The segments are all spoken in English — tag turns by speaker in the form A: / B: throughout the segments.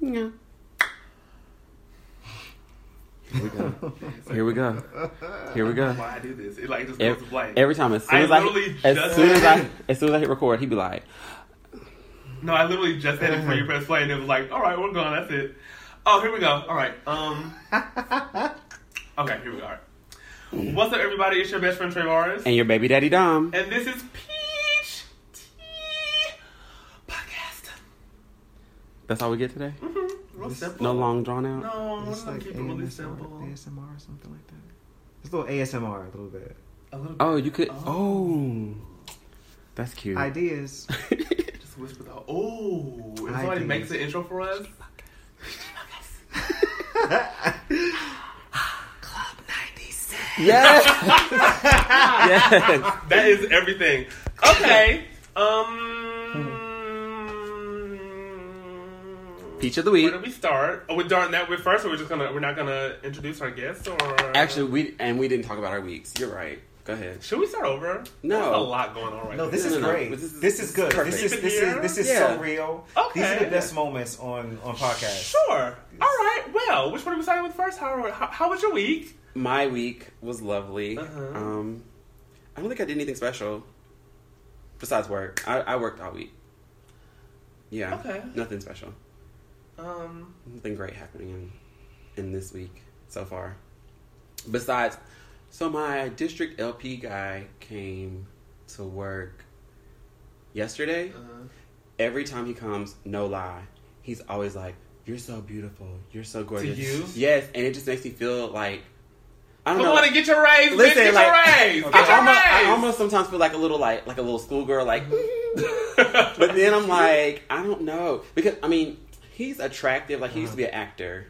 A: No.
B: Here we go. Here we go. Here we go.
C: Why Oh, I do this? It like just goes
B: Every,
C: blank.
B: every time, as soon
C: I
B: as I,
C: literally
B: as
C: just-
B: soon as I, as soon as I hit record, he'd be like,
C: no, I literally just had it before you press play, and it was like, all right, we're gone. That's it. Oh, here we go. All right. Um. okay, here we are. What's up, everybody? It's your best friend Trayvon,
B: "And your baby daddy Dom."
C: and this is Peach Tea Podcast.
B: That's all we get today.
C: Real simple.
B: No long drawn out.
C: No,
D: It's
C: we're
D: like
C: like keep it really
D: ASMR,
C: simple.
D: ASMR or something like that. It's a little ASMR, a little bit.
C: A little bit.
B: Oh, you could. Oh, that's cute.
D: Ideas.
C: Just whisper the oh. If
D: I
C: somebody
D: do.
C: makes the intro for us,
B: yes. yes.
C: that is everything. Okay. Um.
B: Peach of the
C: Where
B: week.
C: do we start? Oh, we're starting that with first, or we're just gonna we're not gonna introduce our guests, or
B: Actually, we and we didn't talk about our weeks. You're right. Go ahead.
C: should we start over?
B: No.
C: There's a lot going on right
D: No,
C: now.
D: this
B: No,
D: is
B: no, no.
D: great.
B: This
D: This
B: is-
D: is, good.
B: perfect.
D: This is this
C: Here?
D: is this is
B: Yeah.
D: so real.
C: Okay.
D: These are the best moments on on podcasts.
C: Sure. All right. Well, which one are we starting with first? Howard, how, how was your week?
B: My week was lovely.
C: Uh-huh.
B: Um, I don't think I did anything special besides work. I, I worked all week. Yeah.
C: Okay.
B: Nothing special.
C: Um.
B: Nothing great happening in, in this week so far. Besides, so my district LP guy came to work yesterday. Every time he comes, no lie, he's always like, "You're so beautiful. You're so gorgeous."
C: you?
B: Yes, and it just makes me feel like I don't
C: Come
B: know.
C: on and get your raise, bitch.
B: Listen,
C: Get
B: like,
C: your raise.
D: okay.
C: Get
B: I
C: your
B: almost, I
C: raise.
B: almost sometimes feel like a little like like a little schoolgirl, like. but then I'm like, I don't know because I mean, he's attractive. Like he used to be an actor,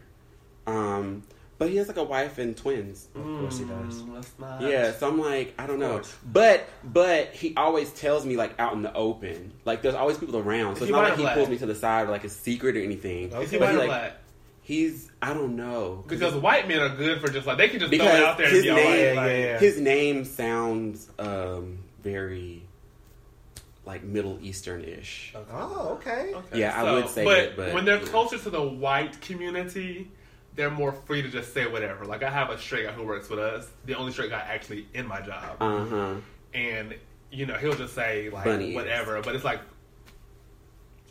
B: um, but he has like a wife and twins.
D: Of course he does.
C: Mm, let's not.
B: Yeah, so I'm like, I don't know,
C: course.
B: but but he always tells me like out in the open, like there's always people around, so it's
C: Is he
B: not
C: white
B: like
C: or
B: he
C: black?
B: pulls me to the side or like a secret or anything.
D: Okay.
C: Is he
B: But
C: white
B: he,
C: or
B: like,
C: black?
B: He's I don't know
C: Because white men are good for just like they can just throw
B: Because
C: it out there and
B: his
C: be
B: name-
C: alright.
D: Yeah,
C: like,
D: yeah, yeah.
B: His name sounds um, very like Middle Eastern ish.
D: Oh, okay.
C: Okay,
B: Yeah, I
C: so-
B: would say
C: but,
B: it, but-
C: when they're
B: yeah.
C: closer to the white community, they're more free to just say whatever. Like I have a straight guy who works with us, the only straight guy actually in my job,
B: Uh huh.
C: and you know he'll just say like
B: Bunny ears.
C: whatever. But it's like.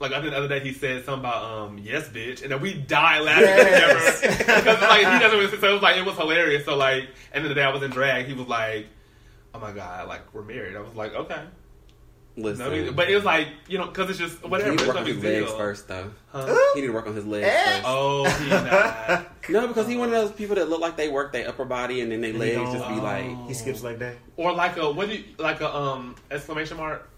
C: Like I think the other day he said something about um yes bitch and then we die laughing
D: Yes.
C: together because like he doesn't really so it was like it was hilarious so like and then the day I was in drag he was like oh my god like we're married I was like okay
B: Listen,
C: no, neither. but it was like you know because it's just whatever
B: He need
C: it's
B: to work
C: no
B: on his
C: big
B: legs
C: deal.
B: first, though.
C: Huh?
B: He need to work on his legs
D: Eh?
B: first.
C: Oh, he not.
B: No, because he one of those people that look like they work their upper body and then their
D: And he
B: legs
D: don't-
B: just be like,
C: Oh.
D: He skips like that.
C: or like a what do you like a um exclamation mark?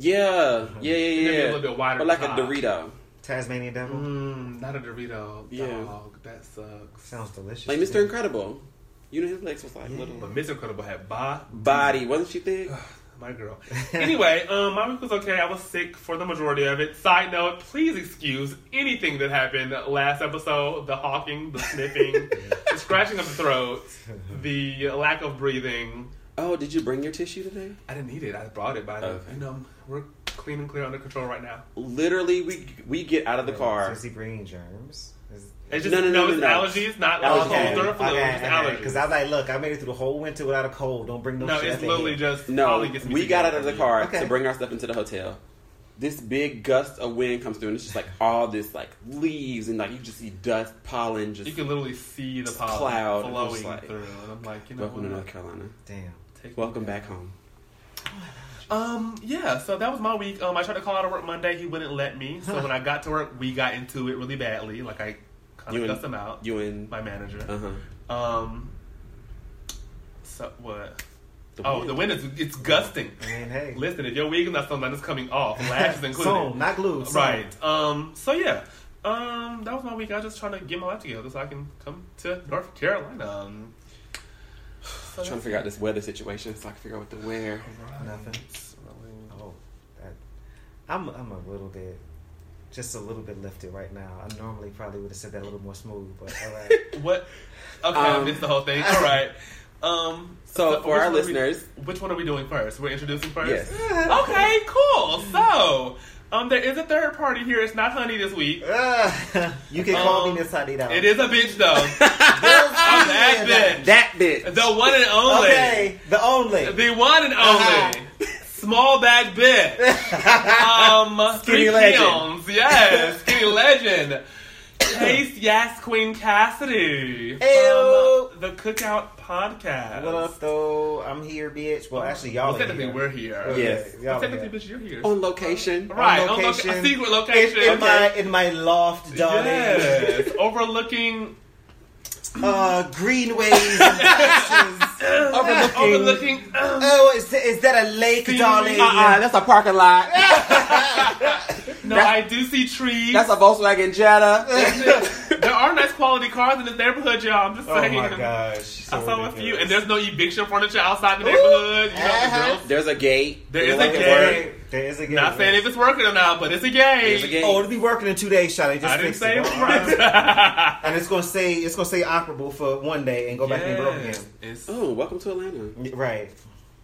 B: yeah, yeah,
C: And
B: yeah,
C: maybe a
B: yeah,
C: little bit wider
B: or like
C: top.
B: a Dorito.
D: Tasmanian devil
C: Mm, not a Dorito.
B: Yeah.
C: Dog, that sucks.
D: sounds delicious.
B: Like
D: to
B: Mr.
D: me.
B: Incredible. You know his legs was like
D: Yeah.
B: little
C: But Miss Incredible had ba
B: body, wasn't she thick?
C: my girl. Anyway, um, my week was okay. I was sick for the majority of it. Side note, please excuse anything that happened last episode the hawking, the sniffing, the scratching of the throat, the lack of breathing.
B: Oh, did you bring your tissue today?
C: I didn't need it. I brought it, but I
B: Okay.
C: you know, we're clean and clear under control right now.
B: Literally, we we get out of the
D: So
B: car.
D: is he bringing germs? Is-
C: It's just
B: No,
C: no,
B: no, no,
C: it's
B: no, no.
C: allergies, not like
B: Allergies.
C: cold or flu, just allergies.
D: Because I was like, look, I made it through the whole winter without a cold. Don't bring no.
C: no,
D: shit
C: it's
D: up in
C: literally
D: here.
C: just
B: No,
C: probably gets me
B: we got out of the car
D: Okay.
B: to bring our stuff into the hotel. This big gust of wind comes through, and it's just like all this like leaves and like you just see dust, pollen, just
C: You can literally see the pollen
B: Cloud, it was
C: flowing
B: like-
C: through, and I'm like, you know,
B: Welcome to
C: what?
B: North Carolina.
D: Damn.
C: Take me
B: Welcome
C: there.
B: back home.
C: Um, yeah. So that was my week. Um, I tried to call out of work Monday. He wouldn't let me. So when I got to work, we got into it really badly. Like I kind
B: You
C: of
B: and-
C: cussed him out.
B: You and
C: my manager.
B: uh huh.
C: Um. So what? oh, the wind is it's gusting.
D: I mean, hey.
C: Listen, if your wig is not something that's coming off, lashes included.
D: Sewn, not glued. sewn.
C: Right. Um. So yeah. Um. That was my week. I was just trying to get my life together so I can come to North Carolina. Um, so
B: Trying to figure out this weather situation so I can figure out what to wear.
D: Nothing. Oh, that, I'm I'm a little bit, just a little bit lifted right now. I normally probably would have said that a little more smooth, but all right.
C: What? Okay, I
B: Um,
C: missed the whole thing. All right. Um.
B: So, for
C: which
B: our
C: one are we-
B: listeners-
C: which one are we doing first? We're introducing first.
B: Yes.
C: Okay. Cool. So Um, there is a third party here. It's not Honey this week.
D: Ah, you can call
C: Um,
D: me Miss Hadida.
C: It is a bitch though. that bitch.
B: That bitch.
C: the one and only.
D: Okay, the only.
C: The one and only.
D: Uh-huh.
C: Small bad bitch. um,
D: Skinny
C: three
D: legend.
C: Peons. Yes, skinny legend. Chase Yes Queen Cassidy. from
D: Ayo.
C: the Cookout Podcast.
D: what up, though? I'm here, bitch. Well, actually, y'all
C: Well,
D: are
C: technically,
D: here.
C: we're here.
D: Well,
B: Yes.
D: yeah, y'all are
C: technically,
D: here.
C: bitch, you're here.
B: on location.
C: right, on
D: location.
C: loca- a secret
D: In,
C: location.
D: in my in my loft, darling.
C: Yes, overlooking
D: Uh, greenways. and bushes.
B: Overlooking.
C: overlooking uh,
D: oh, is, th- is that a lake,
C: See, uh,
D: darling?
B: Uh-uh, that's a parking lot.
C: No, I
B: That's-
C: do see trees.
B: That's a Volkswagen Jetta.
C: there are nice quality cars in this neighborhood, y'all. I'm just
D: oh
C: saying.
D: my gosh. so
C: I saw a few,
D: ridiculous.
C: and there's no eviction furniture outside the neighborhood. You know,
D: uh-huh.
C: the girls.
B: There's a gate.
C: There is
B: Like
C: a
B: it
C: gate.
B: worked.
D: There is a gate.
C: Not saying if it's working or not, but it's a game.
B: There's a gate.
D: Oh, it'll be working in two days, Shawty. Just
C: I didn't
D: fix
C: say
D: it.
C: it was right.
D: And it's gonna say it's gonna say operable for one day and go back and broke again.
C: It's-
B: Oh, welcome to Atlanta.
D: Y- Right.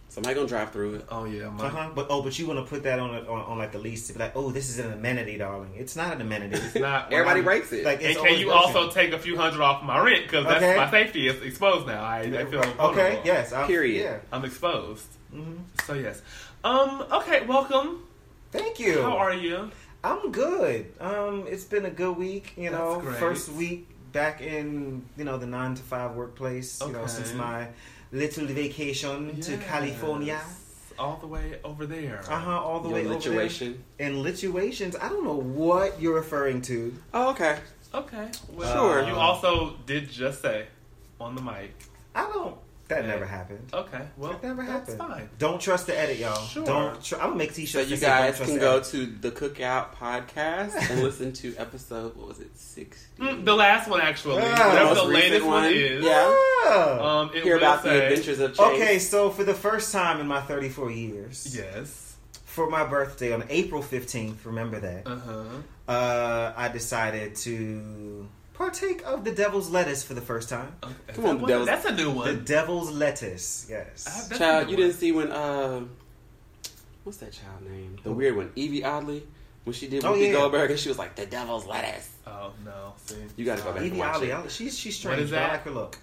B: Somebody gonna drive through it.
C: Oh yeah,
B: Uh-huh.
C: my.
D: Uh huh. But oh, but you wanna put that on, a, on on like the lease to be like, oh, this is an amenity, darling. It's not an amenity.
C: It's not.
B: Everybody breaks it.
D: Oh, Like,
C: And
D: it's
C: can
D: always
C: you
D: broken.
C: also take a few hundred off my rent because that's
D: Okay.
C: my safety is exposed now. I, I feel vulnerable.
D: okay? Yes. I'll,
B: Period.
D: Yeah.
C: I'm exposed.
D: Mhm.
C: So yes. Um. Okay. Welcome.
D: Thank you.
C: How are you?
D: I'm good. Um, it's been a good week. You
C: That's
D: know,
C: great.
D: first week back in you know the nine to five workplace. You know,
C: Okay.
D: since my little vacation to
C: Yes.
D: California.
C: All the way over there.
D: Uh huh. All the
B: Your
D: way over
B: situation.
D: there. And lituations. I don't know what you're referring to.
B: Oh, okay.
C: Okay. Well,
B: Sure.
C: You also did just say on the mic.
D: I don't. That
C: Yeah.
D: never happened.
C: Okay. Well,
D: that never
C: that's
D: happened.
C: fine.
D: Don't trust the edit, y'all.
C: Sure.
D: Don't. Tr- I'm gonna make
B: So
D: t-shirts.
B: you
D: that say don't
B: guys
D: trust
B: can
D: the
B: go
D: edit.
B: to the Cookout podcast and listen to episode what was it six?
C: Mm, the last one actually.
D: Yeah.
C: Whatever
D: The
C: the
B: most
C: latest
B: recent
C: one,
B: one.
C: is.
B: Yeah.
D: Ah.
C: Um, it
B: Hear
C: will
B: about
C: say,
B: the adventures of Chase.
D: okay, so for the first time in my 34 years,
C: Yes.
D: for my birthday on April 15th, remember that.
C: Uh huh.
D: uh, I decided to partake of the devil's lettuce for the first time.
C: Okay.
B: Come on,
C: That-
B: Dallas.
C: that's a new
D: The
C: one.
D: devil's lettuce,
C: I have
D: yes.
C: that-
B: Child, you didn't see when uh, what's that child name? The weird one, Evie Oddly, when she did
D: Oh,
B: Whoopi
D: yeah.
B: Goldberg and she was like the devil's lettuce.
C: Oh no. See.
B: You gotta go back.
D: Evie
B: watch
D: Ollie,
B: it.
D: Ollie- she's she's
C: What
D: strange.
C: is
D: but I
C: that?
D: like her look.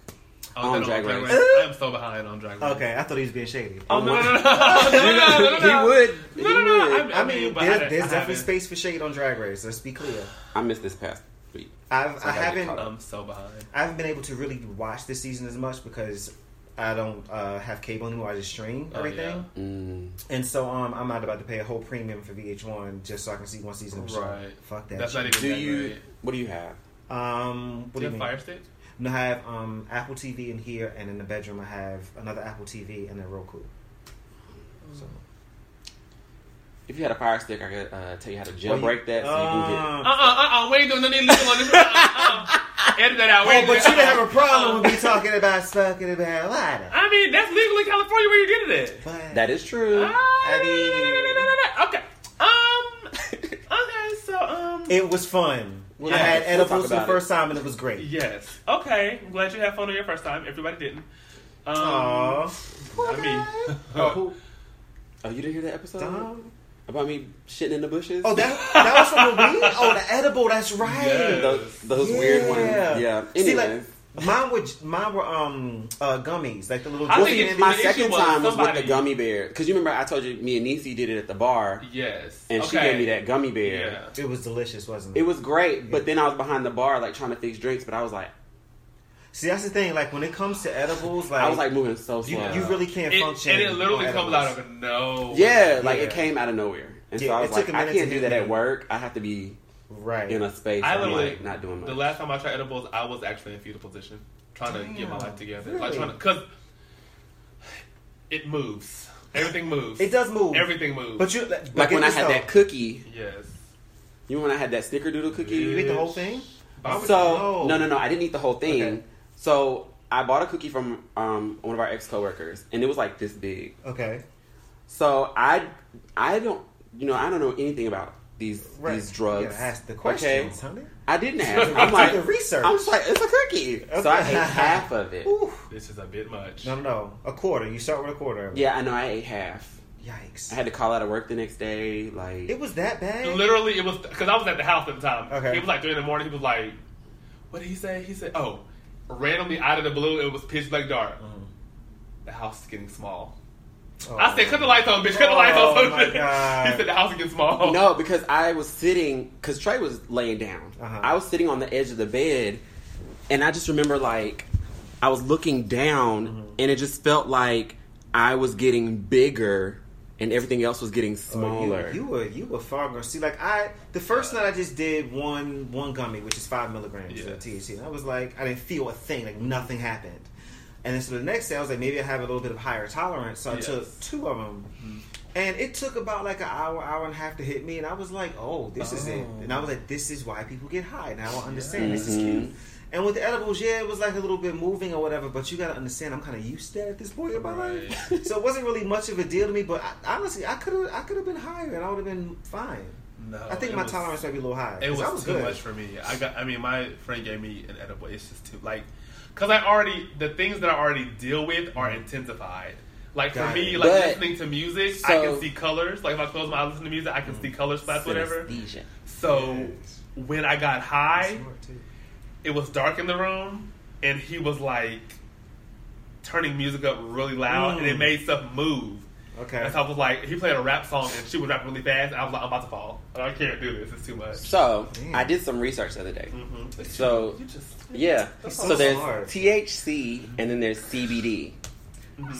C: Oh,
B: On
C: is that
B: Drag Race.
C: I'm so behind on Drag Race.
D: Okay, I thought he was being shady.
C: Oh no no no no no no no, no, no.
B: he would.
C: No, no, no,
B: He would.
C: I'm-
D: I
C: I mean,
D: mean,
C: but I
D: there's,
C: didn't-
D: there's
C: I
D: definitely
C: haven't.
D: space for shade on Drag Race. Let's be clear.
B: I missed this past week.
D: I've
B: So
D: I
B: I gotta
D: haven't
B: get caught up.
C: I'm so behind.
D: I haven't been able to really watch this season as much because I don't uh, have cable anymore. I just stream
C: Oh,
D: everything,
C: yeah.
B: Mm.
D: and so um, I'm not about to pay a whole premium for VH1 just so I can see one season of the show.
C: Right.
D: Fuck that.
C: That's
D: shit.
C: not even.
B: Do
C: Drag
B: you?
C: Race.
B: What do you have?
D: Um, what
C: Do you
D: do you
C: have
D: mean?
C: Fire Stick?
D: No, I have um, Apple TV in here, and in the bedroom I have another Apple TV and a Roku.
C: Mm.
D: So.
B: If you had a fire stick, I could uh, tell you how to
D: Well, you-
B: jailbreak that so you can get.
C: Uh uh
D: Uh,
C: uh uh. We ain't doing nothing illegal on this. Uh-uh, uh-uh. Edit that out.
D: oh,
C: Wait,
D: but you
C: did
D: didn't have a problem with me talking about smoking about lighter.
C: I mean, that's legal in California where you did it.
D: But
B: That is true.
C: Ah, Okay. Um. Okay. So um.
D: it was fun.
B: We'll
D: I
B: talk- we'll
D: had
B: talk
D: edibles for the
B: about it.
D: first time, and it was great.
C: Yes. Okay. I'm glad you had fun on your first time. Everybody didn't. Um,
D: Aww.
C: I mean,
D: Oh, who-
B: Oh, you didn't hear that episode
D: Dom?
B: about me shitting in the bushes?
D: Oh, that, that was from the weed? Oh, the edible, that's right.
C: Yeah.
B: those, those weird ones.
D: Yeah.
B: Yeah. Anyway,
D: See, like- Mine, would, mine were um uh, gummies, like the little
C: I
B: Well,
C: think
B: see,
C: it's-
B: my
C: the
B: second
C: issue was
B: time was with
C: somebody-
B: the gummy bear because you remember I told you me and Niecy did it at the bar
C: yes.
B: and
C: okay.
B: she gave me that gummy bear.
C: Yeah.
D: It was delicious, wasn't it?
B: It was great, but then I was behind the bar like trying to fix drinks, but I was like,
D: See, that's the thing. Like when it comes to edibles, like,
B: I was like moving so slow.
D: you, you really can't
C: It,
D: function.
C: and it literally
D: on
C: comes
D: edibles.
C: out of no.
B: yeah, like
D: Yeah.
B: it came out of nowhere, and so
D: Yeah,
B: I was
D: it took
B: like,
D: a
B: I
D: minute
B: can't
D: to
B: do
D: hit
B: that at
D: me.
B: work. I have to be
D: Right.
B: in a space.
C: I
B: where I'm
C: literally
B: like not doing much.
C: The last time I tried edibles, I was actually in fetal position, trying to get my
D: Damn,
C: life together, like
D: really?
C: trying to, cause it moves. Everything moves.
D: it does move.
C: Everything moves.
D: But you like,
B: like when I had that cookie,
C: yes.
B: you remember when I had that Snickerdoodle cookie?
D: You eat the whole thing?
C: I would-
B: So
D: No.
B: no, no, no. I didn't eat the whole thing.
D: Okay.
B: So I bought a cookie from um, one of our ex coworkers, and it was like this big.
D: Okay.
B: So I, I don't, you know, I don't know anything about these
D: Right.
B: these drugs.
D: You gotta ask the questions, honey.
B: I didn't ask.
D: You
B: I'm
D: do the
B: like,
D: research.
B: I'm just like, it's a cookie. So I ate
D: Okay.
B: half of it.
D: Ooh.
C: this is a bit much.
D: No, no, no. A quarter. You start with a quarter. of it.
B: Yeah, I know. I ate half.
D: Yikes.
B: I had to call out of work the next day. Like
D: It was that bad?
C: Literally, it was because I was at the house at the time.
D: Okay.
C: It was like three in the morning. He was like, "What did he say?" He said, "Oh, randomly out of the blue, it was pitch black dark.
D: Mm.
C: The house is getting small."
D: Oh.
C: I said, "Cut the lights on, bitch. Cut the lights
D: Oh,
C: on."
D: my God.
C: he said, "The house is getting small."
B: No, because I was sitting because Trey was laying down.
D: Uh-huh.
B: I was sitting on the edge of the bed, and I just remember like I was looking down,
D: Mm-hmm.
B: and it just felt like I was getting bigger, and everything else was getting
D: Oh, you-
B: smaller.
D: You, were you were far gone. See, like I, the first night I just did one one gummy, which is five milligrams
C: Yeah.
D: of THC, and I was like, I didn't feel a thing, like nothing happened. And then so the next day, I was like, maybe I have a little bit of higher tolerance, so I
C: Yes. Mm-hmm.
D: took two of them, and it took about like an hour, hour and a half to hit me, and I was like, oh, this is it,
C: Oh. Mm-hmm.
D: and I was like, this is why people get high. Now I understand. This is
B: Mhm.
D: cute. And with the edibles, yeah, it was like a little bit moving or whatever, but you gotta understand, I'm kind of used to that at this point in my
C: Right.
D: life so it wasn't really much of a deal to me. But I, honestly, I could have I could have been higher and I would have been fine.
C: no.
D: I think
C: Oh, it
D: my
C: was-
D: tolerance might be a little high.
C: It
D: 'cause
C: was,
D: I
C: too much for me. I got. I mean, my friend gave me an edible. It's just too like, cause I already the things that I already deal with are intensified. Like
D: Got
C: for me,
D: it.
C: like
B: But-
C: listening to music, I can
B: so-
C: see colors. Like if I close my eyes, listen to music, I can see
D: Mm.
C: colors, slash whatever.
B: Synesthesia.
C: So
D: Yes.
C: when I got high,
D: Smart, too.
C: it was dark in the room, and he was like turning music up really loud, and
D: Mm.
C: it made stuff move.
D: Okay.
C: And so I was like, he played a rap song, and she was rapping really fast, and I was like, I'm about to fall. I can't do this. It's too much.
B: So
D: Damn.
B: I did some research the other day.
C: Mm-hmm.
B: So-
C: you just
B: Yeah.
C: That's
B: So
D: so
B: there's
D: smart.
B: THC and then there's CBD.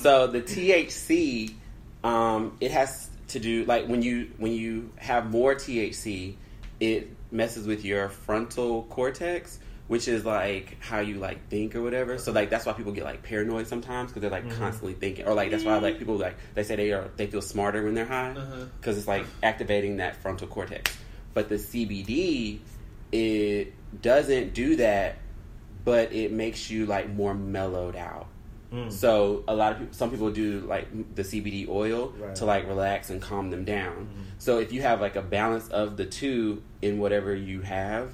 B: So the THC, um, it has to do like when you when you have more THC, it messes with your frontal cortex, which is like how you like think or whatever. So like that's why people get like paranoid sometimes because they're like constantly thinking, or like that's why like people like they say they are they feel smarter when they're high
C: Uh-huh.
B: because it's like activating that frontal cortex. But the CBD, it doesn't do that, but it makes you like more mellowed out.
D: Mm.
B: So a lot of people, some people do like the CBD oil
D: Right. Hmm.
B: to like relax and calm them down. So if you have like a balance of the two in whatever you have,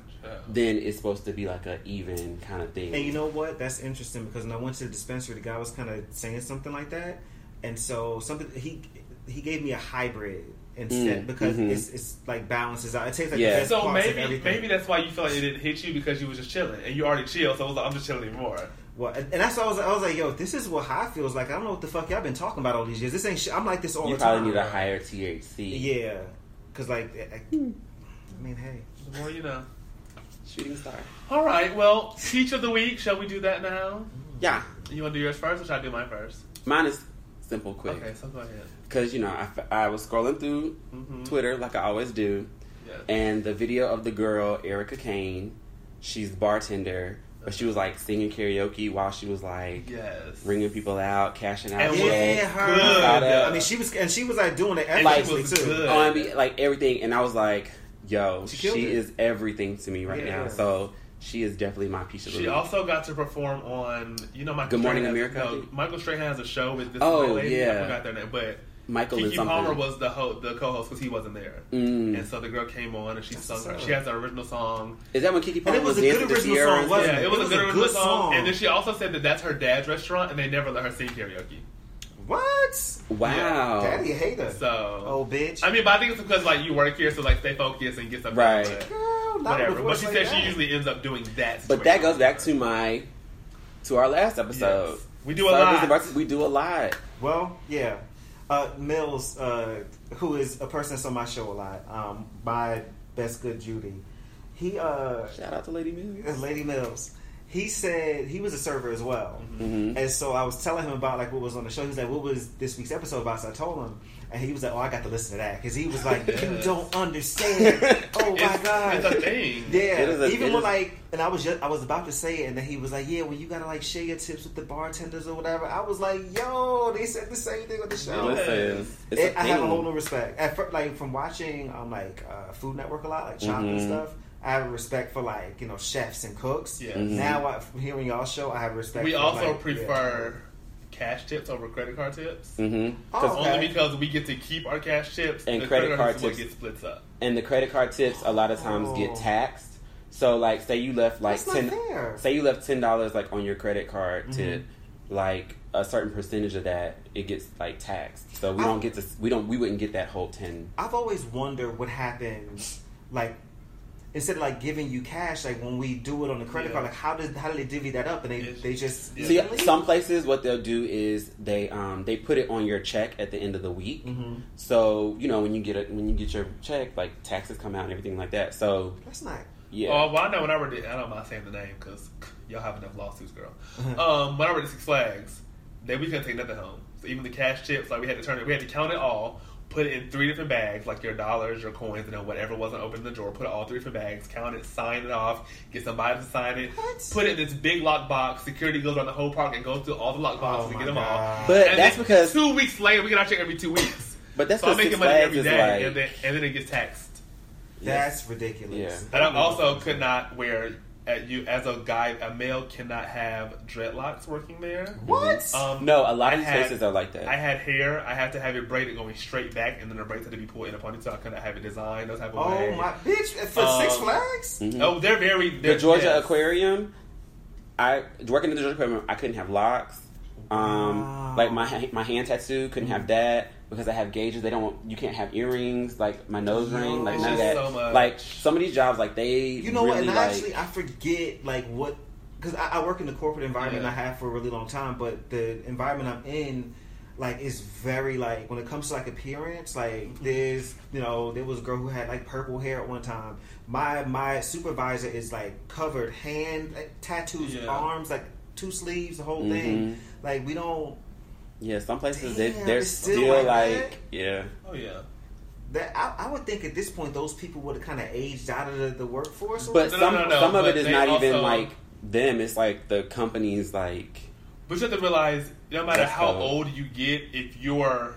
B: then it's supposed to be like a even kind of thing.
D: And you know what? That's interesting because when I went to the dispensary, the guy was kind of saying something like that, and so something he he gave me a hybrid instead
B: Mm,
D: because
B: mhm.
D: it's it's like balances out. It takes like
B: Yeah.
D: the best
C: So
D: parts of
C: maybe
D: everything.
C: maybe that's why you felt like it didn't hit you because you was just chilling and you already chill. So I was like, I'm just chilling anymore.
D: Well, and and that's why I was, I was like, yo, this is what high feels like. I don't know what the fuck y'all been talking about all these years. This ain't shit. I'm like this all
B: you
D: the time.
B: probably need a higher THC.
D: Yeah, because like, I, I I mean, hey,
C: The more you know.
B: Shooting star.
C: All right. Well, teach of the week. Shall we do that now?
B: Yeah,
C: You want to do yours first, or shall I do mine first?
B: mine is simple, quick.
C: Okay. So go ahead.
B: Because you know, I, f- I was scrolling through
C: Mm-hmm.
B: Twitter like I always do,
C: Yeah.
B: and the video of the girl Erica Kane, she's bartender, but she was like singing karaoke while she was like
C: Yes.
B: ringing people out, cashing out
C: And was
D: yeah,
B: checks,
D: her.
C: good.
D: I mean, she was, and she was like doing it
C: And
D: effortlessly
C: she was
D: too.
C: good.
B: R&B, Oh, like everything. And I was like, "Yo,
D: She
B: she,
D: killed it.
B: is everything to me right
D: Yeah.
B: now." So she is definitely my piece of the
C: She
B: week.
C: also got to perform on you know Michael.
B: Good Morning
C: Strahan has-
B: America, I
C: No,
B: think?
C: Michael Strahan has a show with this
B: Oh,
C: white lady. I
B: yeah.
C: forgot their name, but
B: Michael and
C: Kiki Palmer
B: something.
C: was the ho- the co-host because he wasn't there. And
B: Mm.
C: so the girl came on and she
D: That's
C: sung
D: what's
C: her.
D: up.
C: She has an original song.
B: Is that when Kiki Palmer
D: it
B: was,
D: was a
B: dancing
D: good
B: to
D: original
B: Ciara?
D: song,
B: and
D: wasn't
B: stuff?
C: Yeah, it was, a good original
D: good
C: song.
D: song.
C: And then she also said that that's her dad's restaurant, and they never let her sing karaoke.
D: What?
B: Wow.
D: Daddy hate her.
C: So,
D: Oh, bitch.
C: I mean, but I think it's because like you work here, so like stay focused and get something.
B: Right.
C: But,
D: Girl, not with
C: whatever.
D: a
C: But
D: voice
C: she
D: like
C: said
D: that.
C: she usually ends up doing that.
B: But that goes back to my to our last episode.
C: Yes. We do a
B: Service
C: lot.
B: and breakfast, We do a lot.
D: Well, yeah. Uh, Mills, uh, who is a person that's on my show a lot, um, my best good Judy. He, uh,
B: Shout out to Lady Mills.
D: Lady Mills. He said he was a server as well.
C: Mm-hmm.
B: hmm
D: And so I was telling him about like what was on the show. He was like, "What was this week's episode about?" So I told him, and he was like, "Oh, I got to listen to that," because he was like,
C: Yes.
D: "You don't understand." oh
C: It's-
D: my god,
C: it's a thing.
D: Yeah,
B: It is a-
D: even
B: it
D: when
B: is-
D: like, and I was just, I was about to say it, and then he was like, "Yeah, well, you gotta like share your tips with the bartenders or whatever." I was like, "Yo, they said the same thing on the show."
C: Yes.
B: Listen, it's
D: It-
B: a
D: I have a
B: thing.
D: whole new respect. At fir- like from watching um like uh, Food Network a lot, like Chop and
B: Mhm.
D: stuff. I have a respect for like you know chefs and cooks.
C: Yes.
B: Mhm.
D: Now I, from hearing y'all show, I have respect.
C: we
D: for,
C: also
D: like,
C: prefer cash tips over credit card tips.
B: Mhm.
D: Oh,
B: 'Cause-
D: okay.
C: Only because we get to keep our cash tips
B: And
C: the
B: credit card
C: will
B: tips.
C: get splits up.
B: And the credit card tips a lot of times
D: Oh.
B: get taxed. So like, say you left like
D: That's not
B: ten.
D: fair.
B: Say you left ten dollars like on your credit card tip,
C: Mm-hmm.
B: like a certain percentage of that it gets like taxed. So we
D: I-
B: don't get to we don't we wouldn't get that whole ten.
D: I've always wondered what happens, like instead of like giving you cash, like when we do it on the credit
A: Yeah.
D: card, like how did how do they divvy that up? And they
A: It's-
D: they just
A: Yeah.
B: See, some places what they'll do is they um they put it on your check at the end of the week.
D: hmm
C: Mm-hmm.
B: So you know when you get a, when you get your check, like taxes come out and everything like that. So
D: That's not.
B: yeah,
C: Oh, well, I know when I read it, I don't mind saying the name because y'all have enough lawsuits, girl. Um, when I read at Six Flags, they we couldn't take nothing home. So even the cash chips, like we had to turn it, we had to count it all, put it in three different bags, like your dollars, your coins, and then whatever wasn't open in the drawer, put it all three different bags, count it, sign it off, get somebody to sign it,
D: What?
C: put it in this big lock box. Security goes around the whole park and goes through all the lock boxes
D: Oh
C: and
D: my
C: get them
D: God.
C: all.
B: But
C: And
B: that's
C: then
B: because-
C: two weeks later we get our check every two weeks.
B: but that's
C: so I'm
B: because Six
C: making money
B: Flags
C: every
B: is
C: day,
B: like
C: and then and then it gets taxed.
D: That's ridiculous.
B: Yeah.
C: And I also could not wear uh, you as a guy. A male cannot have dreadlocks working there.
D: What?
C: Um,
B: no, a lot
C: I
B: of these
C: had-
B: places are like that.
C: I had hair. I had to have it braided going straight back, and then the braids had to be pulled in a ponytail. I couldn't have it designed. No type of
D: oh
C: way.
D: my bitch! For
C: Um,
D: Six Flags,
B: Mhm.
C: Oh, they're very. They're,
B: the Georgia
C: yes.
B: Aquarium. I working at the Georgia Aquarium. I couldn't have locks. Um,
D: Wow. Mm-hmm.
B: like my ha- my hand tattoo couldn't have that because I have gauges. They don't. want- You can't have earrings. Like my nose ring. Like
D: It's
B: none of
C: just
B: that.
C: so much.
B: Like some of these jobs, like they.
D: you know
B: really,
D: what? And
B: like,
D: actually, I forget like what because I, I work in the corporate environment.
C: Yeah.
D: I have for a really long time, but the environment I'm in. Like is very like when it comes to like appearance,
B: Mm-hmm.
D: like there's you know there was a girl who had like purple hair at one time. My my supervisor is like covered hand like, tattoos,
C: Yeah.
D: arms, like two sleeves, the whole
B: Mhm.
D: thing. Like we don't
B: yeah, some places they,
D: Damn,
B: they're
D: it's still
B: still,
D: like
B: like
D: that?
B: yeah.
C: Oh yeah.
D: that I, I would think at this point those people would have kind of aged out of the, the workforce. a
B: But
C: No, no,
B: some
C: no, no,
B: some of
C: but
B: it is
C: they
B: not even
C: also-
B: like them. It's like the companies like
C: But you have to realize, no matter
B: That's
C: how
B: cool.
C: old you get, if you're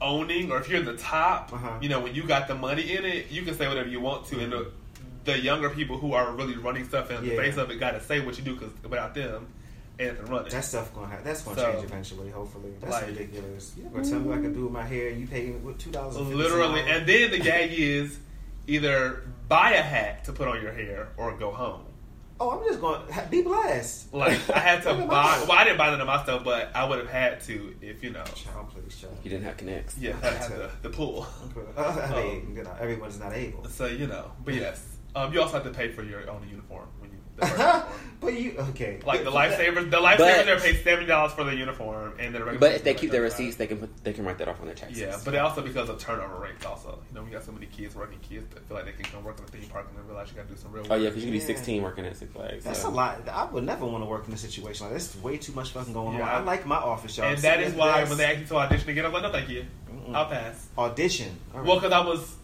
C: owning or if you're in the top,
D: Uh-huh.
C: you know, when you got the money in it, you can say whatever you want to. And the, the younger people who are really running stuff and the
D: Yeah.
C: face of it got to say what you do because without them, it ain't running.
D: That stuff gonna happen. That's gonna
C: So,
D: change eventually. Hopefully, that's
C: like-
D: ridiculous. You gonna tell me what I can do with my hair? and You pay me what two dollars?
C: Literally. And then the gag is either buy a hat to put on your hair or go home.
D: oh, I'm just gonna ha- be blessed.
C: Like, I had to
D: Look at
C: buy,
D: mine.
C: well, I didn't buy none of my stuff, but I would have had to if, you know,
D: Child, please, child.
B: you didn't have connects.
C: yeah, I had the, the pool.
D: Uh, they-
C: Oh.
D: you know, everyone's not able.
C: So you know, but yes, um, you also have to pay for your own uniform when you the first uniform.
D: but you okay?
C: like the
D: But-
C: lifesavers. The
B: But-
C: lifesavers are paid seventy dollars for their uniform, and their regular
B: But if they
C: uniform
B: keep their
C: is like
B: receipts, they can put, they can write that off on their
C: $35.
B: taxes.
C: Yeah, but also because of turnover rates. Also, you know, we got so many kids working. Kids that feel like they can come work in the theme park and then realize you got to do some real. Work.
B: oh yeah, because you could be
D: Yeah.
B: sixteen working at Six Flags.
D: That's
B: so.
D: a lot. I would never want to work in a situation like this. Way too much fucking going
C: Yeah.
D: on. I like my office, y'all.
C: and that is why
D: That's-
C: when they asked me to audition again, I was like, no, thank you,
D: Mm-mm.
C: I'll pass.
D: audition. All right.
C: Well, because I was,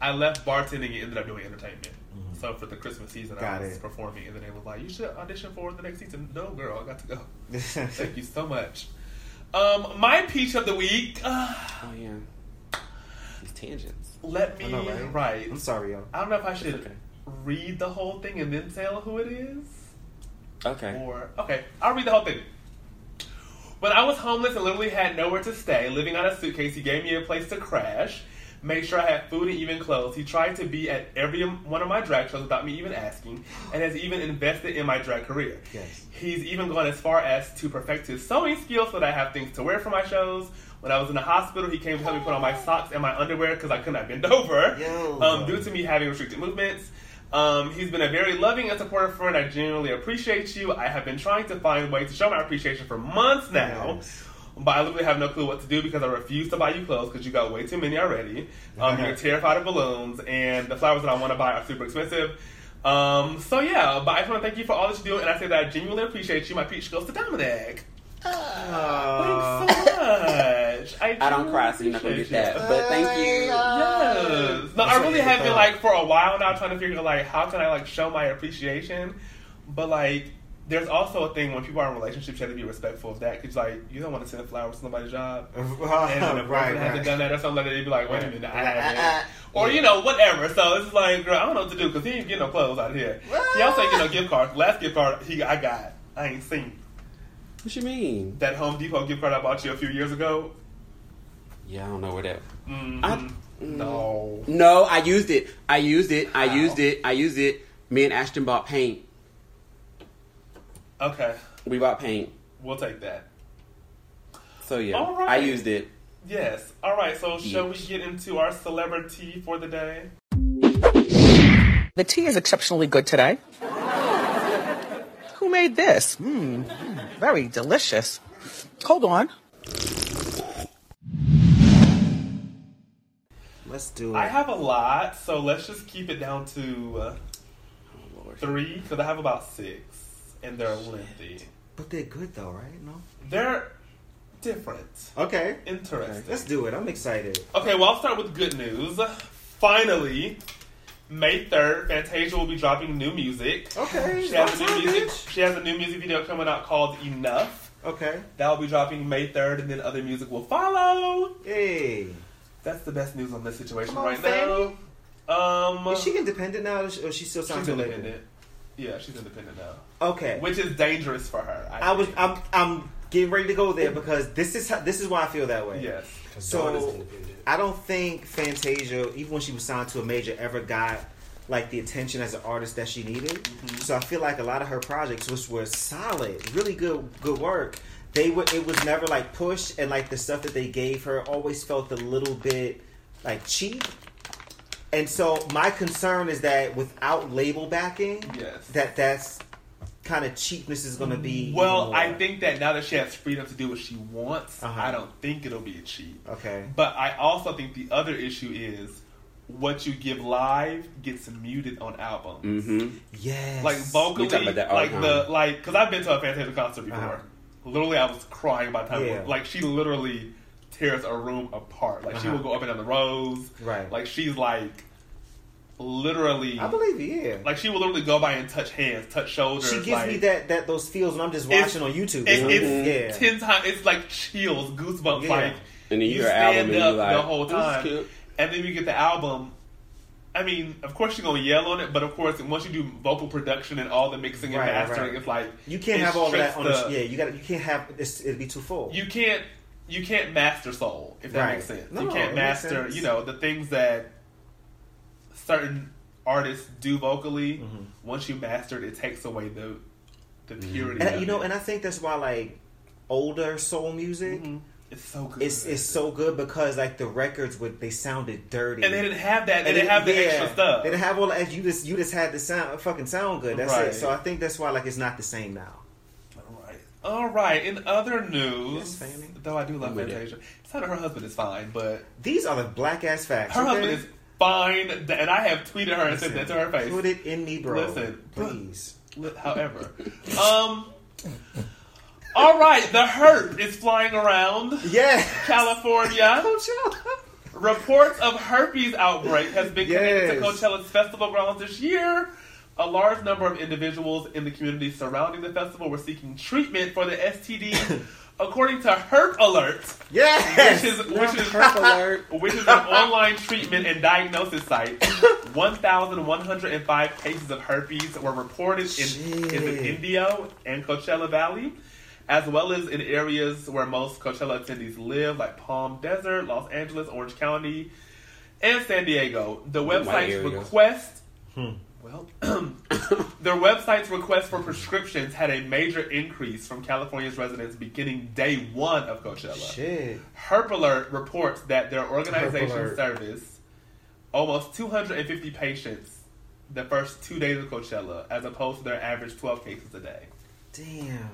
C: I left bartending and ended up doing entertainment.
B: Mm-hmm.
D: Mhm.
C: So for the Christmas season,
D: Got
C: I was
D: it.
C: performing, and then they was like, you should audition for the next season. No, girl, I got to go. Thank you so much. Um, my peach of the week. Uh,
B: Oh yeah, these tangents.
C: let
D: I
C: me
D: know, right?
C: write.
D: I'm sorry, y'all.
C: I don't know if I should
B: okay.
C: read the whole thing and then tell who it is,
B: Okay.
C: or okay, I'll read the whole thing. When I was homeless and literally had nowhere to stay, living on a suitcase, he gave me a place to crash, made sure I had food and even clothes. He tried to be at every one of my drag shows without me even asking, and has even invested in my drag career.
D: Yes.
C: He's even gone as far as to perfect his sewing skills so that I have things to wear for my shows. When I was in the hospital, he came to help me put on my socks and my underwear because I could not bend over
D: Yo.
C: um, due to me having restricted movements. Um, he's been a very loving and supportive friend. I genuinely appreciate you. I have been trying to find ways to show my appreciation for months now.
D: Yes.
C: But I literally have no clue what to do because I refuse to buy you clothes because you got way too many already. Um, you're terrified of balloons, and the flowers that I want to buy are super expensive. Um, so yeah, but I just want to thank you for all that you do, and I say that I genuinely appreciate you. My peach goes to Dominic.
D: Uh,
C: Thanks so much. I,
B: I don't cry, so you're not gonna get
C: appreciate you.
B: that. But thank you.
C: Yes. No, I really have been like for a while now trying to figure out like how can I like show my appreciation, but like there's also a thing when people are in relationships you have to be respectful of that because like you don't want to send flowers to somebody's job. And when the person
D: right,
C: hasn't
D: right.
C: done that or something like that, they'd be like, wait a
D: Right.
C: minute, I
D: Uh,
C: haven't.
D: uh, uh.
C: Or, you know, whatever. So it's like, girl, I don't know what to do because he ain't getting no clothes out here. He also ain't getting no gift cards. Last gift card he I got, I ain't seen.
B: What you mean?
C: That Home Depot gift card I bought you a few years ago.
B: Yeah, I don't know where that.
C: Mm,
B: I-
C: no.
D: Mm.
B: No, I used it. I used it. I
C: How?
B: used it. I used it. Me and Ashton bought paint.
C: Okay,
B: We bought paint.
C: we'll take that.
B: So yeah,
C: All right.
B: I used it.
C: Yes. All right. So, shall we get into our celebrity for the day?
A: The tea is exceptionally good today. Who made this? Mmm, very delicious. Hold on.
D: Let's do
C: I
D: it.
C: have a lot, so let's just keep it down to uh,
B: Oh lord.
C: three because I have about six, and they're lengthy.
D: But they're good though, right? No.
C: They're different,
D: Okay.
C: interesting.
D: Let's do it. I'm excited.
C: Okay, well, I'll start with good news. Finally, May 3rd, Fantasia will be dropping new music.
D: Okay.
C: She has, a new music, she has a new music video coming out called Enough.
D: Okay.
C: That will be dropping May 3rd, and then other music will follow.
D: Hey.
C: That's the best news on this situation
D: Come on,
C: right
D: Fanny.
C: now. Um,
D: Is she independent now, or she or she still signed
C: she's
D: to a label?
C: independent. Yeah, she's independent now,
D: Okay.
C: which is dangerous for her. I,
D: I was.
C: think.
D: I'm. I'm getting ready to go there because this is how, this is why I feel that way.
C: yes.
D: So I don't think Fantasia, even when she was signed to a major, ever got like the attention as an artist that she needed.
C: Mm-hmm.
D: So I feel like a lot of her projects, which were solid, really good, good work, they were. It was never like pushed, and like the stuff that they gave her always felt a little bit like cheap. And so my concern is that without label backing,
C: Yes.
D: that that's kind of cheapness is going to be. even
C: Well,
D: more.
C: I think that now that she has freedom to do what she wants,
D: Uh-huh.
C: I don't think it'll be cheap.
D: okay.
C: But I also think the other issue is what you give live gets muted on albums.
B: Mm-hmm.
D: Yes.
C: Like vocally,
B: We talk about that all
C: like
B: the
C: the
B: time.
C: like, because I've been to a Fantasia concert before.
D: Uh-huh.
C: Literally, I was crying by the time.
D: Yeah.
C: Like she literally tears a room apart. Like she
D: Uh-huh.
C: will go up and down the rows.
D: Right.
C: Like she's like literally.
D: I believe you. Yeah.
C: like she will literally go by and touch hands, touch shoulders.
D: She gives
C: like,
D: me that that those feels when I'm just
C: It's-
D: watching on YouTube.
C: It's,
D: yeah.
C: it's ten times. It's like chills, goosebumps.
D: Yeah.
C: Like
B: And then
C: you
B: you hear
C: stand
B: album and
C: up
B: you like
C: the whole
B: "This is
C: time,
B: cute."
C: and then you get the album. I mean, of course you're gonna yell on it, but of course once you do vocal production and all the mixing and
D: Right, right.
C: mastering, it's like
D: you can't
C: it
D: have all
C: strips
D: that on
C: the,
D: the, yeah. You got to you can't have it's, it'd be too full.
C: You can't. You can't master soul if that
D: Right.
C: makes sense.
D: No,
C: you can't
D: it makes
C: master.
D: sense.
C: You know the things that certain artists do vocally.
D: Mm-hmm.
C: Once you master it, it takes away the the
B: Mm-hmm.
C: purity.
D: and
C: of
D: you know,
C: it.
D: and I think that's why like older soul music
C: it's so good.
D: it's it's so good because like the records would they sounded dirty
C: and they didn't have that. They
D: And
C: didn't have the
D: yeah,
C: extra stuff.
D: They didn't have all that. You just you just had the sound fucking sound good. That's
C: Right.
D: it. So I think that's why like it's not the same now.
C: All right. All right. In other news,
D: Yes, Fanny.
C: though I do love
B: I'm with
C: Fantasia. It's not that her husband is fine, but
D: These are the black ass facts.
C: her
D: okay?
C: husband is fine, and I have tweeted her and said that to her face.
D: Put it in me, bro.
C: Listen.
D: please.
C: Li- However, um, all right. The hurt is flying around
D: Yeah.
C: California. Reports of herpes outbreak has been connected
D: Yes.
C: to Coachella's festival grounds this year. A large number of individuals in the community surrounding the festival were seeking treatment for the STD, according to Herp Alert,
D: Yes.
C: which is which is
B: Purple alert.
C: which is an online treatment and diagnosis site. 1,105 cases of herpes were reported in, in
D: Shit.
C: the Indio and Coachella Valley, as well as in areas where most Coachella attendees live, like Palm Desert, Los Angeles, Orange County, and San Diego. The website's
B: areas.
C: request. Well, their website's request for prescriptions had a major increase from California's residents beginning day one of Coachella.
D: Shit.
C: Herp Alert reports that their organization
D: Herp Alert.
C: service almost 250 patients the first two days of Coachella, as opposed to their average 12 cases a day.
D: Damn.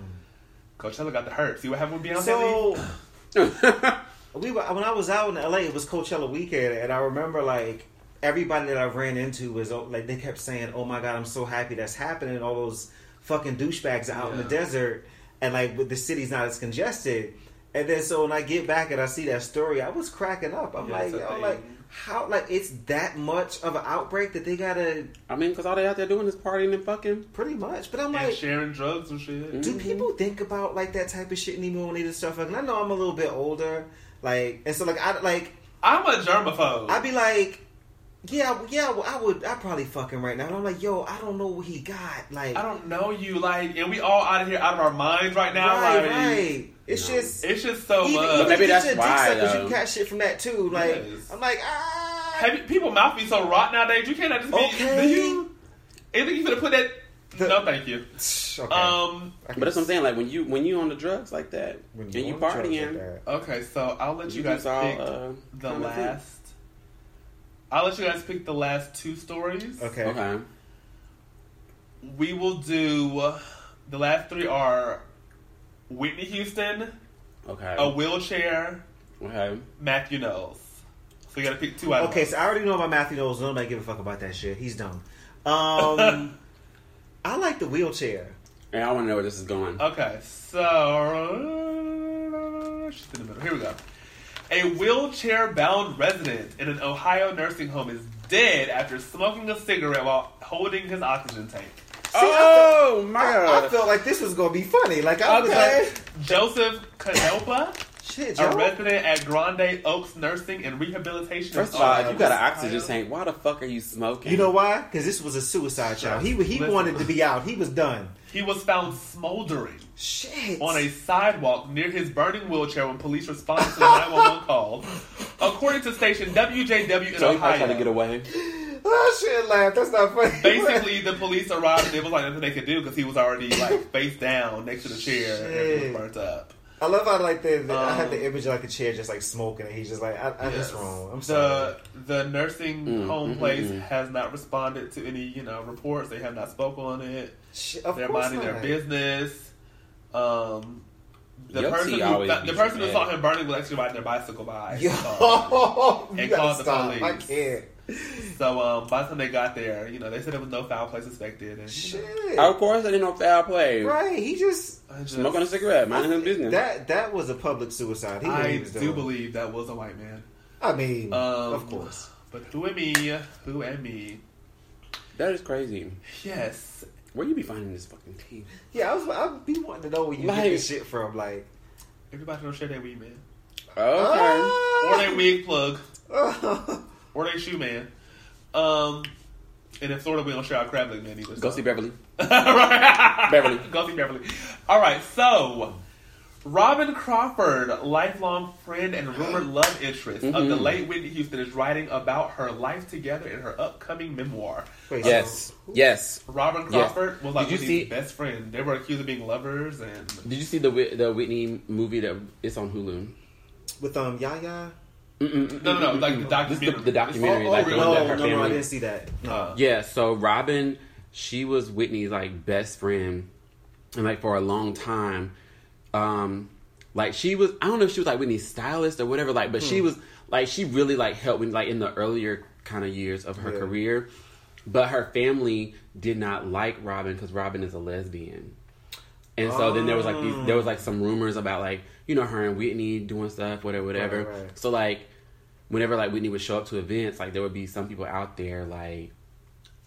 C: Coachella got the herp. See what happened with Beyonce?
D: So we were when I was out in LA, it was Coachella weekend, and I remember like everybody that I ran into was oh, like they kept saying, "Oh my god, I'm so happy that's happening." All those fucking douchebags out in the
C: Yeah.
D: desert, and like with the city's not as congested. And then so when I get back and I see that story, I was cracking up. I'm
C: Yeah,
D: like,
C: it's a
D: yo,
C: thing.
D: like how like it's that much of an outbreak that they gotta
B: I mean, because all they out there doing is partying and fucking.
D: pretty much. But I'm
C: and
D: like,
C: sharing drugs and shit.
D: do people think about like that type of shit anymore when they just start fucking? I know I'm a little bit older, like, and so like I like
C: I'm a germaphobe.
D: I'd be like, yeah, yeah, well, I would, I probably fucking right now. And I'm like, yo, I don't know what he got, like,
C: I don't know you, like, and we all out of here, out of our minds right now.
D: right,
C: like,
D: right. It's just
C: It's just so
D: even,
C: much.
D: even
B: Maybe
D: if
B: that's
D: it's your dick
B: why,
D: suckers, you
B: though.
D: got shit from that too. Like,
C: Yes.
D: I'm like, ah,
C: Have you- people mouth be so rot nowadays. You cannot just be.
D: Okay.
C: Do you? Anything you gonna put that no, thank you.
D: Okay.
C: Um.
D: I can-
B: But that's what I'm saying. Like when you when you on the drugs like that
D: when
B: and you
D: on drugs like
B: partying,
D: that,
C: Okay, so I'll let you, guys
B: just all,
C: pick
B: uh,
C: the
B: kinda think.
C: last. I'll let you guys pick the last two stories.
D: Okay.
B: Okay.
C: We will do. The last three are Whitney Houston,
B: Okay.
D: Oh.
C: a wheelchair,
B: Okay.
C: Matthew Knowles. So you gotta pick two out. of
D: Okay,
C: them.
D: so I already know about Matthew Knowles. Nobody give a fuck about that shit. He's dumb. Um, I like the wheelchair.
B: And I want to know where this is going.
D: Uh,
C: Okay, so she's in the middle. Here we go. A wheelchair-bound resident in an Ohio nursing home is dead after smoking a cigarette while holding his oxygen tank.
B: oh my
D: I, I
B: god.
D: felt like this was gonna be funny. Like I was
C: Okay,
D: like,
C: Joseph Canopa,
D: shit,
C: a
B: Oh.
D: y'all.
C: resident at Grande Oaks Nursing and Rehabilitation. in
B: First of all,
C: Ohio.
B: you got an oxygen tank. Why the fuck are you smoking?
D: You know why? Because this was a suicide shot. He he
C: Listen.
D: wanted to be out. He was done.
C: He was found smoldering
D: Shit.
C: on a sidewalk near his burning wheelchair when police responded to the 911 call, according to station WJW in
B: So he probably
C: Ohio.
B: tried to get away.
D: oh shit, laugh. That's not funny.
C: basically the police arrived and it was like nothing they could do because he was already like face down next to the chair and everything was burnt up.
D: I love how like the, the- I had
C: Um,
D: the image of like a chair just like smoking, and he's just like, I, I
C: Yes.
D: just wrong. I'm sorry.
C: the the nursing
B: Mm,
C: home
B: mm,
C: place
B: mm, mm.
C: has not responded to any you know reports. They have not spoken on it.
D: Shit, of
C: They're
D: course
C: minding their
D: not.
C: business. Um, the
B: Your
C: person
B: tea
C: who
B: always be
C: the person who
B: bad.
C: saw him burning was actually riding their bicycle by.
D: Yo,
C: So,
D: you
C: and
D: gotta
C: called the
D: stop. I
C: police.
D: can't.
C: so, um, by the time they got there, you know they said there was no foul play suspected. And, you know,
D: Shit.
B: of course, I didn't know foul play.
D: Right. He just
C: I just-
B: Smoking a cigarette, minding his business.
D: that that was a public suicide. He knew what he
C: I
D: was
C: do
D: doing.
C: believe that was a white man.
D: I mean,
C: Um,
D: of course.
C: But who am me? Who am me?
B: that is crazy.
C: Yes.
B: Where you be finding this fucking tea?
D: Yeah, I was. I'd be wanting to know where you
B: Like-
D: get this shit from. Like,
C: Everybody don't share their weed man.
B: Okay.
C: Or their wig plug.
D: Ah!
C: Or their shoe man. Um and in Florida we don't share our crab leg man either.
B: Go
C: so.
B: see Beverly.
C: Right.
B: Beverly.
C: Go see Beverly. Alright, so Robin Crawford, lifelong friend and rumored love interest of the
B: Mhm.
C: late Whitney Houston, is writing about her life together in her upcoming memoir.
D: Wait,
B: Yes.
D: so-
B: Yes.
C: Robin
B: Yeah.
C: Crawford was like
B: Did you
C: Whitney's
B: see-
C: best friend. They were accused of being lovers and
B: Did you see the Whit- the Whitney movie that it's on Hulu?
D: with um Yaya.
B: Mm-mm.
C: No, no, no, like the
B: This is
C: documentary.
B: the, the documentary,
C: It's- oh,
B: like the
C: oh, really?
B: one
D: No,
B: that her
D: no, no, I
B: family.
D: didn't see that. No.
C: Uh,
B: Yeah, so Robin, she was Whitney's like best friend, and like for a long time, um, like she was. I don't know if she was like Whitney's stylist or whatever. Like, but she
D: Hmm.
B: was like she really like helped Whitney like in the earlier kind of years of her
D: Yeah.
B: career. But her family did not like Robin because Robin is a lesbian. And so then there was like these, there was like some rumors about like you know her and Whitney doing stuff whatever whatever.
D: Right, right.
B: So like whenever like Whitney would show up to events like there would be some people out there like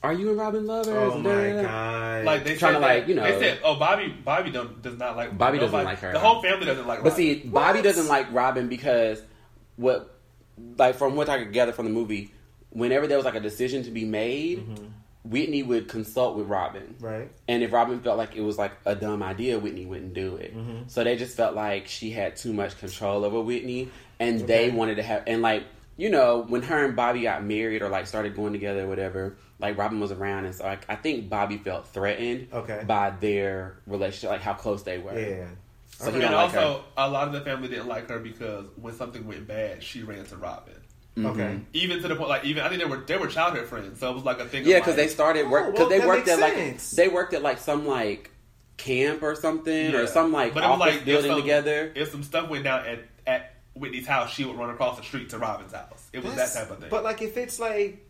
B: are you and Robin lovers?
D: oh
B: Da, da,
D: my
B: da.
D: god!
C: like they
B: Trying to,
C: said
B: like,
C: that-
B: you know-
C: they said oh Bobby Bobby don't does not like
B: Bobby doesn't
C: nobody-
B: like her.
C: the whole family doesn't like
B: But
C: Robin.
B: see, Bobby
D: What?
B: doesn't like Robin because what, like from what I could gather from the movie, whenever there was like a decision to be made,
D: Mm-hmm.
B: Whitney would consult with Robin.
D: right?
B: And if Robin felt like it was like a dumb idea, Whitney wouldn't do it.
D: Mm-hmm.
B: So they just felt like she had too much control over Whitney, and they wanted to have and like you know when her and Bobby got married or like started going together, or whatever. Like Robin was around, and so like I think Bobby felt threatened
D: Okay.
B: by their relationship, like how close they were.
D: Yeah.
B: So he
C: and
B: don't like her.
C: also a lot of the family didn't like her because when something went bad, she ran to Robin.
B: Mm-hmm.
D: Okay.
C: Even to the point, like even I think they were they were childhood friends, so it was like a thing.
B: Yeah,
C: of,
B: because they
C: like,
B: started
D: Oh,
B: work because
D: well,
B: they
D: that
B: worked at
D: makes
B: like
D: sense.
B: they worked at like some like camp or something
C: Yeah.
B: or some like
C: But it was
B: office
C: like, if
B: building
C: some-
B: together.
C: If some stuff went down at at Whitney's house, she would run across the street to Robin's house. It was
D: That's-
C: that type of thing.
D: But like, if it's like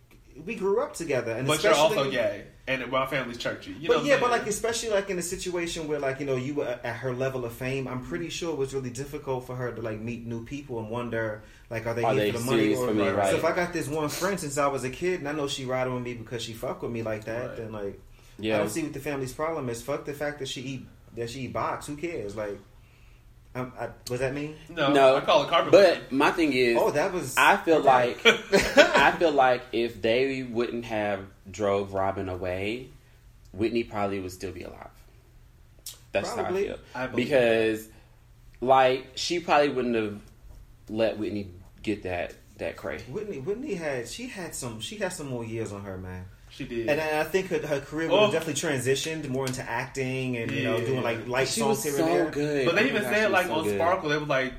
D: we grew up together, and
C: But you're
D: especially,
C: also gay, and my family's churchy. You know
D: But
C: what
D: yeah,
C: I'm
D: but
C: saying?
D: like especially like in a situation where like you know you were at her level of fame, I'm pretty sure it was really difficult for her to like meet new people and wonder like are they
B: Are
D: here
B: they
D: for the money
B: serious
D: or
B: for me, right.
D: So if I got this one friend since I was a kid and I know she riding with me because she fuck with me like that,
C: Right.
D: then like I
B: Yeah,
D: don't see what the family's problem is. Fuck the fact that she eat that she eat box. Who cares? Like, I'm, I, was that mean?
C: no,
B: no.
C: I call it carpet. walking.
B: but my thing is,
D: Oh, that was.
B: I feel like I feel like if they wouldn't have drove Robin away, Whitney probably would still be alive. That's
D: Probably.
B: how I feel
C: I believe
B: because like she probably wouldn't have let Whitney get that that cray.
D: Whitney. Whitney had she had some she had some more years on her man.
C: She did.
D: And I I think her, her career would
C: Oh.
D: have definitely transitioned more into acting and you know
C: Yeah.
D: doing like light
B: She
D: songs
B: was
D: here
B: so
D: and there.
B: good.
C: but
B: Oh
C: they
B: my
C: even
B: gosh, she
C: said
B: was
C: like
B: so
C: on
B: good.
C: Sparkle, they was like.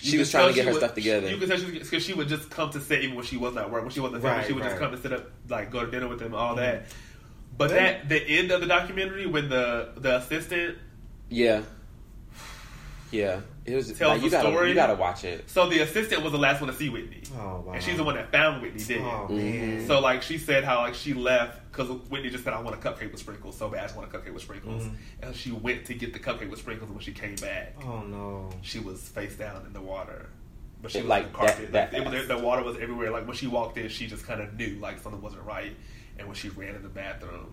B: She
C: you
B: was
C: could
B: trying to
C: tell
B: get
C: she
B: her
C: was-
B: stuff together.
C: You could tell she because she would just come to sit even when she wasn't at work. When she wasn't filming,
D: Right,
C: she would just
D: right. Mm-hmm.
C: come to sit up, like go to dinner with them, all that. But
D: Then-
C: that the end of the documentary when the the assistant
B: Yeah. Yeah. It was
C: Tells
B: like, you
C: the
B: gotta
C: story.
B: you gotta watch it.
C: So the assistant was the last one to see Whitney,
D: Oh wow!
C: and she's the one that found Whitney. Did
D: Oh
B: Mm-hmm.
C: not
D: man!
C: so like she said how like she left because Whitney just said I want a cupcake with sprinkles so bad I just want a cupcake with sprinkles,
D: Mm-hmm.
C: and she went to get the cupcake with sprinkles. And when she came back,
D: Oh no!
C: she was face down in the water, but she
B: It,
C: was
B: like,
C: like carpet.
B: that-
C: like,
B: that
C: it was,
B: fast.
C: the water was everywhere. Like when she walked in, she just kind of knew like something wasn't right, and when she ran in the bathroom.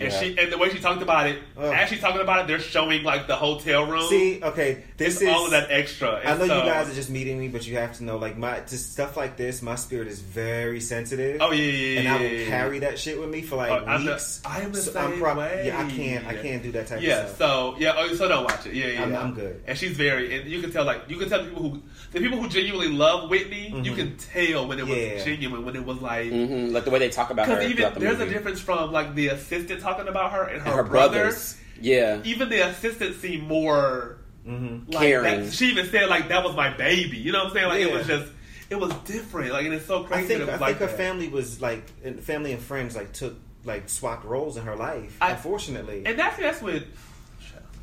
C: And
B: Yeah.
C: she and the way she talked about it,
D: Ugh.
C: as she's talking about it, they're showing like the hotel room.
D: See, okay, this
C: it's
D: is
C: all of that extra.
D: I
C: And
D: know
C: so-
D: you guys are just meeting me, but you have to know, like my to stuff like this, my spirit is very sensitive.
C: Oh yeah, yeah, yeah.
D: and I will
C: yeah, yeah.
D: carry that shit with me for like
C: Oh, I'm the-
D: weeks.
C: I am the same way.
D: Yeah, I can't. I can't do that type
C: Yeah,
D: of stuff.
C: so yeah, oh, so don't watch it. Yeah, yeah,
D: I'm-
C: yeah.
D: I'm good.
C: And she's very, and you can tell like you can tell the people who the people who genuinely love Whitney, you
D: Mhm.
C: can tell when it was
D: Yeah.
C: genuine, when it was like
B: hmm Like the way they talk about her
C: because even
B: throughout the
C: there's
B: movie.
C: a difference from like the assistant talking about her and her,
B: And her
C: brother.
B: brothers. Yeah.
C: Even the assistant seemed more
D: mm-hmm.
C: like
B: Caring.
C: That, she even said like that was my baby. You know what I'm saying? Like it
D: Yeah.
C: was just it was different. Like and it's so crazy.
D: I think
C: that it
D: I
C: was like
D: think her
C: that.
D: family was like and family and friends like took like swapped roles in her life.
C: I-
D: unfortunately,
C: And that's that's with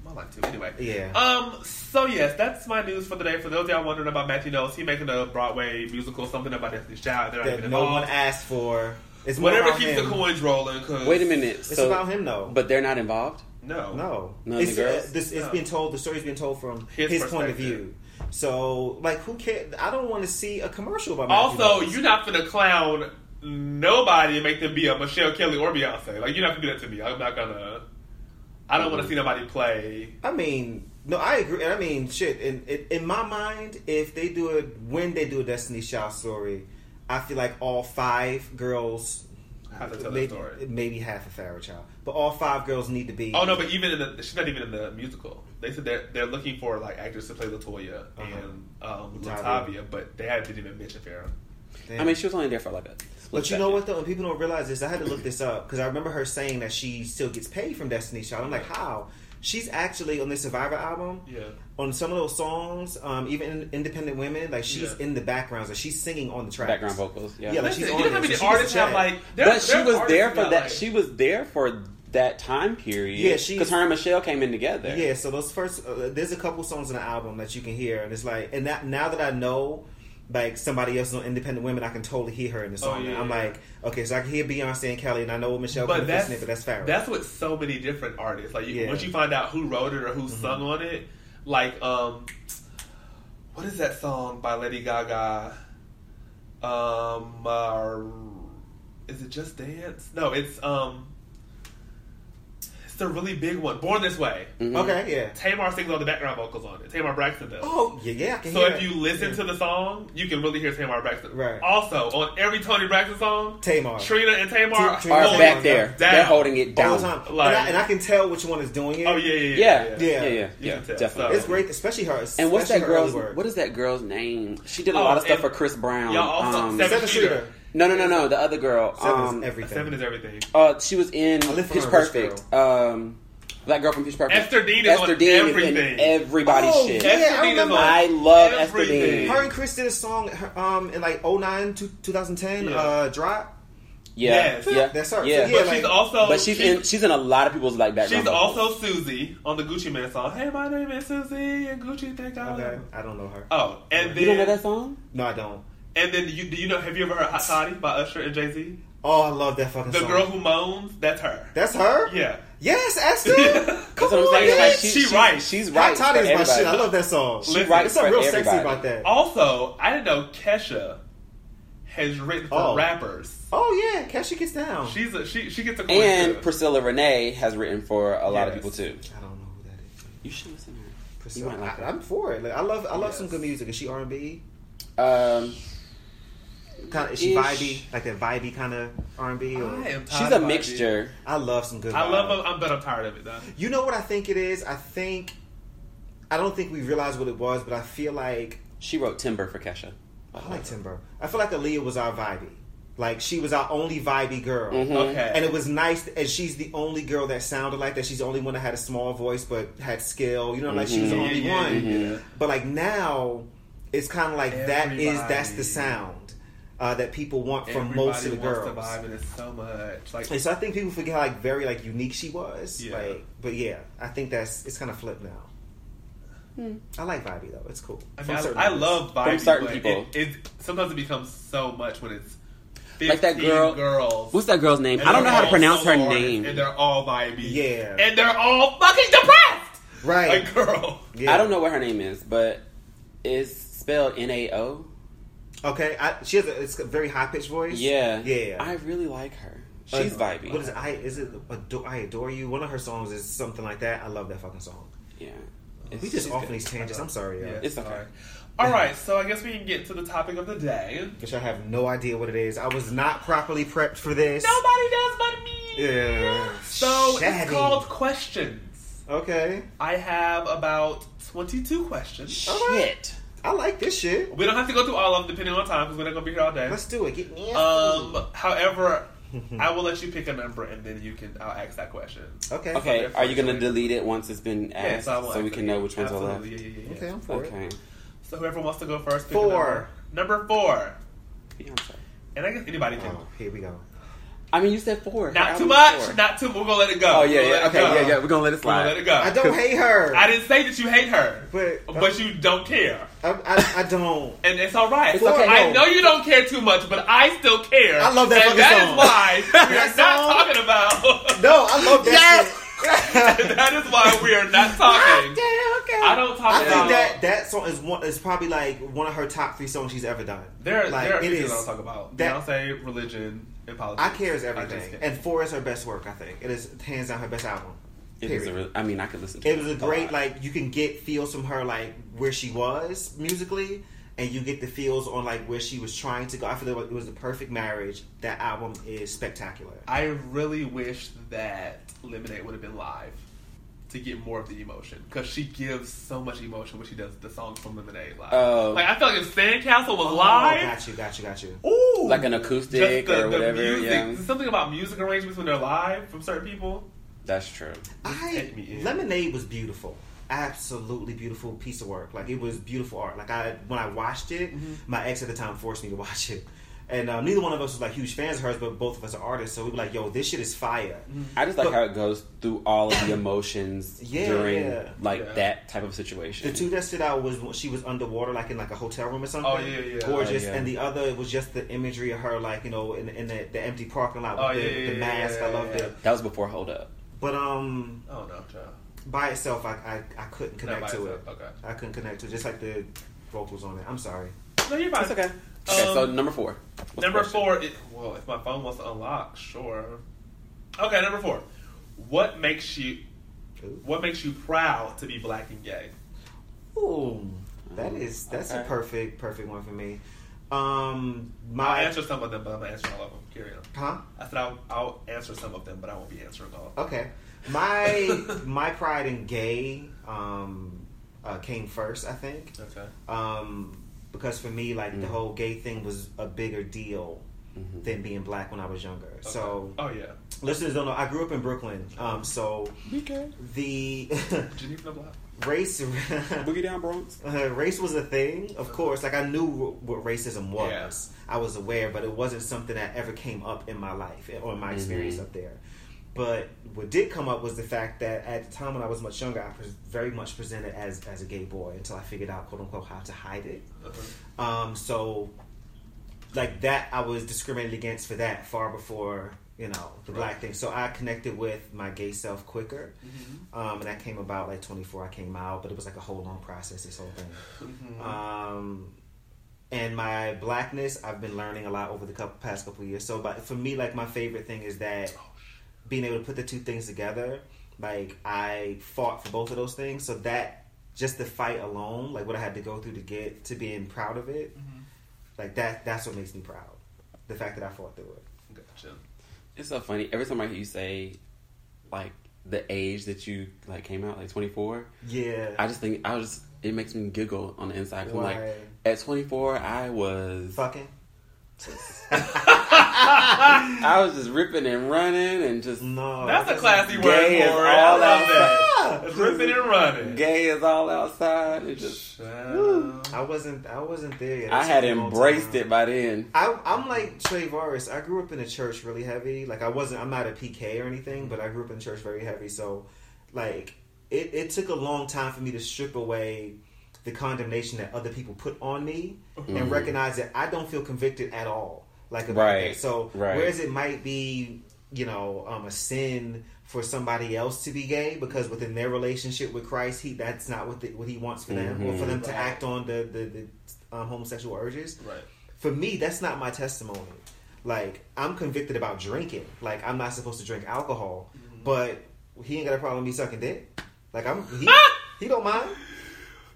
C: my life too. Anyway.
D: yeah.
C: Um, so yes, that's my news for the day. For those of y'all wondering about Matthew Knowles, he making a Broadway musical, something about Destiny's Child. They're not
D: that
C: even
D: no one
C: involved.
D: asked for. It's more
C: Whatever
D: about
C: keeps
D: him.
C: the coins rolling. Cause
B: Wait a minute.
D: It's
B: so,
D: about him though.
B: But they're not involved?
C: No,
D: No,
B: None of
D: it's,
B: the girls?
D: uh, this, it's
C: No.
D: been told. The story's been told from
C: His
D: his, point of
C: perspective.
D: view. So, like, who cares? I don't want to see a commercial about. Matthew
C: Also,
D: Knowles.
C: you're not finna clown nobody and make them be a Michelle Kelly or Beyonce. Like you're not gonna do that to me. I'm not gonna. I don't want to see nobody play.
D: I mean, no, I agree. I mean, shit. In in, in my mind, if they do it when they do a Destiny Child story, I feel like all five girls.
C: Have to tell
D: maybe,
C: that story.
D: maybe half a Farrah child, but all five girls need to be.
C: Oh no, but even in the she's not even in the musical. They said they're they're looking for like actors to play Latoya
D: Uh-huh.
C: and um,
D: Latavia.
C: Latavia, but they haven't even mentioned Farrah.
D: Damn.
B: I mean she was only there for like a split
D: But you know
B: second.
D: what though, and people don't realize this. I had to look this up because I remember her saying that she still gets paid from Destiny's Child. I'm like, how? She's actually on the Survivor album.
C: Yeah.
D: On some of those songs, um, even in Independent Women, like she's
C: Yeah.
D: in the background, so she's singing on the track.
B: Background vocals. Yeah.
D: Yeah, like,
C: Listen,
D: she's
C: you
D: on
C: know
D: there,
C: how many
D: so she
C: artists
D: gets a check.
C: have like? there-
B: but she
C: there's
B: was
C: artists
B: there
C: who
B: for
C: got,
B: that.
C: like-
B: she was there for that time period.
D: Yeah, she-
B: because her and Michelle came in together.
D: Yeah, so those first, uh, there's a couple songs in the album that you can hear, and it's like, and that now that I know, like somebody else on Independent Women, I can totally hear her in the
C: Oh,
D: song.
C: yeah,
D: I'm
C: yeah.
D: like, okay, so I can hear Beyonce and Kelly, and I know Michelle
C: But
D: but
C: that's-
D: that's, snippet. That's Farrah.
C: That's with so many different artists. Like you,
D: Yeah. Mm-hmm.
C: once you find out who wrote it or who sung on it, like um, what is that song by Lady Gaga? Um, uh, is it Just Dance? No, it's um, it's the really big one, Born This Way.
B: Mhm.
D: okay, yeah.
C: Tamar sings all the background vocals on it. Tamar Braxton does.
D: Oh, yeah, yeah. I can
C: So
D: hear
C: if
D: it.
C: you listen
D: Yeah.
C: to the song, you can really hear Tamar Braxton.
D: Right.
C: Also, on every Tony Braxton song,
D: Tamar.
C: Trina and Tamar
D: T-
C: are
D: Trina
B: Are
D: Holding
B: back
D: it
B: there.
C: down.
B: They're holding it
D: all
B: down.
D: the time.
C: Oh, Like-
D: and, I, and I can tell which one is doing it.
C: Oh yeah, yeah,
B: Yeah.
C: yeah.
B: Yeah, yeah, yeah,
C: You can tell.
B: definitely.
D: It's great, especially her.
B: And what's that
D: especially her early
B: girl's?
D: work.
B: What is that girl's name? She did a
C: Oh,
B: lot of stuff
C: and
B: for Chris Brown.
C: Y'all also
B: um,
C: Seven,
D: Seven
C: Shooter.
D: Shooter.
B: no, no, no, no. The other girl.
D: Seven
B: um,
D: is everything.
C: Seven is everything.
B: uh, she was in
D: I live for
B: Pitch
D: her, rich
B: Perfect. Um, that girl from Pitch Perfect.
C: Esther Dean is
B: Esther
C: on
B: Dean is
C: everything.
B: in everybody's
D: Oh,
B: shit.
D: yeah,
C: Esther
D: I
C: Dean is
D: remember.
C: on
B: I love Esther
C: everything.
B: Dean.
D: her and Chris did a song her, um, in like 09, two- 2010,
C: Yeah.
D: uh, Drop.
B: Yeah,
C: Yes.
B: yeah,
D: That's her. So,
B: Yeah.
C: But
D: Yeah,
C: she's
D: like-
C: also
B: But she's in. She's in a lot of people's like
C: She's
B: background. vocals.
C: also Susie on the Gucci Man song. Hey, my name is Susie, and Gucci think I
D: Okay.
C: am.
D: I don't know her.
C: Oh, and
B: You don't know
C: then
B: that song?
D: No, I don't.
C: and then you do you know? Have you ever heard Hot Toddy by Usher and Jay Z?
D: Oh, I love that fucking
C: The
D: song.
C: girl who moans, that's her.
D: That's her?
C: Yeah,
D: Yes, Esther. Come
B: That's what I'm
D: on,
B: saying. Like,
D: bitch.
B: she,
C: She
B: she's,
C: writes.
B: She's
D: Hot
B: right. for
D: Toddy is my
B: everybody.
D: shit. I love that song.
C: She
B: writes
D: It's something
B: for
D: real sexy
B: everybody.
D: about that.
C: Also, I didn't know Kesha has written for
D: Oh.
C: rappers.
D: Oh, yeah. Kesha gets down.
C: She's a she. She gets a coin
B: And
C: too.
B: Priscilla Renee has written for a lot of
C: Yes.
B: people too.
D: I don't know who that is.
B: You should listen to
D: Priscilla.
B: might like
D: I,
B: her.
D: I'm for it. Like, I love I love
C: Yes.
D: some good music. Is she R and B?
B: her. Um,
D: Kind of is she
B: Ish.
D: vibey? Like that vibey kind of R and B?
C: I am tired
B: she's
C: of
B: a
C: it.
B: mixture. Mm-hmm.
D: I love some good.
C: I
D: vibe.
C: love her, I'm- but I'm tired of it though.
D: You know what I think it is? I think I don't think we realized what it was, but I feel like
B: She wrote Timber for Kesha.
D: I like Timber. I feel like Aaliyah was our vibey. Like she was our only vibey girl.
B: Mm-hmm.
C: Okay.
D: And it was nice, and she's the only girl that sounded like that. She's the only one that had a small voice but had skill. You know, like she was the
B: Mhm.
D: only
C: Mm-hmm. Yeah,
D: one.
C: yeah, yeah.
D: But like now, it's kind of like that is that's
C: Everybody.
D: the sound uh, that people want from most of the
C: Everybody
D: girls.
C: wants to vibe in it so much. Like,
D: And so I think people forget how like very like unique she was.
C: Yeah.
D: Like, but yeah, I think that's it's kind of flipped now. I like vibey though; it's cool.
C: I,
D: From
C: mean, I,
D: certain
C: I
D: artists.
C: love vibing,
B: certain
C: but
B: people.
C: It, it sometimes it becomes so much when it's 15
B: Like that girl-
C: girls.
B: What's that girl's name?
C: and
B: I don't know
C: they're
B: how to
C: all
B: pronounce her
C: solo artists, And
B: name.
C: they're all vibey.
D: Yeah.
C: And they're all fucking depressed.
D: right.
C: Like, girl.
D: Yeah.
B: I don't know what her name is, but it's spelled N A O.
D: Okay, I, she has a, it's a very high pitched voice.
B: Yeah.
D: yeah.
B: I really like her.
D: Uh,
B: She's vibey.
D: What is it? I is it adore, I adore you? One of her songs is something like that. I love that fucking song.
B: Yeah.
D: We
B: It's-
D: just
B: she's
D: off
B: good.
D: on these tangents. I'm sorry, y'all.
C: Yeah,
B: It's okay.
C: sorry. All right, so I guess we can get to the topic of the day.
D: Which I have no idea what it is. I was not properly prepped for this.
C: Nobody does but me.
D: Yeah.
C: So
D: Shabby.
C: it's called questions.
D: Okay.
C: I have about twenty-two questions.
B: Shit.
D: I like this shit.
C: We don't have to go through all of them depending on time because we're not gonna be here all day.
D: Let's do it. Get me.
C: Um. However, I will let you pick a number and then you can. I'll ask that question.
D: okay.
B: Okay,
C: Okay,
B: are you gonna
C: actually-
B: delete it once it's been asked
C: Yes, I will
B: so we
C: ask
B: can
C: that.
B: know which ones are left?
C: Absolutely, Yeah, yeah, yeah,
D: Okay,
C: yeah.
D: I'm for it.
B: Okay.
C: So whoever wants to go first, pick
D: Four.
C: A number. number four,
B: Beyonce.
C: and I guess anybody can.
D: Oh, here we go.
B: I mean, you said four.
C: Not
B: How
C: too
B: many
C: much.
B: four?
C: Not too. We're gonna let it go.
B: Oh
C: We're
B: yeah,
C: gonna
B: yeah.
C: let it
B: Okay,
C: go.
B: yeah, yeah. We're gonna let it
C: We're
B: slide.
C: gonna let it go.
D: I don't hate her.
C: I didn't say that you hate her,
D: But- uh,
C: but you don't care,
D: I, I, I don't.
C: and it's all right.
B: It's okay,
C: I
B: no.
C: know you don't care too much, but I still care.
D: I love that
C: and
D: fucking
C: that is
D: song.
C: why we are not talking
D: That song-
C: about.
D: No, I love that shit.
C: and that is why we are not
D: Ah,
C: talking. I don't talk
D: I
C: about.
D: think that that song is one is probably like one of her top three songs she's ever done.
C: There,
D: like
C: there are
D: it
C: things
D: is.
C: that I don't talk about.
D: that-
C: Beyonce, religion, and politics.
D: I care is
C: I
D: everything,
C: just care.
D: and four is her best work. I think it is hands down her best album.
B: It
D: Period.
B: is a re- I mean, I could listen to
D: it was a great
B: lot.
D: like you can get feels from her like where she was musically and you get the feels on like where she was trying to go i feel like it was the perfect marriage that album is spectacular
C: I really wish that Lemonade would have been live to get more of the emotion because she gives so much emotion when she does the song from Lemonade live.
B: Oh.
C: Like I feel like if Sandcastle was
D: Oh,
C: live,
D: got you got you got you
C: ooh,
B: like an acoustic or whatever.
C: music,
B: Yeah,
C: something about music arrangements when they're live from certain people.
B: that's true.
D: i
C: take me in.
D: lemonade was beautiful absolutely beautiful piece of work like it was beautiful art like i when i watched it
C: Mm-hmm.
D: my ex at the time forced me to watch it and um, neither one of us was like huge fans of hers but both of us are artists so we were like yo this shit is fire
C: Mm-hmm.
B: I just like
D: But-
B: how it goes through all of the emotions
D: Yeah,
B: during
D: yeah.
B: like
C: Yeah.
B: that type of situation.
D: The two that stood out was when she was underwater, like in like a hotel room or something.
C: Oh, yeah, yeah.
D: gorgeous.
B: Oh, yeah.
D: And the other was just the imagery of her, like you know, in, in the, the empty parking lot with
C: Oh,
D: the,
C: yeah,
D: the
C: yeah,
D: mask.
C: yeah,
D: I loved
C: yeah.
D: it.
B: that was before Hold Up.
D: But um,
C: Oh no, child.
D: by itself, I I, I couldn't
C: Not
D: connect
C: by
D: to it.
C: itself, okay.
D: I couldn't connect to it. Just like the vocals on it. I'm sorry.
C: No, you're fine.
B: That's okay. Okay, so
C: Um,
B: number four. What's the
C: Number
B: question?
C: four. It, well, if my phone wants to unlock, sure. Okay, number four. What makes you
D: Ooh.
C: What makes you proud to be black and gay?
D: Ooh, that is that's a
B: Okay.
D: perfect perfect one for me. Um,
C: I'll
D: my
C: answer some of them, but I'm not answering all of them. Carry on.
D: huh?
C: I said I'll, I'll answer some of them, but I won't be answering all of them.
D: Okay. My my pride in gay um uh, came first, I think.
C: Okay.
D: um, because for me, like the whole gay thing was a bigger deal than being black when I was younger. So
C: Oh, yeah.
D: listeners don't know, I grew up in Brooklyn. Um, so the
C: Jenny from the block.
D: race
B: Boogie Down Bronx.
D: uh, race was a thing, of course. Like I knew wh- what racism was. I was aware, but it wasn't something that ever came up in my life or in my experience up there. But what did come up was the fact that at the time when I was much younger, I was very much presented as as a gay boy until I figured out, quote unquote, how to hide it. Um, so, like that, I was discriminated against for that far before you know the black thing. So I connected with my gay self quicker, um, and that came about like 24. I came out, but it was like a whole long process. This whole thing. Um, and my blackness, I've been learning a lot over the couple, past couple years. So, but for me, like my favorite thing is that
C: Oh,
D: being able to put the two things together, like I fought for both of those things. So that just the fight alone, like what I had to go through to get to being proud of it,
C: Mm-hmm.
D: like that that's what makes me proud. The fact that I fought through it.
C: Gotcha.
B: It's so funny. Every time I hear you say, like the age that you like came out, like twenty four.
D: Yeah.
B: I just think I was. It makes me giggle on the inside. 'cause I'm like,
D: Why?
B: at twenty four, I was.
D: fucking
B: I was just ripping and running and just
D: No,
C: That's a classy word for
B: Gay
C: it.
B: is
C: I
B: all
C: love that.
D: Yeah.
C: It's ripping and running.
B: gay is all outside and just
C: Child.
D: I wasn't. I wasn't there. Yet.
B: I
D: It's
B: had
D: been a long
B: embraced
D: time.
B: it by then.
D: I, I'm like Trey Varus. I grew up in the church really heavy. Like I wasn't. I'm not a PK or anything, but I grew up in church very heavy. So, like, it, it took a long time for me to strip away the condemnation that other people put on me and recognize that I don't feel convicted at all. Like about
B: Mm-hmm. Right,
D: that. So
B: right.
D: whereas it might be, you know, um, a sin for somebody else to be gay because within their relationship with Christ, he that's not what the, what he wants for them
B: Mm-hmm.
D: or for them to
C: Right.
D: act on the the, the um, homosexual urges
C: Right.
D: for me, that's not my testimony. Like, I'm convicted about drinking. Like, I'm not supposed to drink alcohol,
C: Mm-hmm.
D: but he ain't got a problem with me sucking dick. Like, I'm he,
C: Ah!
D: he don't mind.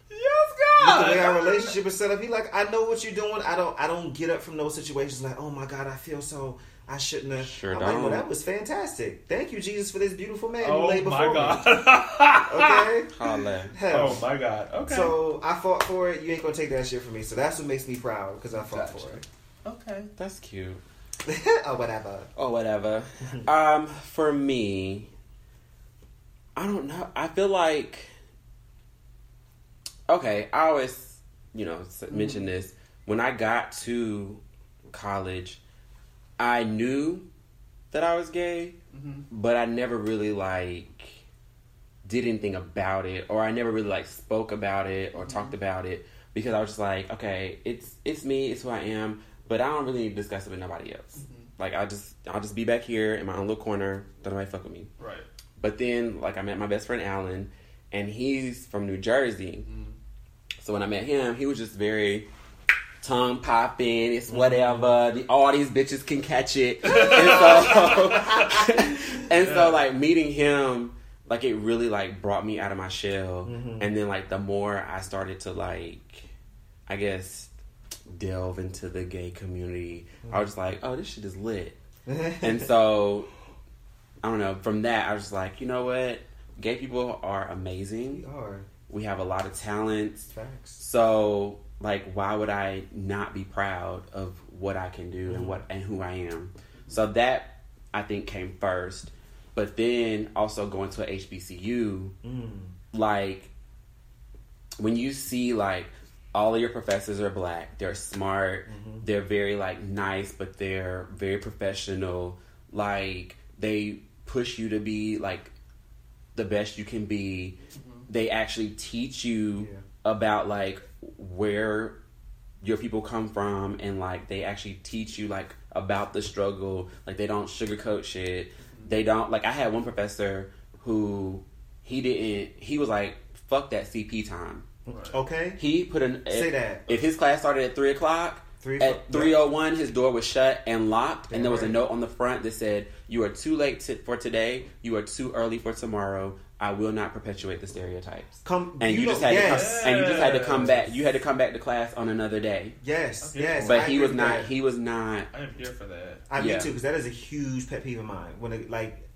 C: Yes,
D: Look
C: God.
D: the way our relationship is set up. He like, I know what you're doing. I don't I don't get up from those situations like, oh my god, I feel so I shouldn't have.
B: Sure
D: I'm like, well,
B: don't.
D: that was fantastic. Thank you, Jesus, for this beautiful man who
C: oh
D: laid
C: my
D: before
C: God.
D: me. Okay,
B: Holla.
D: Hell.
C: oh my God. Okay.
D: So I fought for it. You ain't gonna take that shit from me. So that's what makes me proud because I fought
B: Gotcha.
D: for it.
C: okay.
B: That's cute.
D: or whatever.
B: or whatever. um, for me, I don't know. I feel like okay. I always, you know, s- mention this when I got to college. I knew that I was gay, but I never really like did anything about it, or I never really like spoke about it or talked about it because I was just like, okay, it's it's me, it's who I am, but I don't really need to discuss it with nobody else. Like I just I'll just be back here in my own little corner, don't nobody fuck with me.
C: Right.
B: But then, like, I met my best friend Alan, and he's from New Jersey. So when I met him, he was just very tongue popping. It's whatever. The, all these bitches can catch it. and so, and so, like meeting him, like it really like brought me out of my shell. And then, like the more I started to like, I guess, delve into the gay community, I was just like, oh, this shit is lit. And so, I don't know. From that, I was just like, you know what? Gay people are
D: We
B: amazing.
D: are
B: We have a lot of talents.
D: facts.
B: So, like, why would I not be proud of what I can do and what and who I am? So that I think came first. But then also going to a HBCU,
D: Mm.
B: like when you see like all of your professors are black they're smart they're very like nice but they're very professional like they push you to be like the best you can be they actually teach you
D: Yeah.
B: about like where your people come from and like they actually teach you like about the struggle like they don't sugarcoat shit they don't like i had one professor who he didn't he was like fuck that cp time
C: Right.
D: Okay.
B: he put an
D: Say
B: if,
D: that.
B: if his class started at three o'clock
D: Three o'clock,
B: at 301 his door was shut and locked
D: Damn
B: and there was a
D: right.
B: note on the front that said you are too late to, for today you are too early for tomorrow i will not perpetuate the stereotypes
D: Come
B: and you,
D: don't-
B: just had
D: yes,
B: to come, and you just had to come
C: Yes.
B: back you had to come back to class on another day
D: yes,
C: Okay.
D: yes.
B: but
D: I
B: he
D: agree
B: was
D: with
B: not
D: that.
B: he was not
C: I am here for that.
D: I do
B: yeah.
D: too because that is a huge pet peeve of mine. When it, like,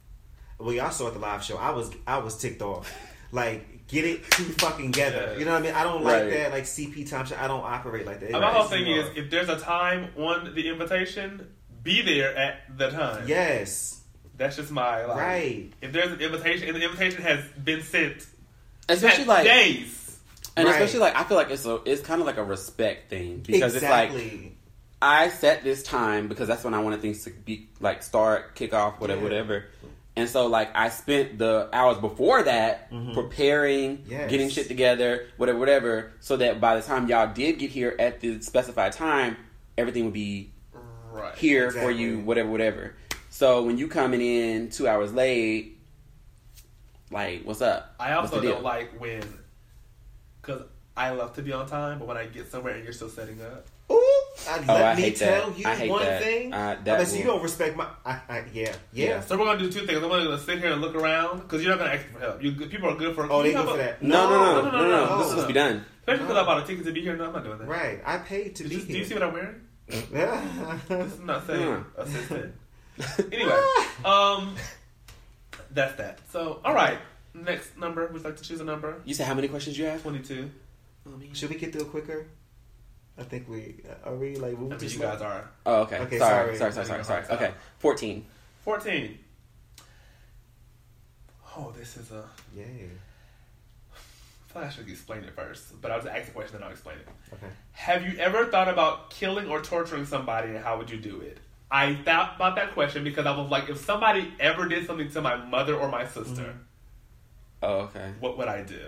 D: well, y'all saw at the live show, I was I was ticked off. Like, get it too fucking together.
C: Yeah.
D: You know what I mean? I don't like
B: Right.
D: that. Like CP time shit. I don't operate like that. It
C: My whole
D: pisses me
C: thing is,
D: off.
C: if there's a time on the invitation, be there at the time.
D: yes,
C: That's just my like.
D: right.
C: If there's an invitation, and the invitation has been sent,
B: especially
C: had
B: like
C: days.
B: and
D: Right.
B: especially like i feel like it's a it's kind of like a respect thing because it's like
D: exactly.
B: I set this time because that's when I wanted things to be like start, kick off, whatever,
D: Yeah.
B: whatever. And so like I spent the hours before that
C: Mm-hmm.
B: preparing,
D: Yes.
B: getting shit together, whatever, whatever, so that by the time y'all did get here at the specified time, everything would be
C: Right.
B: here for
D: Exactly.
B: you, whatever, whatever. So when you coming in two hours late, like what's up?
C: I
B: What's
C: also
B: the deal?
C: don't like when, because I love to be on time, but when I get somewhere and you're still setting up,
D: Ooh, I, let
B: Oh, I
D: me
B: hate that.
D: tell you
B: I hate
D: one
B: that.
D: thing.
B: Uh, that
D: unless you
B: will-
D: don't respect my, I, I, yeah, yeah.
B: Yeah.
C: so we're gonna do two things. I'm gonna sit here and look around because you're not gonna ask for help. You people are good for.
D: Oh, they
C: you
D: good
C: know,
D: for that.
B: no, no, no, no, no, no,
C: no,
B: This is
C: no.
B: supposed to be done.
C: Especially because
D: No.
C: I bought a ticket to be here. No, I'm not doing that.
D: Right, I paid to
C: Did
D: be
C: you,
D: here.
C: do you see what I'm wearing?
D: Yeah.
C: I'm not saying
B: Yeah.
C: assistant. Anyway, um, that's that. So, all right. Next number. Would you like to choose a number?
B: You said how many questions you have?
C: Twenty-two.
D: Should we get through it quicker? I think we uh, are we like
C: I
D: moving
C: mean,
D: too
C: you
D: slow?
C: guys are.
B: Oh, okay.
D: Okay,
B: sorry, sorry, sorry,
D: sorry.
B: sorry,
C: No,
B: sorry.
C: it's
B: Okay,
C: not.
B: fourteen.
C: 14. Oh, this is a.
D: Yeah.
C: I feel like I should explain it first, but I'll just ask the question and I'll explain it.
D: Okay.
C: Have you ever thought about killing or torturing somebody and how would you do it? I thought about that question because I was like, if somebody ever did something to my mother or my sister,
B: Oh, okay.
C: what would I do?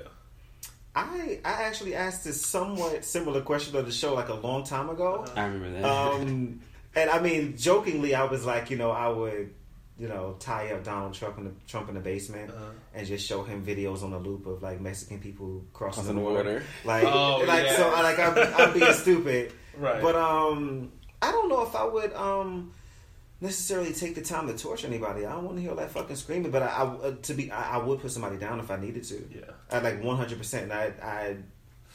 D: I I actually asked this somewhat similar question on the show like a long time ago.
B: I remember that.
D: Um, and I mean, jokingly, I was like, you know, I would, you know, tie up Donald Trump in the Trump in the basement
C: Uh-huh.
D: and just show him videos on a loop of like Mexican people crossing
B: Crossing
D: the
B: the
D: border.
B: border.
D: Like,
C: Oh,
D: like so,
C: yeah.
D: I, like I'm, I'm being stupid,
C: Right.
D: But um, I don't know if I would um necessarily take the time to torture anybody. I don't want to hear all that fucking screaming. But I, I uh, to be, I, I would put somebody down if I needed to.
C: Yeah.
D: I'd like 100. percent I, I,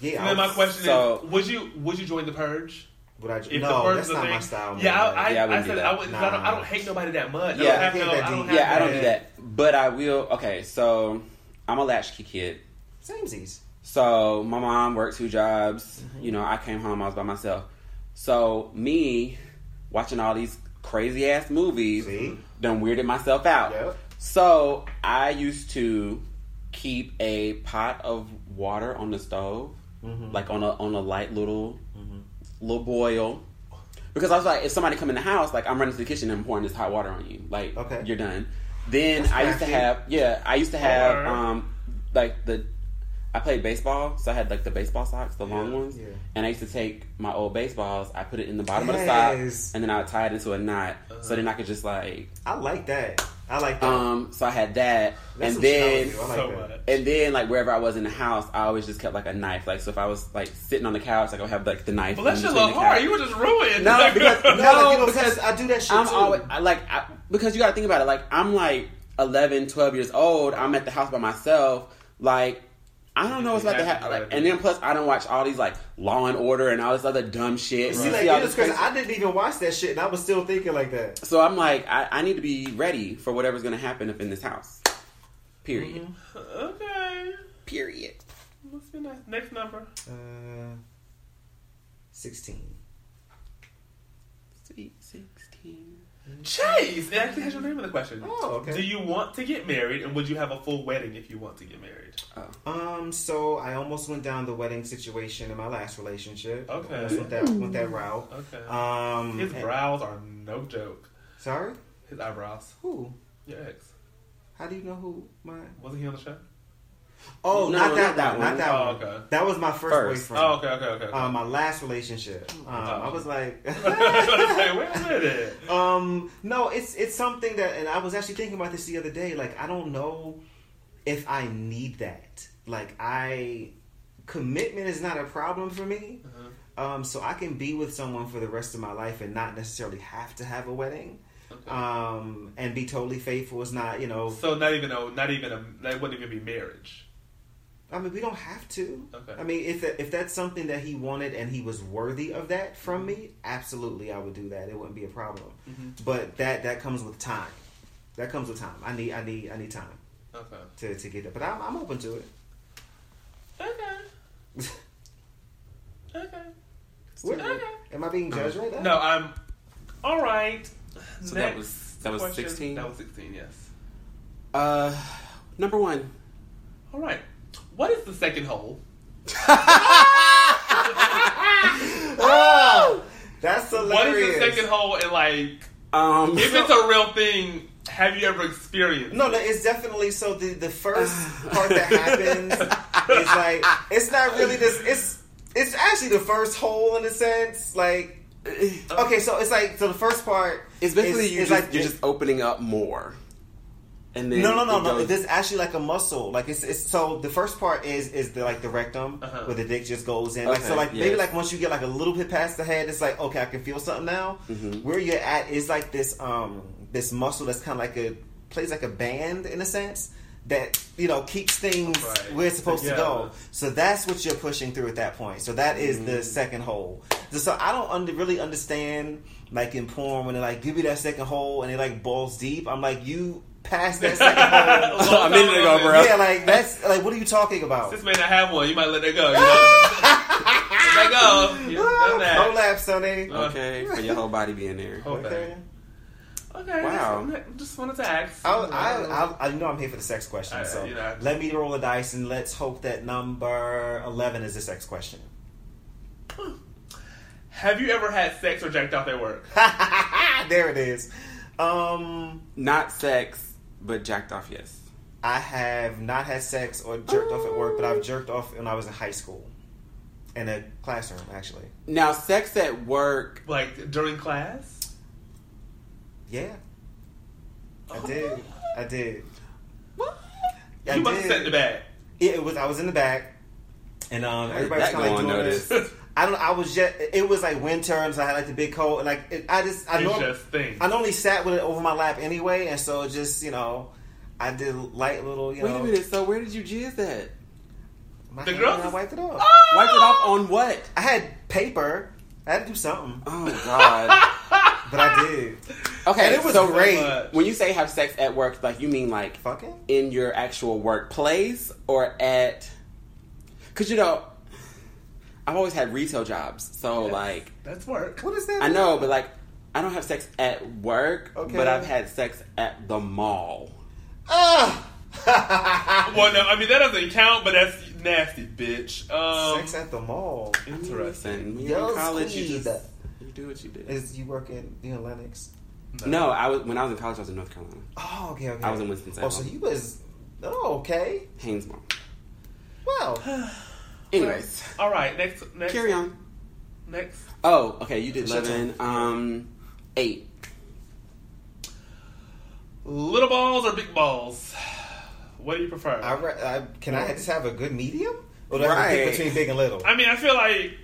D: yeah.
C: And then
D: I
C: my
D: would-
C: question
B: so-
C: is, would you would you join the purge?
D: Would I?
C: If the
D: no,
C: purge
D: that's
C: is a
D: not
C: thing,
D: my style.
C: Yeah,
D: man.
C: I, I,
B: Yeah, I
C: I,
B: wouldn't
C: said
B: do
C: I
B: that.
C: wouldn't. 'cause I, don't, I
D: Nah.
C: don't hate nobody that much.
B: Yeah,
C: I don't have
D: I
C: no.
D: hate
C: I
D: that
C: don't
D: deep.
C: have
B: yeah, I don't
C: that.
B: do that. But I will. Okay, so I'm a latchkey kid.
D: Samesies.
B: So my mom worked two jobs. You know, I came home, I was by myself. So me watching all these crazy ass movies
D: See?
B: done weirded myself out.
D: Yep.
B: So I used to keep a pot of water on the stove,
D: Mm-hmm.
B: like on a on a light little little boil. Because I was like, if somebody come in the house, like I'm running to the kitchen and pouring this hot water on you, like
D: Okay.
B: you're done. Then I used to
D: crafty.
B: have, yeah, I used to have,
C: Alright.
B: um, like the I played baseball, so I had like the baseball socks, the long ones.
D: yeah.
B: And I used to take my old baseballs, I put it in the bottom of the
D: Yes.
B: sock, and then I would tie it into a knot. So then I could just like,
D: I like that. I like that.
B: um, so I had that,
D: That's
B: and
D: some
B: then.
D: shit I would do. I like
C: so
D: that.
C: much.
B: And then, like wherever I was in the house, I always just kept like a knife. Like so, if I was like sitting on the couch, like I would have like the knife.
C: But that's
B: in
C: your
B: between
C: little
B: the couch.
C: heart. You were just ruined.
B: No,
C: Like-
B: because-
D: no,
B: no,
D: like, you know,
B: because
D: because I do that shit
B: I'm
D: too.
B: always I, like I, because you got to think about it. Like I'm like 11, 12 years old. I'm at the house by myself. Like I don't know what's about to
C: Yeah,
B: happen.
C: right.
B: Like, and then plus I don't watch all these like Law and Order and all this other dumb shit.
D: See,
B: You
D: like,
B: see all
D: yeah,
B: this
D: because
B: crazy-
D: I didn't even watch that shit, and I was still thinking like that.
B: so I'm like I, I need to be ready for whatever's going to happen up in this house. Period.
D: Mm-hmm.
C: okay.
B: Period.
C: Must be nice. Next number.
D: Uh, Sixteen.
B: Sweet sixteen.
C: Chase. It actually has your name in the question.
D: Oh, okay.
C: Do you want to get married, and would you have a full wedding if you want to get married?
B: Oh.
D: Um, so I almost went down the wedding situation in my last relationship.
C: Okay.
D: Almost went that went that route.
C: Okay.
D: Um,
C: His
D: and-
C: brows are no joke.
D: sorry,
C: His eyebrows.
D: who?
C: Your ex.
D: How do you know who my?
C: Wasn't he on the show?
D: Oh,
B: No,
D: not that
B: not
D: one.
B: that one.
D: Not that
C: Oh,
D: one.
C: okay.
D: That was my first,
B: First.
D: boyfriend.
C: Oh, okay, okay, okay. Hmm. okay.
D: Uh, my last relationship. Um, I was like,
C: Say, wait a minute.
D: um, no, it's it's something that, and I was actually thinking about this the other day. Like, I don't know if I need that. Like, I commitment is not a problem for me.
C: Uh-huh.
D: Um, so I can be with someone for the rest of my life and not necessarily have to have a wedding.
C: Okay.
D: Um, and be totally faithful. It's not, you know,
C: So not even a, not even a, that wouldn't even be marriage.
D: I mean, we don't have to.
C: Okay.
D: I mean, if if that's something that he wanted and he was worthy of that from
C: Mm-hmm.
D: me, absolutely, I would do that. It wouldn't be a problem. But that that comes with time. That comes with time. I need I need I need time
C: Okay.
D: to, to get that. But I'm, I'm open to it.
C: Okay. okay.
D: What-
C: Okay.
D: Am I being judged right now?
C: No, I'm. All right.
B: So
C: Next
B: that was- that was
C: question.
B: 16?
C: That was sixteen. Yes.
B: Uh, number one.
C: All right. What is the second hole?
D: Oh, that's
C: What
D: hilarious.
C: is the second hole? And like,
B: Um,
C: if it's a real thing, have you ever experienced?
D: No, no, it's definitely so. The the first part that happens is like it's not really this. It's it's actually the first hole in a sense. Like okay, so it's like so the first part
B: it's basically
D: is-
B: you
D: is
B: just, you're just opening up more, and then
D: no, no, no,
B: it
D: no.
B: goes-
D: This is actually like a muscle. Like it's, it's so the first part is is the like the rectum
C: Uh-huh.
D: where the dick just goes in. Like so,
B: Okay,
D: like maybe
B: yes.
D: like once you get like a little bit past the head, it's like okay, I can feel something now.
B: Mm-hmm.
D: Where you're at is like this um this muscle that's kind of like a plays like a band in a sense that you know keeps things
C: Right.
D: where it's supposed to
C: Together.
D: go. So that's what you're pushing through at that point. So that is the second hole. So I don't under, really understand like in porn when they like give you that second hole and it like balls deep. I'm like you passed that second hole.
B: A minute ago, bro.
D: Yeah, like that's like what are you talking about?
C: This may not have one. You might let that go. You know? Let go. You've done that.
D: Don't laugh, Sonny.
B: Okay, for your whole body being there.
C: Whole
D: Okay.
C: thing. Okay.
B: Wow.
C: Just, just wanted to ask.
D: I, I, I, I know I'm here for the sex question,
C: I-
D: so
C: you know.
D: let me roll the dice and let's hope that number 11 is the sex question.
C: Have you ever had sex or jacked off at work?
D: there it is. Um,
B: Not sex, but jacked off. Yes.
D: I have not had sex or jerked off at work, but
B: Oh.
D: I've jerked off when I was in high school. In a classroom, actually.
B: Now, sex at work.
C: Like during class?
D: Yeah. I did. I did.
B: Oh. What?
D: I
C: you must have
D: did.
C: sat in the back.
D: Yeah, it was. I was in the back, and um, everybody's
B: that
D: kind of like
B: go
D: doing
B: unnoticed?
D: this. I don't. I was just. It was like winter, and so I had like the big coat, and like it, I just. I
C: It's
D: norm-
C: just things.
D: I normally sat with it over my lap anyway, and so it just you know, I did light little you
B: Wait
D: know.
B: a minute. So, where did you jizz at?
D: My
C: The
D: hand,
C: girls- Oh.
D: and I wiped it off.
B: Wiped it off on what?
D: I had paper. I had to do something,
B: Oh God.
D: but I did.
B: Okay,
D: And it was
B: so
D: great.
C: much.
B: When you say have sex at work, like you mean like
D: Fucking.
B: in your actual workplace or at? Because you know, I've always had retail jobs, so like
C: That's work.
D: What is that?
B: I know, but like I don't have sex at work,
D: Okay.
B: but I've had sex at the mall.
D: Ah!
C: Well, no, I mean, that doesn't count, but that's nasty, bitch. Um,
D: Sex at the mall.
C: interesting.
B: Listen, when you're
D: Yo,
B: in college, you
D: Squeed.
B: just you do what you do.
D: Is you work in you know Lennox?
B: No, I was when I was in college, I was in North Carolina,
D: Oh, okay, okay.
B: I was in Winston-Salem.
D: Oh, so he was. Oh, okay.
B: Haynes Mall.
D: Well,
B: Anyways,
C: All right, next. next
B: carry on.
C: Next.
B: Oh, okay, you did
D: Shut up.
B: eleven, um, eight.
C: Little balls or big balls? What do you prefer?
D: I,
C: I,
D: re- I can I just have a good medium, or do I have to
B: Right.
D: pick between big and little?
C: mean, I feel like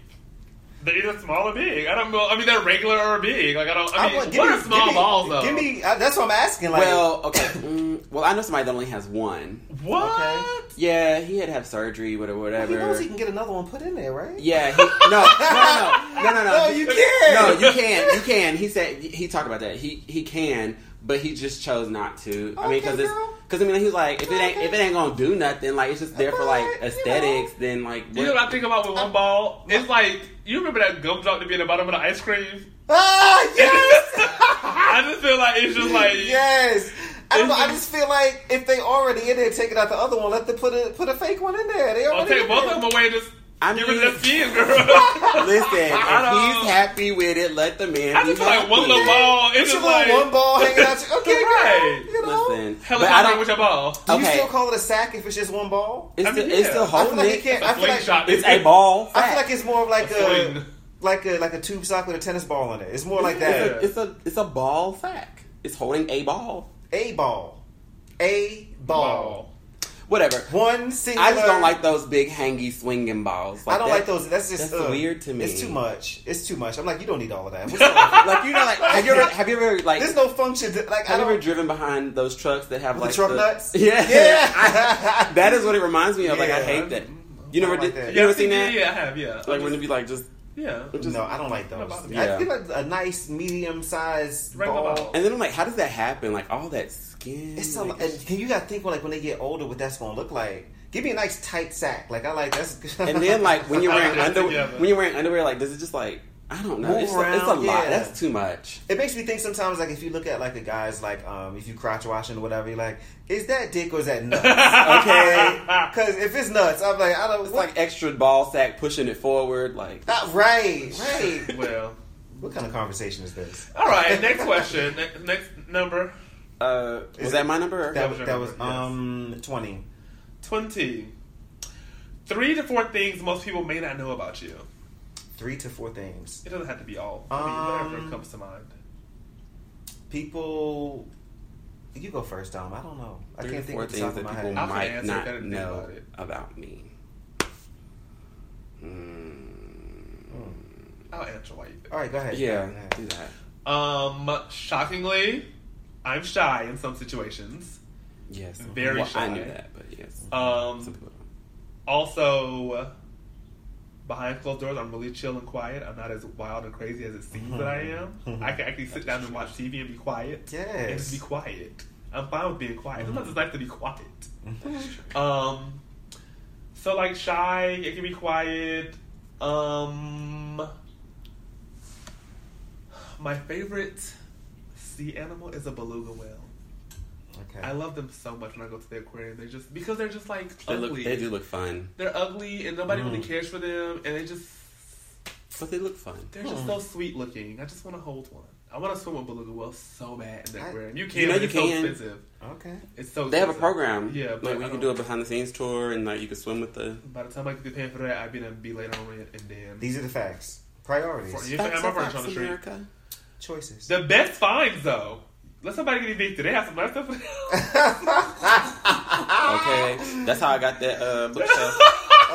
C: they're either small or big. I don't know. I mean, they're regular or big. Like, I don't. I mean,
D: want- give
C: what
D: me-
C: are small
D: give me-
C: balls, though?
D: Give me. Uh, that's what I'm asking. Like,
B: well, okay. mm, well, I know somebody that only has one.
C: What?
D: Okay.
B: Yeah, he had to have surgery, whatever,
D: he knows
B: whatever.
D: he can get another one put in there, right?
B: Yeah, he, no, no, no, no, no, no.
D: No, you can't.
B: No, you can, you can. He said he talked about that. He he can, but he just chose not to. I mean, because
D: Okay,
B: it's
D: girl.
B: because I mean, he was like, if it ain't
D: Okay.
B: if it ain't gonna do nothing, like it's just there for like
D: But, you know.
B: aesthetics. Then like,
C: You know what I think about with one ball? It's like you remember that gumdrop to be in the bottom of the ice cream.
D: Ah, yes,
C: I just feel like it's just like
D: yes. I don't know. I
C: It's-
D: just feel like if they already in there, taking out the other one, let them put a put a fake one in there. They
C: I'll
D: already.
C: take
D: in
C: both
D: there.
C: of them away. and Just
B: I
C: give
B: mean-
C: it that skin, girl.
B: listen, if
C: I
B: he's
C: don't-
B: happy with it, let the man.
C: I
B: be
C: just feel like
B: happy.
C: one little ball. It's
D: Put
C: just
D: your little
C: like
D: one ball hanging out. Your, okay,
C: Right.
D: girl, you know.
B: Listen, but I
C: Helicopter
B: don't.
C: with your ball.
D: Do you
B: Okay.
D: still call it a sack if it's just one ball?
B: It's
C: I mean,
B: still, it's
C: yeah.
B: still
C: I
D: I feel
B: holding
D: like it
B: it.
D: can't. I feel like
C: Slingshot.
B: It's a ball.
D: I feel
B: Fact.
D: like it's more of like
C: fling.
D: a like a like a tube sock with a tennis ball in it. It's more like
C: Yeah.
D: that.
B: it's a it's a ball sack. It's holding a ball.
D: A ball, a ball,
C: Ball.
B: Whatever.
D: one single.
B: I just don't like those big hangy swinging balls.
D: I don't
B: that-
D: like those. That's just
B: that's
D: ugh.
B: weird to me.
D: It's too much. It's too much. I'm like, you don't need all of that. What's wrong with
B: Like you know, like have you ever have you ever
D: you?
B: like
D: There's no function. To, like I
B: have you ever
D: don't.
B: driven behind those trucks that have
D: With the
B: like
D: truck nuts?
B: Yeah,
D: Yeah.
B: I- that is what it reminds me of. Like I
D: Yeah.
B: hate
D: Mm-hmm.
B: that. You never
D: I like
B: did.
D: that.
B: You
C: Yeah,
B: ever
C: I've
B: seen
C: yeah,
B: that?
C: Yeah, I have. Yeah,
B: Like
C: I
B: when it be like just
C: yeah.
B: just-
D: no, I don't like those.
C: about me.
D: I
B: Yeah.
D: feel like a nice medium sized
C: Regular
D: ball.
C: ball.
B: And then I'm like, how does that happen? Like all that skin.
D: It's so.
B: like,
D: and Can you gotta think like when they get older, what that's gonna look like? Give me a nice tight sack. Like I like that's.
B: and then like when you're
C: I
B: wearing
C: like that
B: underwear,
C: together.
B: when you're wearing underwear, like does it just like I don't know?
D: Move
B: It's, a- it's a
D: around,
B: lot.
D: yeah.
B: That's too much.
D: It makes me think sometimes, like if you look at like a guy's like um if you crotch washing or whatever, you're like, is that dick or is that nuts? Okay, because if it's nuts, I'm like, I don't.
B: It's
D: what-
B: like extra ball sack pushing it forward. Like
D: not right, right.
C: well,
D: what kind of conversation is this?
C: all right. Next question. Ne- next number
B: uh, was
D: Is
B: that
D: it-
B: my number? or-
D: That was that was
C: Yes.
D: um twenty.
C: twenty. Three to four things most people may not know about you.
D: Three to four things.
C: It doesn't have to be all. I mean, whatever
D: Um,
C: comes to mind.
D: People, you go first, Dom. I don't know. I
B: three or
D: can't think
B: four
D: of the top
B: things
D: of
B: that
D: my
B: people
D: head.
C: I'll
B: might
C: answer if I
B: not
C: didn't think
B: know
C: about it.
B: about me. Mm.
C: I'll answer why you think.
D: All right, go ahead.
B: Yeah,
D: Go ahead.
B: do that.
C: Um, shockingly, I'm shy in some situations.
B: Yes,
C: Very
B: well, I
C: shy.
B: knew that, but yes, some
C: Um,
B: people don't.
C: also, behind closed doors, I'm really chill and quiet. I'm not as wild and crazy as it seems that I
B: Mm-hmm.
C: am. I can actually sit down and watch TV and be quiet. And
D: Yes.
C: just be quiet. I'm fine with being quiet. Sometimes it's nice to be quiet.
B: Mm-hmm.
C: Um, so like shy, it can be quiet. Um, my favorite sea animal is a beluga whale.
D: Okay.
C: I love them so much when I go to the aquarium. They're just because they're just like
B: They
C: ugly.
B: look. They do look fun,
C: They're ugly, and nobody really
D: Mm.
C: cares for them, and they just
B: but they look fun.
C: they're just so sweet looking. I just want to hold one. I want to swim with beluga whales so bad in the
D: I-
C: aquarium. You
B: You
C: can't.
B: know
C: but
B: you
C: it's
B: can.
C: so expensive.
D: okay.
C: It's so.
B: They have a
C: expensive.
B: program.
C: Yeah,
B: like
C: but
B: we
C: I
B: can
C: don't-
B: do a behind the scenes tour, and like you can swim with the.
C: By the time I could be paying for that, I'd be gonna be late on rent and then.
D: These are the facts. Priorities.
C: For- you can have my furniture on the street.
B: America.
D: Choices.
C: The best finds though. Let somebody get evicted. They have some left over.
D: Ah!
B: Okay, that's how I got that uh, bookshelf,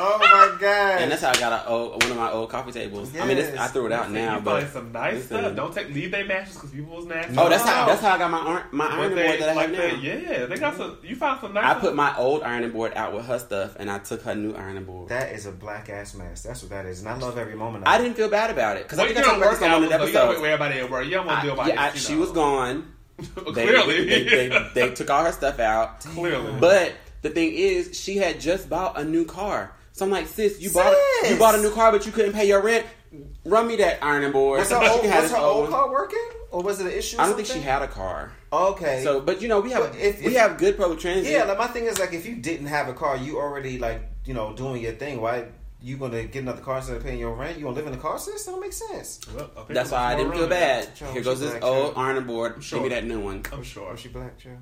D: oh my god.
B: and that's how I got a old, one of my old coffee tables. I mean, it's, I threw it out
C: Listen,
B: now,
C: you
B: but
C: find some nice
B: listen.
C: stuff. Don't take leave their matches because people was nasty.
B: oh, that's how
D: No.
B: that's how I got my iron, my
C: But
B: ironing
C: they-
B: board that I
C: like
B: have
C: they-
B: now.
C: Yeah, they got some. You found some
B: I
C: nice.
B: put my old ironing board out with her stuff, and I took her new ironing board.
D: that is a black ass mess. That's what that is, and I love every moment. of
B: I
D: it.
B: didn't feel bad about it because I
C: Well, you
B: think I
C: don't
B: talked about
C: work
B: this on one
C: out.
B: of the
C: so You don't
B: episodes.
C: wait wait about it at work. You don't want to deal
B: I-
C: about
B: yeah, I-
C: it. you
B: she
C: know.
B: was gone. They,
C: Clearly,
B: they, they- they took all her stuff out.
C: clearly.
B: But the thing is, she had just bought a new car. So I'm like, sis, you bought a,
D: Sis!
B: you bought a new car, but you couldn't pay your rent. Run me that ironing board.
D: Was
B: She
D: her old,
B: had this
D: was her
B: old
D: old
B: one.
D: car working, or was it an issue? or
B: I don't think she
D: something?
B: had a car.
D: Okay.
B: So, but you know, we have
D: But if-
B: we
D: if-
B: have good public transit.
D: yeah, like my thing is like if you didn't have a car, you already like you know doing your thing. Why you gonna get another car instead of paying your rent? You gonna live in a car? Sis, that don't make sense.
C: Well, I think
B: that's
C: it was
B: why I
C: more
B: didn't feel
C: running.
B: bad.
D: Sure,
B: Here goes
D: she's
B: this
D: black,
B: old
D: sure.
B: ironing board.
C: Sure.
B: Give me that new one.
C: I'm sure.
D: Or she black, child.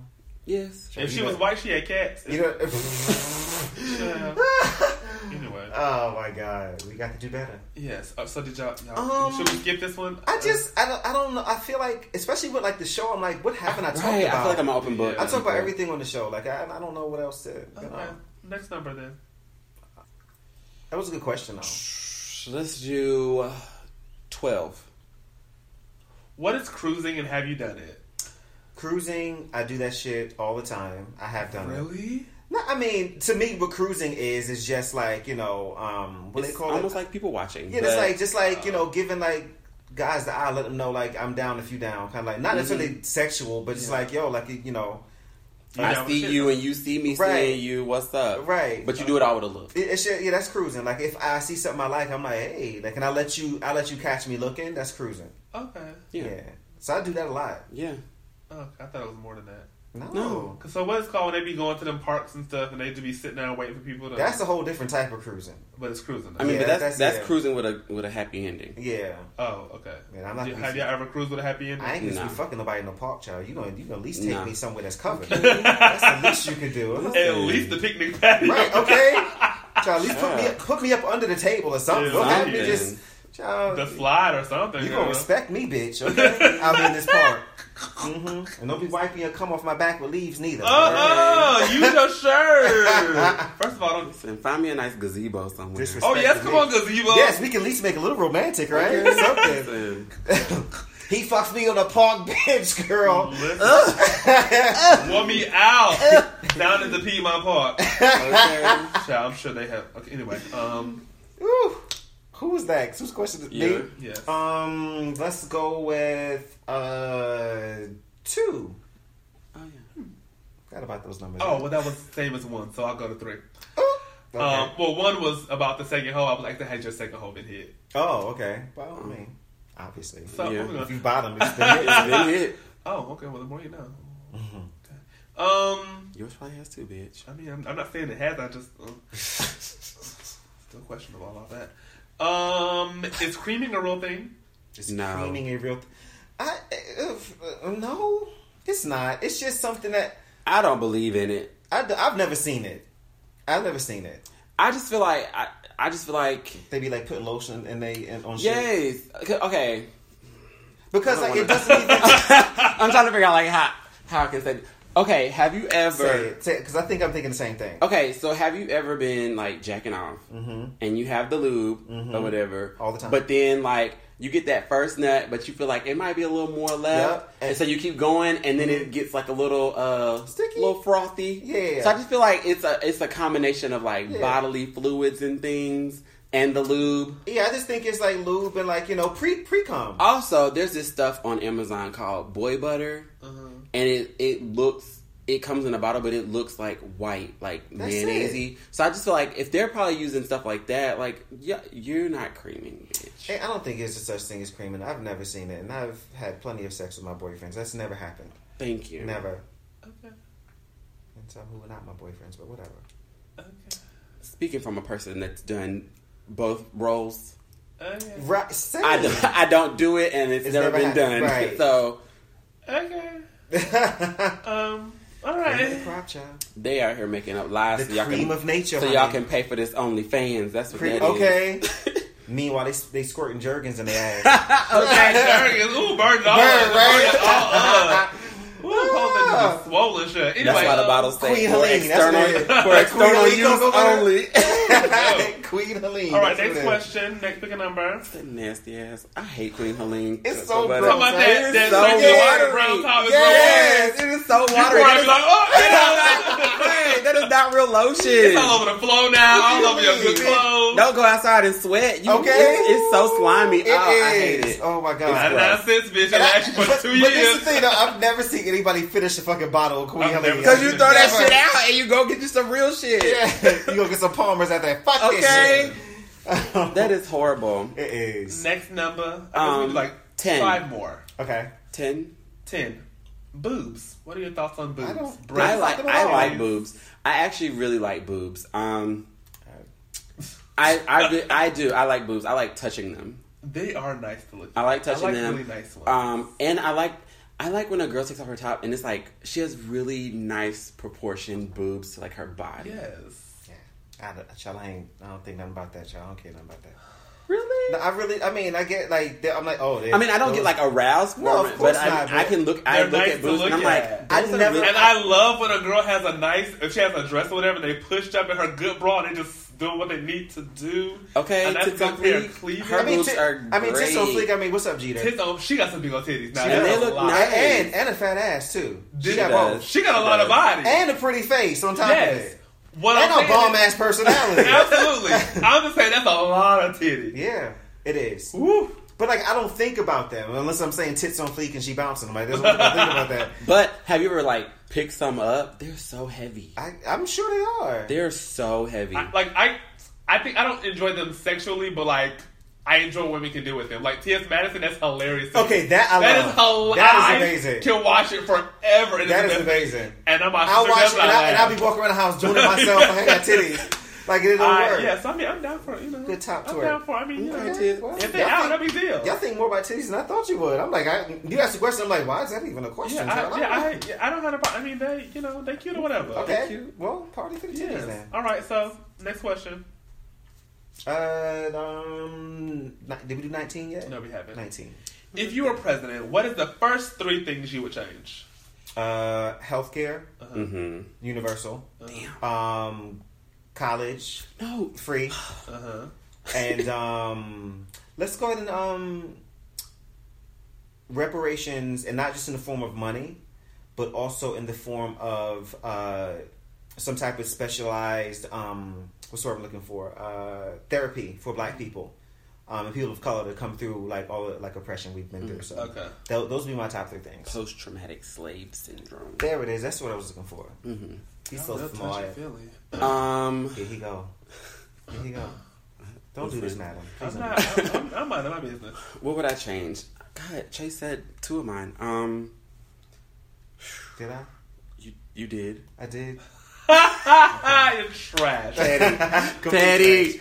B: Yes.
C: If she was white, she had cats.
D: You know.
C: Yeah. uh, Anyway.
D: oh my god, we got to do better.
C: Yes. Uh, so did y'all? y'all
D: Um,
C: should we skip this one?
D: I just, I don't, I don't know. I feel like, especially with like the show, I'm like, what haven't I talked
B: Right.
D: about?
B: I feel like I'm an open book.
C: Yeah.
D: I talk about
B: People.
D: everything on the show. Like I, I don't know what else to. you
C: Uh, Okay.
D: know.
C: Next number then.
D: That was a good question though.
B: Let's do uh, twelve.
C: What is cruising and have you done it?
D: Cruising, I do that shit all the time. I have done it.
C: Really?
D: No, I mean to me, what cruising is is just like you know, um, what
B: It's
D: they call
B: almost
D: it.
B: like uh, people watching.
D: yeah, it's
B: but-
D: like just like you know, giving like guys the eye, let them know like I'm down if you down, kind of like not
B: Mm-hmm.
D: necessarily sexual, but just
C: Yeah.
D: like yo, like you know,
B: I see you and you see me
D: Right.
B: seeing you. What's up?
D: Right.
B: But you do it all with a look.
D: it, it's just, yeah, that's cruising. Like if I see something I like, I'm like, hey, like, and I let you, I let you catch me looking. That's cruising.
C: Okay.
D: Yeah.
B: Yeah. Yeah.
D: So I do that a lot.
C: Oh, I thought it was more than that.
D: No.
B: No.
C: 'Cause So what it's called when they be going to them parks and stuff, and they just be sitting there waiting for people to.
D: That's a whole different type of cruising.
C: but it's cruising.
B: I
C: Though.
B: mean,
D: Yeah,
B: but that's
D: that's-
B: that's,
D: yeah.
B: cruising with a with a happy ending.
D: Yeah.
C: oh, okay.
D: Man, I'm not
C: Did-
D: gonna
C: have
D: see-
C: y'all ever cruised with a happy ending?
D: I ain't gonna
B: Nah.
D: be fucking nobody in the park, child. You gonna you gonna at least take
B: Nah.
D: me somewhere that's covered. that's the least you could do.
C: At least the picnic patio.
D: right? Okay. Child, at least put me up, put me up under the table or something.
C: Yeah,
D: Don't have me
B: something.
D: just child.
C: The slide or something.
D: you
C: girl.
D: gonna respect me, bitch? Okay, I'm in this park. hmm And don't be wiping your cum off my back with leaves neither.
C: Uh-uh, use your shirt. First of all, don't.
B: Listen, find me a nice gazebo somewhere.
D: Disrespect.
C: Oh yes, come on, gazebo.
D: Yes, we can at least make it a little romantic, right? Something.
B: Listen,
D: He fucks me on the park bench, girl. Uh.
C: Listen. Want me out down in the Piedmont Park?
B: okay.
C: Child, I'm sure they have. Okay, anyway, um,
D: Ooh. Who was that? Whose question? is-
B: Yeah.
D: Me?
C: yes.
D: Um, let's go with uh two.
B: Oh, yeah.
D: Forgot about those numbers. Oh,
C: Oh, well, that was the same as one, so I'll go to three.
D: okay.
C: Um, well, one was about the second hole. I was like, that had your second hole been hit.
D: oh, okay. Well, I mean, obviously,
C: mm. So
B: Yeah.
C: we're gonna-
D: if you bottom, it's the
B: It's been it.
C: oh, okay. Well, the more you know.
D: Mm-hmm.
C: Um,
B: Yours probably has too, bitch.
C: I mean, I'm, I'm not saying it has. I just uh, still questionable about that. Um, is creaming a real thing?
D: it's
B: No.
D: creaming a real. Th- I if, uh, no, it's not. It's just something that
B: I don't believe in it.
D: I have never seen it. I've never seen it.
B: I just feel like I I just feel like
D: They be like put lotion and they and on shit
B: yes. Okay, Okay.
D: because
B: I
D: like
B: don't
D: it
B: wanna-
D: doesn't even
B: I'm trying to figure out like how how I can say. Okay. Have you ever?
D: say it because I think I'm thinking the same thing.
B: Okay, so have you ever been like jacking off and you have the lube or whatever
D: Mm-hmm. All the time.
B: But then like you get that first nut, but you feel like it might be a little more left,
D: Yep.
B: and, so you keep going, and then it gets like a little uh,
D: Sticky.
B: little frothy.
D: Yeah.
B: So I just feel like it's a it's a combination of like
D: Yeah.
B: bodily fluids and things and the lube.
D: Yeah, I just think it's like lube and like you know pre pre cum.
B: Also, there's this stuff on Amazon called boy butter,
C: Uh-huh.
B: and it it looks it comes in a bottle, but it looks like white, like
D: That's
B: mayonnaisey. So I just feel like if they're probably using stuff like that, like yeah, you're not creaming, bitch.
D: Hey, I don't think there's a such thing as creaming. I've never seen it, and I've had plenty of sex with my boyfriends. That's never happened.
B: Thank you.
D: Never.
C: Okay.
D: And some who were not my boyfriends, but whatever.
C: Okay.
B: Speaking from a person that's done both roles,
C: Okay.
D: Right.
B: I
D: Same.
B: don't, I don't do it, and it's,
D: It's
B: never,
D: never
B: been done.
D: happened, right.
B: So
C: Okay.
D: Cream
C: Um. All
D: the
C: right.
D: crop, child.
B: they out here making up lies.
D: The
B: so y'all
D: cream
B: can,
D: of nature.
B: so y'all
D: honey.
B: can pay for this OnlyFans. That's what
D: Cream-
B: that is.
D: okay. Meanwhile, they they squirting jergens in their ass.
C: Okay, Jergens. Ooh,
B: Oh,
C: burn it all.
D: Burn, right? Ah.
B: uh-uh.
C: Burn it all up. Ooh, whole thing is swollen shit. Anyway,
B: That's why the
C: um,
B: bottles say
D: Queen
B: for
D: Helene, that's
B: external,
D: what it is.
B: for external
D: Queen Helene
B: use
D: goes over
B: only.
D: Queen Helene.
C: All right,
D: that's
C: next
D: what it is.
C: question. Next pick a number.
B: That nasty ass. I hate Queen Helene.
D: It's so
B: much.
D: gross.
C: How about
D: It's
C: that? That
B: so
C: turkey
B: watery.
C: brown top is
B: Yes, it is so
C: real. You
B: watery.
C: probably
B: That
C: be
B: is,
C: like, oh, yeah.
B: Wait, that is not real lotion.
C: it's all over the floor now. All over your good
D: Really?
C: clothes.
B: Don't go outside and sweat. You,
D: Okay.
B: it's, it's so slimy.
D: It
B: oh, I
D: is.
B: hate it.
D: Oh my
C: Nine
D: god.
B: gross.
C: nonsense, bitch. It
D: And I-
C: lasts you for
D: but,
C: two
D: but this is
C: years.
D: the thing, though, I've never seen anybody finish a fucking bottle of Queen
C: I've
D: Helene.
C: never-
B: Cause you throw that
D: Never.
B: shit out and you go get you some real shit.
D: Yeah, you gonna get some Palmers out there. Fuck
B: Okay.
D: this shit.
B: That is horrible.
D: it is
C: Next number. I guess we
B: Um,
C: do like
B: ten.
C: five more.
D: okay.
B: Ten.
C: Ten. Boobs. What are your thoughts on boobs?
D: I don't-
B: I
C: Breasts?
D: That's
B: like
D: not
B: I
D: wrong.
B: like boobs. I actually really like boobs. Um, I I re- I do. I like boobs. I like touching them.
C: They are nice to look.
B: I like touching
C: I like
B: them.
C: Really nice ones.
B: Um, and I like I like when a girl takes off her top and it's like she has really nice proportioned boobs to like her body.
C: yes.
D: Yeah. I don't, y'all, I ain't. I don't think nothing about that. Y'all, I don't care nothing about that.
B: Really?
D: No, I really. I mean, I get like. I'm like, oh. they-
B: I mean, I don't
D: those-
B: get like aroused for
D: No, of
B: it, but
D: course
B: I,
D: not,
B: I
D: but
B: can look. I
C: they're
B: look
C: nice
B: at
C: to
B: boobs
C: look
B: and I'm
C: at.
B: like,
D: I
B: those are
D: never-
B: really-
C: And I love when a girl has a nice, if she has a dress or whatever, they pushed up in her good bra and they just doing what they need to do.
B: Okay,
C: and that's
B: tits on
C: because they're
B: fleek.
C: cleavage.
B: Her
D: I mean,
B: boobs
D: ti-
B: are
D: I mean, just so
B: great.
D: fleek. I mean, what's up, Jeter?
C: Tits on, she got some big old titties now.
D: She
C: that's
D: does.
C: a
B: They look
C: lot.
B: nice.
D: and and a fat ass too. She
C: She
D: got
B: does.
D: both.
C: She got a lot of body.
D: And a pretty face on top of
C: yes.
D: it.
C: What I'm
D: And a
C: saying
D: bomb
C: is-
D: ass personality.
C: Absolutely. I'm just saying that's a lot of titties.
D: yeah, it is.
C: Woo.
D: But like, I don't think about them unless I'm saying tits on fleek and she bouncing. I'm like, that's what I think about that.
B: But have you ever like picked some up? They're so heavy.
D: I, I'm sure they are.
B: They're so heavy.
C: I, like I, I think I don't enjoy them sexually, but like I enjoy what women can do with them. Like T.S. Madison, that's hilarious. to me.
D: Okay, that I
C: that
D: love.
C: is hila-
D: That
C: I
D: is amazing.
C: Can watch it forever. It the
D: That is
C: best thing.
D: amazing.
C: And I'm
D: I'll watch it and, I, and I'll
C: be.
D: be walking around the house doing it myself. I got titties. Like it don't work.
C: yes, I mean I'm down for it, you know.
D: Good top
C: I'm
D: twerk.
C: down for. it. I mean, you know,
D: Okay,
B: tits.
D: well,
C: if they
D: y'all
C: out,
D: think-
C: no big deal.
D: Y'all think more about titties than I thought you would. I'm like, I, you asked the question. I'm like, why is that even a question?
C: yeah,
D: child?
C: I, yeah,
D: don't
C: I,
D: know.
C: yeah, I don't have a problem. I mean, they, you know, they cute or whatever.
D: okay.
B: cute.
D: Well, party for the titties
C: Yes.
D: then.
C: All right. So next question.
D: Uh, um, ni- did we do 19 yet?
C: No, we haven't.
D: 19.
C: If you were president, what is the first three things you would change?
D: Uh, healthcare,
C: Uh-huh.
B: hmm
D: universal.
C: Damn.
D: Um, college,
B: No,
D: free,
C: Uh huh.
D: and um, let's go ahead and um, reparations, and not just in the form of money, but also in the form of uh, some type of specialized um, what's the word I'm looking for? Uh, therapy for
C: Mm-hmm.
D: Black people. Um, and people of color to come through like all the, like oppression we've been through. So
C: Mm, Okay.
D: tho- those would be my top three things.
B: post traumatic slave syndrome.
D: There it is. That's what I was looking for.
B: Mm-hmm.
D: He's
C: Oh,
D: so smart.
B: Um,
D: Here he go. Here he go. Don't do this, madam. Please
C: I'm
D: don't do
C: not. I'm, I'm, I'm minding my business.
B: what would I change? God, Chase said two of mine. Um,
D: this. Did I?
B: you you did.
D: I did.
C: You're trash.
D: Patty.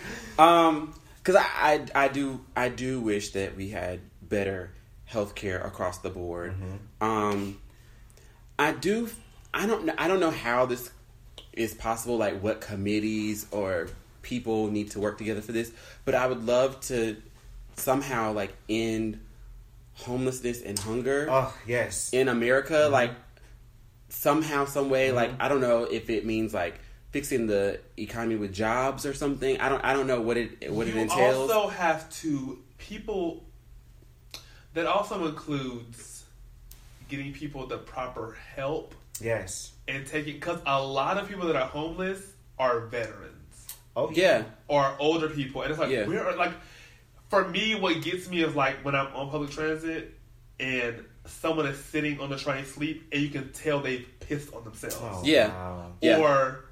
B: Patty. Um, because I, I I do I do wish that we had better healthcare across the board. Um, I do. I don't. kn- I don't know how this is possible. Like what committees or people need to work together for this. But I would love to somehow like end homelessness and hunger
D: Oh, yes.
B: in America,
C: Mm-hmm.
B: like somehow, some way, like I don't know if it means like fixing the economy with jobs or something. I don't, I don't know what it what it
C: you
B: entails.
C: also have to people. That also includes getting people the proper help
D: Yes.
C: and taking because a lot of people that are homeless are veterans.
D: Oh,
B: yeah,
C: or older people, and it's like
B: Yeah.
C: where are like for me, what gets me is like when I'm on public transit and someone is sitting on the train asleep and you can tell they've pissed on themselves.
D: Oh,
B: Yeah.
D: wow.
B: Yeah.
C: Or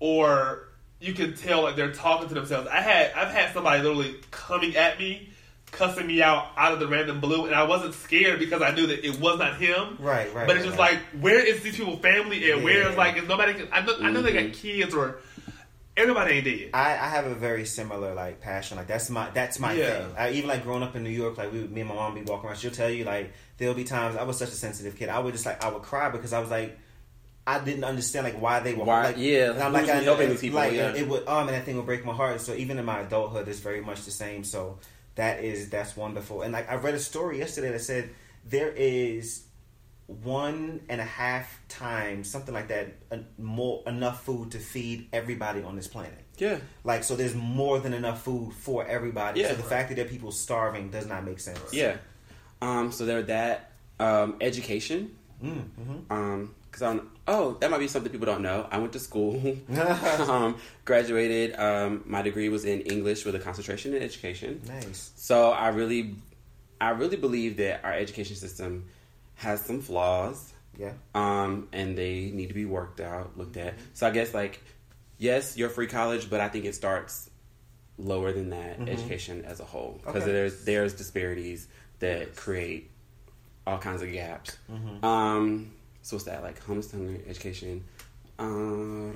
C: or you can tell like they're talking to themselves. I had I've had somebody literally coming at me, cussing me out out of the random blue and I wasn't scared because I knew that it was not him.
D: Right, right,
C: But it's
D: right,
C: just
D: right.
C: like where is these people family and where is
D: Yeah.
C: like is nobody can I know I know they
B: Mm-hmm.
C: got kids or everybody ain't dead.
D: I, I have a very similar like passion. Like that's my that's my
C: Yeah.
D: thing. I, even like growing up in New York, like we, would- me and my mom be walking around. She'll tell you like there'll be times I was such a sensitive kid. I would just like I would cry because I was like I didn't understand like why they were
B: Why-
D: like
B: yeah,
D: And I'm
B: who's
D: like I
B: helping these people,
D: like
B: yeah.
D: it would um and that thing would break my heart. So even in my adulthood, it's very much the same. So that is that's wonderful. And like I read a story yesterday that said there is one and a half times something like that en- more enough food to feed everybody on this planet.
B: Yeah.
D: Like, so there's more than enough food for everybody.
B: Yeah.
D: so the fact that there are people starving does not make sense.
B: Yeah. Um, so there that um, education.
D: Mm, mm-hmm.
B: Um, cause I don't. Oh, that might be something people don't know. I went to school. um, graduated. Um, my degree was in English with a concentration in education.
D: Nice.
B: So I really, I really believe that our education system has some flaws.
D: Yeah.
B: Um, and they need to be worked out, looked at. So I guess like, yes, you're free college, but I think it starts lower than that education as a whole because
D: Okay.
B: there's there's disparities that create all kinds of gaps. Um, so what's that like? Homeless hunger education. Uh,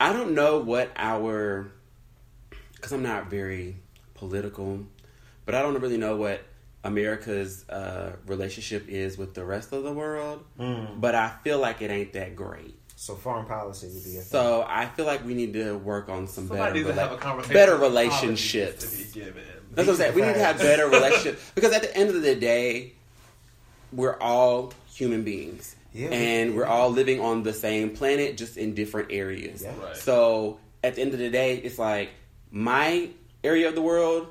B: I don't know what our because I'm not very political, but I don't really know what America's uh, relationship is with the rest of the world.
C: Mm.
B: But I feel like it ain't that great.
D: So foreign policy would be a thing.
B: So I feel like we need to work on some
C: Somebody
B: better
C: needs to have a
B: rela-
C: conversation.
B: better
C: with the colleges
B: relationships.
C: to be given.
B: That's what I'm saying. We need to have better relationships because at the end of the day, we're all human beings,
D: Yeah.
B: and we're all living on the same planet, just in different areas.
D: Yeah.
C: Right.
B: So at the end of the day, it's like my area of the world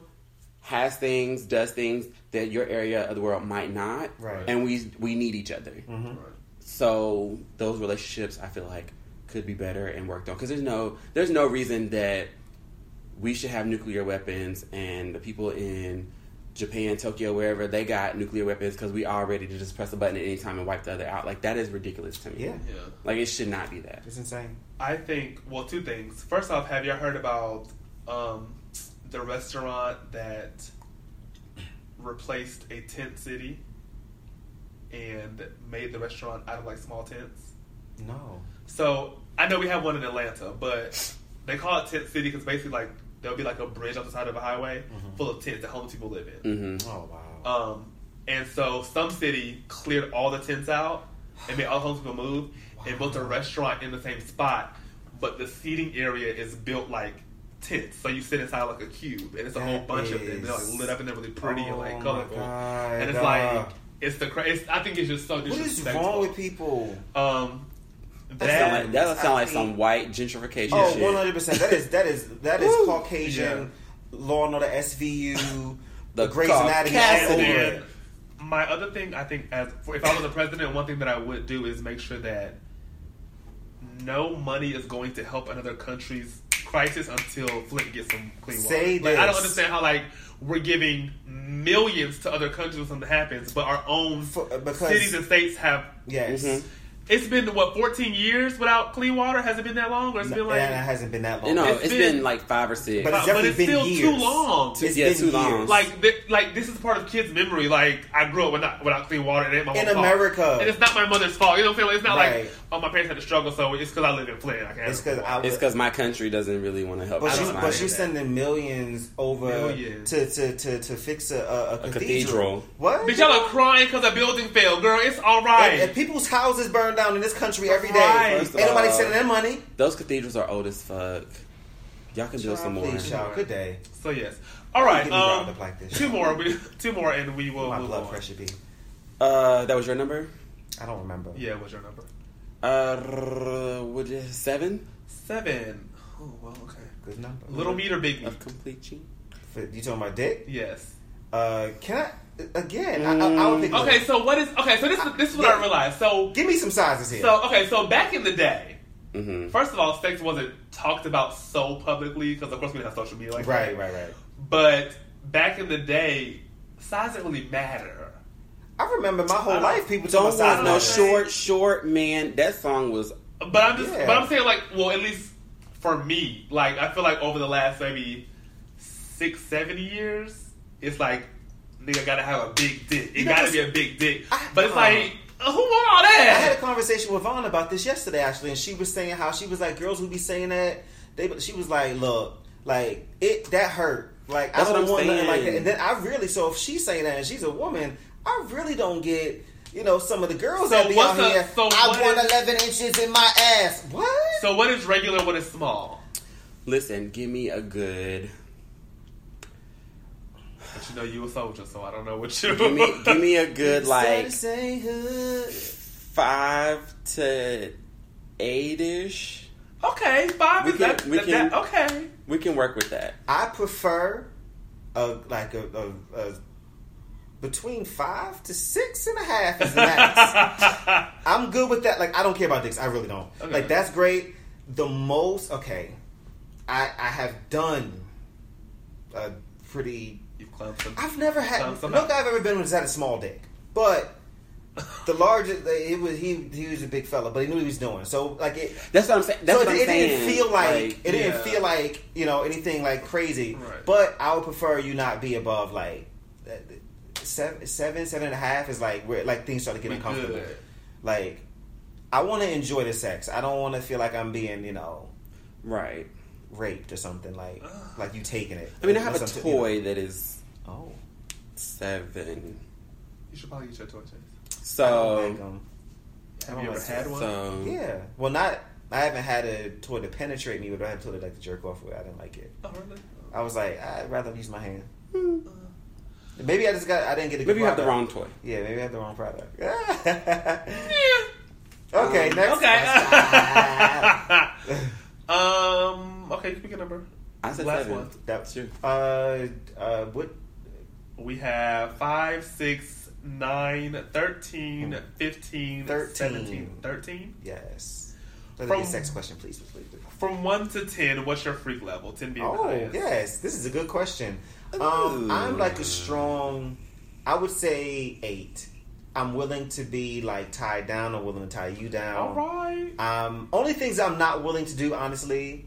B: has things, does things that your area of the world might not,
D: Right.
B: and we we need each other.
C: Right.
B: So those relationships, I feel like, could be better and worked on because there's no there's no reason that we should have nuclear weapons and the people in Japan, Tokyo, wherever they got nuclear weapons because we all ready to just press a button at any time and wipe the other out. Like that is ridiculous to me.
D: yeah,
C: Yeah.
B: Like it should not be that.
D: it's insane.
C: I think well, two things. First off, have y'all heard about um, the restaurant that replaced a tent city and made the restaurant out of like small tents?
D: No.
C: So I know we have one in Atlanta, but they call it tent city because basically like there'll be like a bridge off the side of a highway full of tents that homeless people live in.
B: hmm
D: Oh wow.
C: Um, and so some city cleared all the tents out and made all homes people move and built a restaurant in the same spot, but the seating area is built like tents. So you sit inside like a cube and it's a whole
D: That
C: bunch of them. They're like
D: is-
C: lit up and they're really pretty and
D: Oh
C: like
D: my
C: colorful.
D: God,
C: and it's
D: uh,
C: like it's the cra- it's, I think it's just so
D: what is
C: disrespectful.
D: wrong with people?
C: Um,
B: That sound like,
C: that
B: that sound like
D: I
B: some
D: mean-
B: white gentrification
D: Oh,
B: shit.
D: 100. percent That is that is that is
B: Woo.
D: Caucasian law and order SVU.
B: The
D: the Grey's Anatomy. all
C: And
B: Caucasian.
D: over
C: then
D: it.
C: my other thing, I think, as for, if I was a president, one thing that I would do is make sure that no money is going to help another country's crisis until Flint gets some clean water.
D: Say
C: like, I don't
D: this.
C: understand how like we're giving millions to other countries when something happens, but our own
D: For- uh, because-
C: cities and states have.
D: Yes.
B: Mhm.
C: It's been what 14 years without clean water. Has it been that long, or it's been
D: No,
C: like?
D: and it hasn't been that long.
B: You know,
C: It's
B: it's
C: been-
B: been like five or six.
D: but
C: But-
D: it's
C: but
D: definitely
C: it's
D: been
C: still too
D: years.
C: long.
D: It's
B: Yeah,
D: been
B: too long.
D: years.
C: Like, th- like this is part of kids' memory. Like, I grew up without, without clean water, and it ain't my
D: In
C: mom's fault.
D: America.
C: and it's not my mother's fault. You know what I'm saying? Like, it's not
D: Right.
C: like oh, my parents had to struggle, so it's because I live in Flint. I can't.
D: it's because I was
B: it's because my country doesn't really want to help.
D: But
B: us
D: she's
B: out.
C: don't
D: but
C: mind
D: she's
C: that.
D: sending millions over
C: Millions.
D: to, to, to, to fix a, a, a, cathedral.
B: cathedral.
D: What?
C: Bitch, y'all are crying because a building fell, girl. It's all
D: And-
C: right.
D: and people's houses burn down in this country every day.
C: Right.
B: First of
D: Ain't nobody
B: all,
D: sending them money.
B: Those cathedrals are old as fuck. Y'all can build some more.
D: Please, y'all. Good day.
C: so yes. All right.
D: Give me round
C: Um,
D: up like this.
C: two more. We, two more, and we will
D: My
C: move
D: blood
C: on.
D: pressure be.
B: Uh, that was your number.
D: I don't remember.
C: Yeah. What's your number?
B: Uh, would you- seven
C: Seven. Oh well. Okay.
D: Good number.
C: Little meat or big meat?
B: of complete cheat?
D: F- You talking about dick?
C: Yes.
D: Uh, can I? Again, I, I, I would think.
C: Mm. Okay. So what is? Okay. So this this is what I realized. So
D: Give me some sizes here.
C: So okay, so back in the day,
B: Mm-hmm.
C: first of all, sex wasn't talked about so publicly because of course we didn't have social media like that.
D: right, right, right.
C: But back in the day, size doesn't really matter.
D: I remember my
C: I
D: whole
C: don't-
D: life people told
B: Don't
D: me size
B: want no
D: matters.
B: short,
C: short-
B: short man. That song was
C: But I'm just,
D: Yeah.
C: but I'm saying like, well, at least for me, like I feel like over the last maybe six, seven years, it's like nigga gotta have a big dick. It
D: You know,
C: gotta be a big dick.
D: I-
C: but it's
D: uh,
C: like, who want all
D: I had a
C: that?
D: conversation with Vaughn about this yesterday, actually, and she was saying how she was like, girls would be saying that. They, but she was like, look, like it that hurt. Like
B: That's
D: I don't
B: what I'm
D: want nothing like that.
B: saying.
D: And then I really, so if she's saying that and she's a woman, I really don't get. You know, some of the girls
C: So
D: that be out
C: what's the-
D: here.
C: so
D: I
C: what
D: want
C: is-
D: eleven inches in my ass. What?
C: So what is regular? What is small?
B: listen. Give me a good.
C: But you know, you a soldier, so I don't know what you.
B: Give me, give me a good like
D: Say hood.
B: five to eight ish.
C: okay, five
B: We
C: is
B: can-
C: that,
B: we
C: that,
B: can-
C: that- Okay,
B: We can work with that.
D: I prefer a like a, a, a between five to six and a half is max. I'm good with that. Like I don't care about dicks. I really don't.
C: Okay.
D: Like that's great. The most okay. I I have done a pretty.
C: you've clumped some.
D: I've never had.
C: Sounds
D: No
C: somehow.
D: guy I've ever been with has had a small dick, but. The largest, it was he. He was a big fella, but he knew what he was doing. So like it,
B: That's what I'm saying. That's
D: so
B: what
D: it,
B: I'm
D: it
B: saying.
D: didn't feel like, it didn't
C: yeah.
D: feel like you know anything like crazy.
C: Right.
D: But I would prefer you not be above like uh, seven, seven, seven and a half is like where like things start to get
C: We
D: uncomfortable.
C: good.
D: Like I want to enjoy the sex. I don't want to feel like I'm being you know
B: right.
D: raped or something like like you taking it.
B: I mean, I have a
D: Or something, you know.
B: toy that is
D: Oh,
B: seven.
C: You should probably use your toy chase.
D: I don't like
B: So
D: 'em.
C: Have
D: I
C: you
D: don't
C: ever
D: like
C: had
D: that.
C: one?
B: so
D: Yeah. Well, not. I haven't had a toy to penetrate me, but I had a toy to like to jerk off with. I didn't like it.
C: Oh, really?
D: I was like, I'd rather use my hand. Maybe I just got. I didn't get a.
B: maybe
D: good
B: you have the
D: product.
B: wrong toy.
D: Yeah, maybe I have the wrong product.
C: Yeah.
D: okay,
B: Um,
D: next. question.
C: Okay. um. Okay, pick a number.
B: I said
C: Last
B: seven.
C: one.
D: That's
B: That's you.
D: Uh, uh, what?
C: We have 5, six, nine, 13, 15,
D: Thirteen.
C: 17, 13.
D: Yes. Let it
C: From-
D: be a sex question, please. please, please.
C: From 1 to 10, what's your freak level? 10 being the
D: Oh,
C: highest.
D: yes. This is a good question. Um,
B: Ooh.
D: I'm like a strong. I would say eight. I'm willing to be like tied down. I'm willing to tie you down.
C: All right.
D: Um, only things I'm not willing to do, honestly,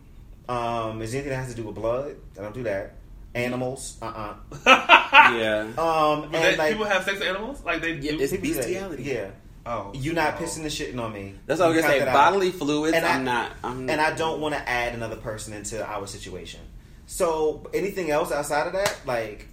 D: um, is anything that has to do with blood. I don't do that. Animals, uh uh
C: Ah!
B: yeah.
D: Um,
C: But
D: and
C: that-
D: like,
C: people have sex with animals? Like they
B: Yeah,
C: do?
B: it's-
D: people do that.
B: bestiality.
D: Yeah,
C: oh.
D: you not
C: no.
D: pissing and shitting on me.
B: That's all I was
D: You
B: gonna
D: cut
B: say.
D: that out.
B: Bodily fluids.
D: And I-
B: I'm not. I'm
D: And I don't want to add another person into our situation. So anything else outside of that, like.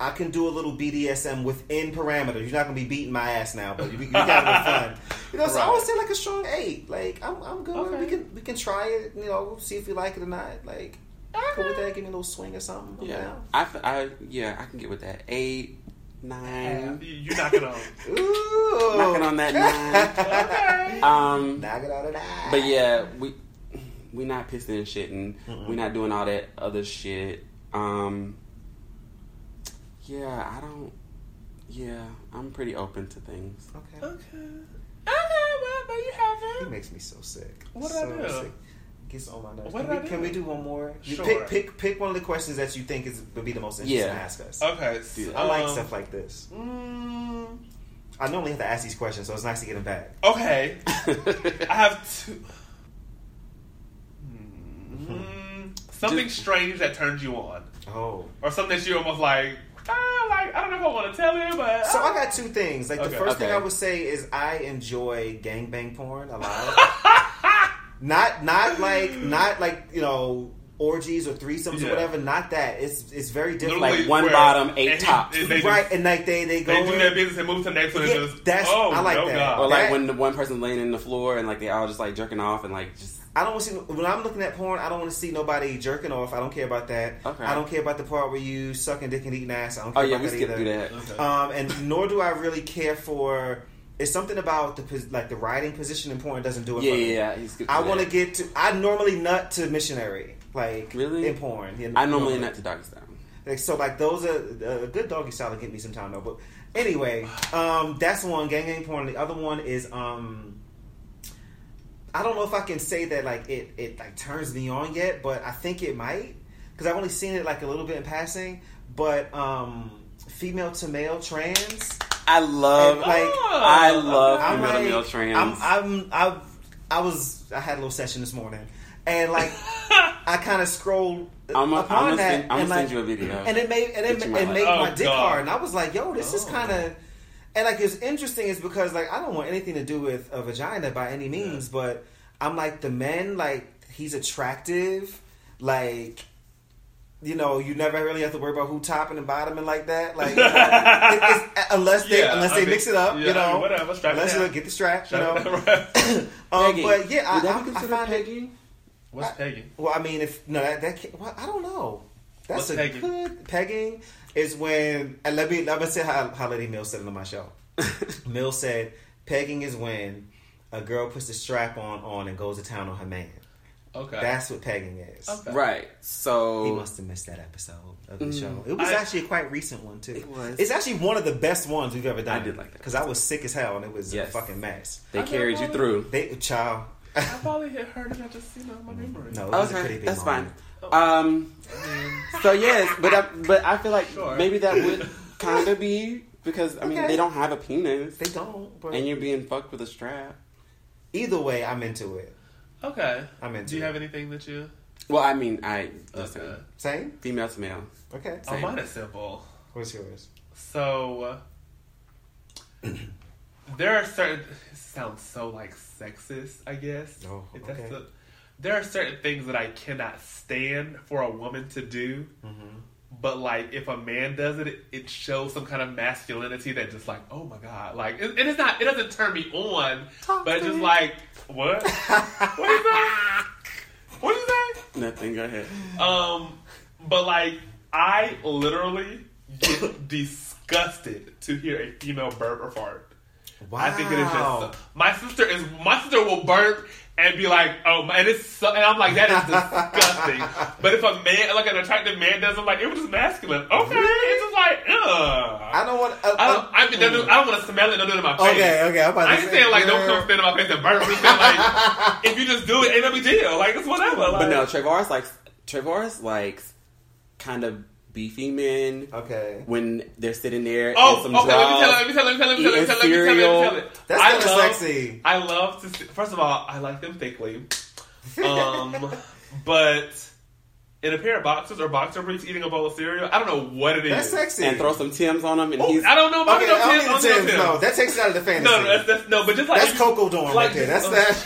D: I can do a little BDSM within parameters. You're not gonna be beating my ass now, but you, you gotta have fun. You know, so I would
C: Right.
D: say like a strong eight. Like I'm, I'm good. with it. We
C: Okay.
D: can, we can try it. You know, see if we like it or not. Like,
C: Ah.
D: cool with that. Give me a little swing or something. I'm
B: Yeah.
D: down.
B: I, f- I- yeah. I can get with that. Eight, nine.
C: You- You knock it on.
D: Ooh.
B: Knocking on that
C: Okay.
B: Um.
D: Knock it out of that.
B: But yeah, we we not pissing and shitting.
D: Mm-mm.
B: We're not doing all that other shit. Um Yeah, I don't yeah, I'm pretty open to things.
D: Okay.
C: okay. Okay, well, there you
D: He
C: have it.
D: makes me so sick.
C: What did
D: so
C: I do?
D: Gets on my nerves.
C: What
D: can,
C: did
D: we,
C: I
D: can
C: do?
D: we do one more? You
C: Sure.
D: Pick, pick, pick one of the questions that you think is would be the most interesting
B: Yeah.
D: to ask us.
C: Okay. So,
B: Dude,
D: I like
C: um,
D: stuff like this.
C: Mm,
D: I normally have to ask these questions, so it's nice to get them back.
C: okay. I have two.
B: Hmm.
C: Mm, something
B: Just-
C: strange that turns you on,
D: Oh.
C: or something that you almost like. Ah, like I don't know if I want to tell you, but
D: So I
C: ah.
D: got two things. Like
C: Okay.
D: the first
B: Okay.
D: thing I would say is I enjoy gangbang porn a lot. not not like not like you know orgies or threesomes
C: Yeah.
D: or whatever. Not that. It's it's very different.
C: Literally
B: Like one
C: where-
B: bottom, eight
C: and he-
B: tops.
C: and they just-
D: right, and like they they go
C: They do
D: in-
C: their business and move to the next one.
D: Yeah,
C: and just,
D: that's-
C: oh,
D: I like
C: no
D: that.
B: or
C: God.
B: like
D: That-
B: when the one person's laying in the floor and like they all just like jerking off and like just
D: I don't want to see when I'm looking at porn. I don't want to see nobody jerking off. I don't care about that.
B: Okay.
D: I don't care about the part where you sucking dick and eating ass. I don't
B: Oh
D: care
B: yeah,
D: about
B: we
D: that
B: skipped
D: either.
B: through that.
C: Okay.
D: Um, and nor do I really care for. It's something about the pos- like the riding position in porn doesn't do it.
B: Yeah,
D: for me.
B: yeah, yeah. He skipped
D: I
B: through
D: want to
B: that.
D: get to. I normally nut to missionary, like
B: Really?
D: in porn. you know?
B: I normally not to doggy style.
D: Like, so like those are a good doggy style to get me some time though. But anyway, um, that's one gang gang porn. The other one is um, I don't know if I can say that like it it like turns me on yet, but I think it might because I've only seen it like a little bit in passing. But um, female to male trans.
B: I love,
D: And, like,
B: I love
D: I'm
B: female to
D: like,
B: male trans.
D: I'm, I'm, i I was, I had a little session this morning, and like, I kind of scrolled
B: I'm
D: upon
B: gonna
D: that,
B: send, I'm gonna
D: and like,
B: send you a video.
D: and it made, and it,
B: That you
D: it,
B: might like.
D: made my
C: Oh,
D: dick
C: God.
D: hard, and I was like, yo, this is
C: Oh.
D: kind of, and like, it's interesting is because like, I don't want anything to do with a vagina by any means, but I'm like the men, like, he's attractive, like. You know, you never really have to worry about who topping and bottoming like that. Like, it- it's- unless they
C: Yeah,
D: unless
C: I
D: they
C: mean,
D: mix it up,
C: yeah,
D: you
C: I mean,
D: know.
C: whatever, strap it
D: unless
C: down.
D: you get the strap, you
C: Shout
D: know.
C: out to Rap.
D: um,
B: Peggy,
D: but yeah,
B: would that
D: I, I,
B: be
D: I
B: considered
D: find it.
B: Peggy?
C: What's Peggy?
D: Well, I mean, if no, that, that can't, well, I don't know. That's
C: What's
D: a
C: pegging?
D: good pegging. Is when and let me let me say how how Lady Mill said it on my show. Mill said pegging is when a girl puts the strap on on and goes to town on her man.
C: Okay.
D: That's what pegging is.
C: Okay.
B: right. So
D: He must have missed that episode of the show. It was
C: I-
D: actually a quite recent one too.
B: Mm. It was.
D: It's actually one of the best ones we've ever done.
B: I did like that
D: because I was sick as hell and it was
B: Yes.
D: a fucking mess.
B: they
C: I
B: carried you
C: don't know.
B: through.
D: They child,
C: I probably had heard it. I just you know my memory.
D: no, it was a pretty
B: Okay,
D: big Oh.
B: that's
D: moment.
B: fine. Um, so yes, but I, but I feel like
C: Sure.
B: maybe that would kind of be because I mean
D: Okay.
B: they don't have a penis
D: They don't. But
B: and you're being fucked with a strap.
D: either way, I'm into it.
C: Okay.
D: I'm into
C: Do you
D: it.
C: have anything that you?
B: Well, I mean, I listen,
C: Okay.
D: Same.
B: female to male.
D: Okay.
C: Oh,
B: Same.
C: mine is simple.
D: What's yours?
C: So there are certain. This sounds so like sexist, I guess.
D: Oh,
C: If that's
D: okay.
C: the- there are certain things that I cannot stand for a woman to do,
D: Mm-hmm.
C: but like if a man does it, it, it shows some kind of masculinity that just like, oh my god, like it, it is not. It doesn't turn me on, but it's just
A: Toxic.
C: like what? what is that? What is that?
B: Nothing. Go ahead.
C: Um, but like I literally get disgusted to hear a female burp or fart.
D: Wow.
C: I think it is just my sister is my sister will burp and be like, oh, my, and it's so, and I'm like that is disgusting. but if a man, like an attractive man, does, I'm like it was just masculine. Okay, it's just like ugh.
D: I don't want. Uh,
C: I don't, I, mean, don't do- I don't want to smell it. Don't do it in my face.
D: Okay, okay, I'm about
C: I
D: to
C: ain't
D: say,
C: saying like don't
D: girl.
C: come stand in my face and burp. I'm just saying like if you just do it, ain't no big deal. Like it's whatever.
B: But
C: like-
B: no, Trevor's like Trevor's likes kind of beefy men
D: okay.
B: when they're sitting there.
C: Oh,
B: and some
C: okay.
B: draws.
C: Let me tell it. Let me tell it. Let me tell it. Let me tell it. Let me tell it. Let me tell it. Let me tell it.
D: That's
C: I
D: kinda
C: love-
D: sexy.
C: I love to. See, first of all, I like them thickly, um, but in a pair of boxers or boxer briefs, eating a bowl of cereal. I don't know what it is.
D: That's sexy.
B: and throw some Tim's on him, and
C: Ooh,
B: he's
C: Oh, I don't know. about
D: Okay,
C: no
D: I
C: tips, don't
D: don't need the
C: know
D: Tim's.
C: tips.
D: No, that takes it out of the fantasy.
C: No, no, that's, that's no. But just like
D: That's Coco Dawn right there. That's
C: oh,
D: that.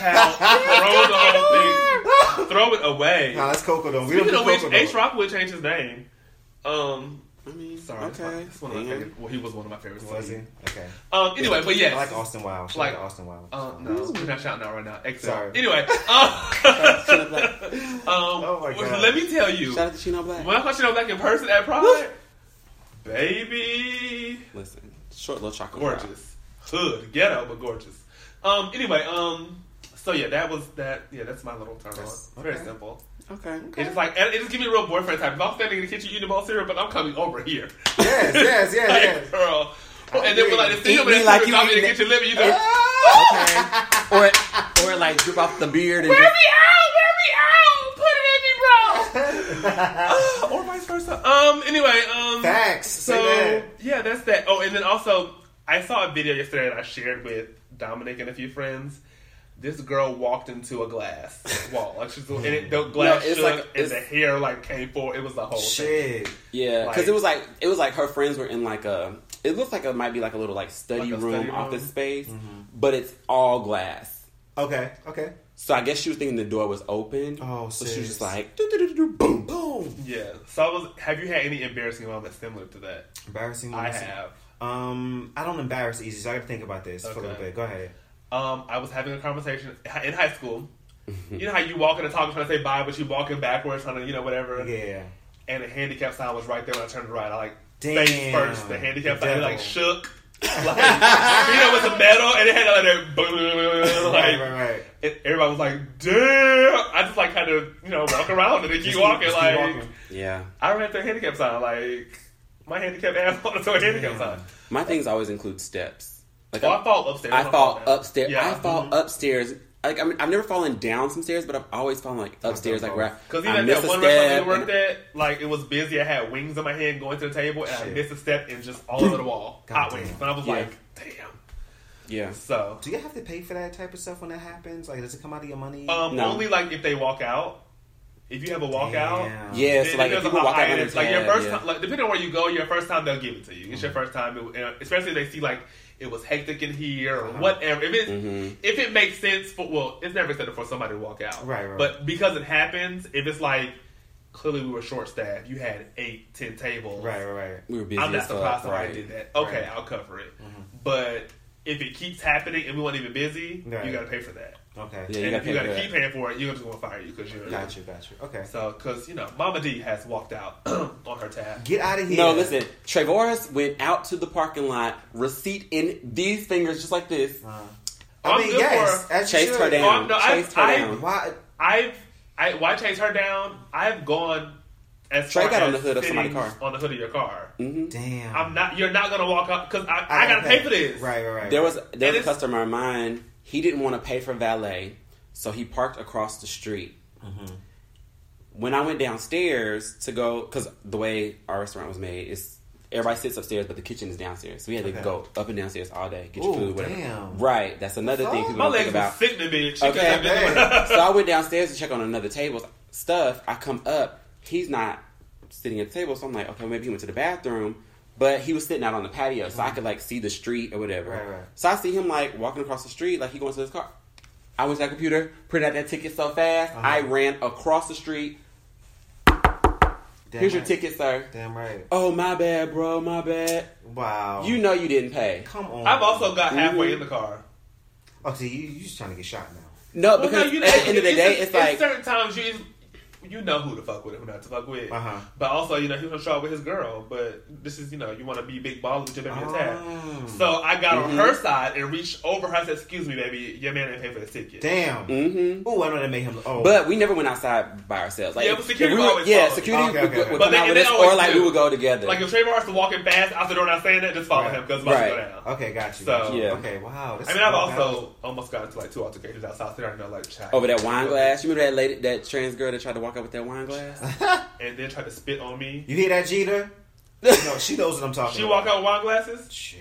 C: child, throw the whole thing. Throw it away.
D: Nah, that's Coco Dome. We
C: Speaking
D: don't
C: of
D: do
C: which,
D: Coco
C: H.
D: Dome.
C: Rock would change his name. Um,
B: I mean,
C: sorry. that's my-
B: okay.
C: that's one of my
B: Damn.
C: favorite. Well, he was one of my favorites.
D: Was he? Okay.
C: Um. Anyway, but yes.
D: I like Austin Wild. Shout
C: Like-
D: like Austin Wild.
C: Um, no, we're not shouting out right now. Exit.
D: Sorry.
C: Anyway, um, um,
D: Oh my God.
C: let me tell you,
B: Shout out to Chino Black.
C: when I saw Chanel Black in person at Pride, baby,
B: Listen, short little chocolate. rock.
C: gorgeous, hood, ghetto, but gorgeous. Um, anyway, um, so yeah, that was that. Yeah, that's my little turn on.
D: That's-
C: Very
D: okay.
C: simple.
B: Okay.
C: It's just like it just give me a real boyfriend type. If I'm standing in the kitchen eating a bowl of cereal, but I'm coming over here.
D: Yes, yes,
C: like,
D: yes, Oh,
C: girl.
D: I
C: and then we're like,
D: agree.
C: see you,
B: Eat
C: but
B: me
C: it's
B: like
C: like you
B: you
C: in the
B: eating
C: kitchen living. You just,
B: Or or like drip off the beard and
C: Wear me
B: just,
C: out, wear me out, put it in me,
D: yes.
C: bro. or vice versa. Um. Anyway. Um.
D: Facts. Say
C: So
D: that.
C: yeah, that's that. Oh, and then also, I saw a video yesterday that I shared with Dominic and a few friends. This girl walked into a glass wall, like she's and it, the glass
B: No, it's
C: shook,
B: like-
C: and
B: it's-
C: the hair like came forward. It was the whole thing.
D: Shit.
B: yeah, because
C: Like-
B: it was like it was like her friends were in like a. It looks like it might be like a little like study,
C: Like a
B: room,
C: study room? Mm-hmm.
B: office space, but it's all glass.
D: Okay. Okay.
B: So I guess she was thinking the door was open.
D: Oh,
B: so she was
D: sis.
B: just like, doo, doo, doo, doo, boom, boom.
C: Yeah. So I was. Have you had any embarrassing moments similar to that?
D: Embarrassing.
C: I
D: moments.
C: have.
D: Um, I don't embarrass easy, so I got to think about this for a little
C: Okay.
D: bit. Go ahead.
C: um, I was having a conversation in high school. You know how you walk in and talk, trying to say bye, but you walking backwards, trying to, you know, whatever.
D: Yeah.
C: And the handicap sign was right there when I turned right. I like
D: Damn.
C: face first. The handicap
D: The
C: sign it, like
D: devil.
C: shook. Like, you know, with the metal, and it had like that boom,
D: right,
C: like
D: right, right.
C: and everybody was like, "Damn!" I just like kind of, you know, walk around and then keep
D: Just
C: walking.
D: just
C: like
D: walking.
B: Yeah,
C: I ran through a handicap sign. Like my handicap ass wanted to a handicap sign.
B: my things always include steps. Like
C: Well,
B: I,
C: Oh, I fall upstairs.
B: I
C: don't
B: fall
C: down.
B: upstairs.
C: Yeah. Mm-hmm.
B: I fall upstairs. like I mean, I've never fallen down some stairs, but I've always fallen like upstairs, like where
C: Because
B: I
C: even
B: miss
C: that
B: a
C: one restaurant
B: step
C: we worked
B: and-
C: at, like it was busy. I had wings in my hand going to the table, and I
D: Shit.
C: missed a step and just all over the wall, hot
D: God
C: wings.
D: damn.
C: And I was
B: Yeah.
C: like, damn.
B: Yeah,
C: So
D: Do you have to pay for that type of stuff when that happens? Like, does it come out of your money?
C: um,
B: No.
C: only like if they walk out. If you have a walkout,
D: Damn.
B: yeah.
C: Oh. Then
B: So like
C: it
B: if
C: depends
B: people
C: on how
B: walk out
C: high
B: on
C: it
B: their
C: is. Like your
B: tab,
C: first
B: yeah.
C: time, like depending on where you go, your first time they'll give it to you. It's your first time, it- and especially if they see like it was hectic in here or
B: Uh-huh.
C: whatever. If it
B: Mm-hmm.
C: if it makes sense for well, it's never accepted for somebody to walk out,
D: Right, right.
C: But because it happens, if it's like clearly we were short staffed, you had eight, ten tables,
D: Right, right, right.
B: we were busy.
C: I'm not
B: as fuck,
C: surprised somebody
B: right. Mm-hmm.
C: did that. Okay,
D: Right.
C: I'll cover it. But if it keeps happening and we weren't even busy, you
D: Right.
C: got to pay for that.
D: Okay.
B: Yeah, you
C: and
B: gotta
C: if
B: pay
C: you got
B: for
C: to
B: that.
C: keep paying for it, you're just going to fire you because you're
D: Got you, got you. Okay.
C: so, because, you know, Mama D has walked out on her tab.
D: Get out of here.
B: No, listen. Trevoris went out to the parking lot, receipt in these fingers, just like this.
D: Uh,
C: I'm
D: I mean,
C: good
D: yes.
C: for-
D: As you
B: Chase
D: should.
B: her down.
C: Oh, no, I-
B: Chase her
C: I-
B: down.
D: Why?
C: I've, I, why chase her down? I've gone as
B: Trey
C: far
B: got
C: as
B: on the hood of
C: sitting
B: somebody's car. Mm-hmm.
C: On the hood of your car.
D: Damn.
C: I'm not, you're not going to walk up because I, I, got to pay for this.
D: Right, right, right.
B: There was there was a
C: it's-
B: customer of mine. He didn't want to pay for valet, so he parked across the street.
D: Mm-hmm.
B: When I went downstairs to go, because the way our restaurant was made is everybody sits upstairs, but the kitchen is downstairs. So we had to
D: Okay.
B: go up and downstairs all day, get your
D: Ooh,
B: food, whatever.
D: damn.
B: Right, that's another thing
D: Fuck.
B: people
C: Oh, My
B: don't think
C: legs were
B: about.
C: sick to bitch. She
B: Okay,
C: couldn't even-
B: so I went downstairs to check on another table's stuff. I come up, he's not sitting at the table, so I'm like, okay, maybe he went to the bathroom, but he was sitting out on the patio, so I could like see the street or whatever.
D: Right, right.
B: So I see him like walking across the street, like he going to his car. I went to that computer, printed out that ticket so fast,
D: Uh-huh.
B: I ran across the street.
D: Damn
B: Here's your
D: right.
B: ticket, sir.
D: Damn right.
B: Oh my bad, bro, my bad.
D: Wow.
B: You know you didn't pay.
D: Come on.
C: I've also got halfway
B: Mhm.
C: in the car.
D: Oh, see, you, you just trying to get shot now.
B: No,
C: Well,
B: because
C: Oh, no, you
B: at
C: know,
B: the end of the day, it's, like
C: certain times you you know who to fuck with and who not to fuck with.
D: Uh-huh.
C: But also, you know, he was on trial with his girl. But this is, you know, you want to be big baller with your baby
D: Oh.
C: attack. So I got on
B: Mm-hmm.
C: her side and reached over her and said, "Excuse me, baby, your man didn't pay for the ticket."
D: Damn.
B: Mhm.
D: Ooh, I know that made him. Oh,
B: But we never went outside by ourselves. Like,
C: Yeah, but
B: if- if
C: security
B: we
C: would
B: were-
C: always
B: yeah,
C: follow.
B: security
D: Okay,
B: would,
D: okay, okay.
B: would
C: But
B: come
C: they-
B: out with
C: they
B: us,
C: always
B: or like
C: do.
B: we would go together.
C: Like if Trayvon Martin walking fast out the door not saying that, just follow
D: Right.
C: him because about to go
B: Right.
C: down.
D: okay, got you.
C: So-
D: got you.
B: Yeah.
D: Okay, wow. that's-
C: I mean, I've
D: wow.
C: also almost got into like two altercations outside. So I know like child.
B: Over that wine glass. You remember that lady, that trans girl that tried to walk up with that wine glass?
C: and then tried to spit on me.
D: You hear that, Jeter? no, she knows what I'm talking.
C: She
B: Oh.
D: about.
C: walk out with wine glasses.
D: Shit.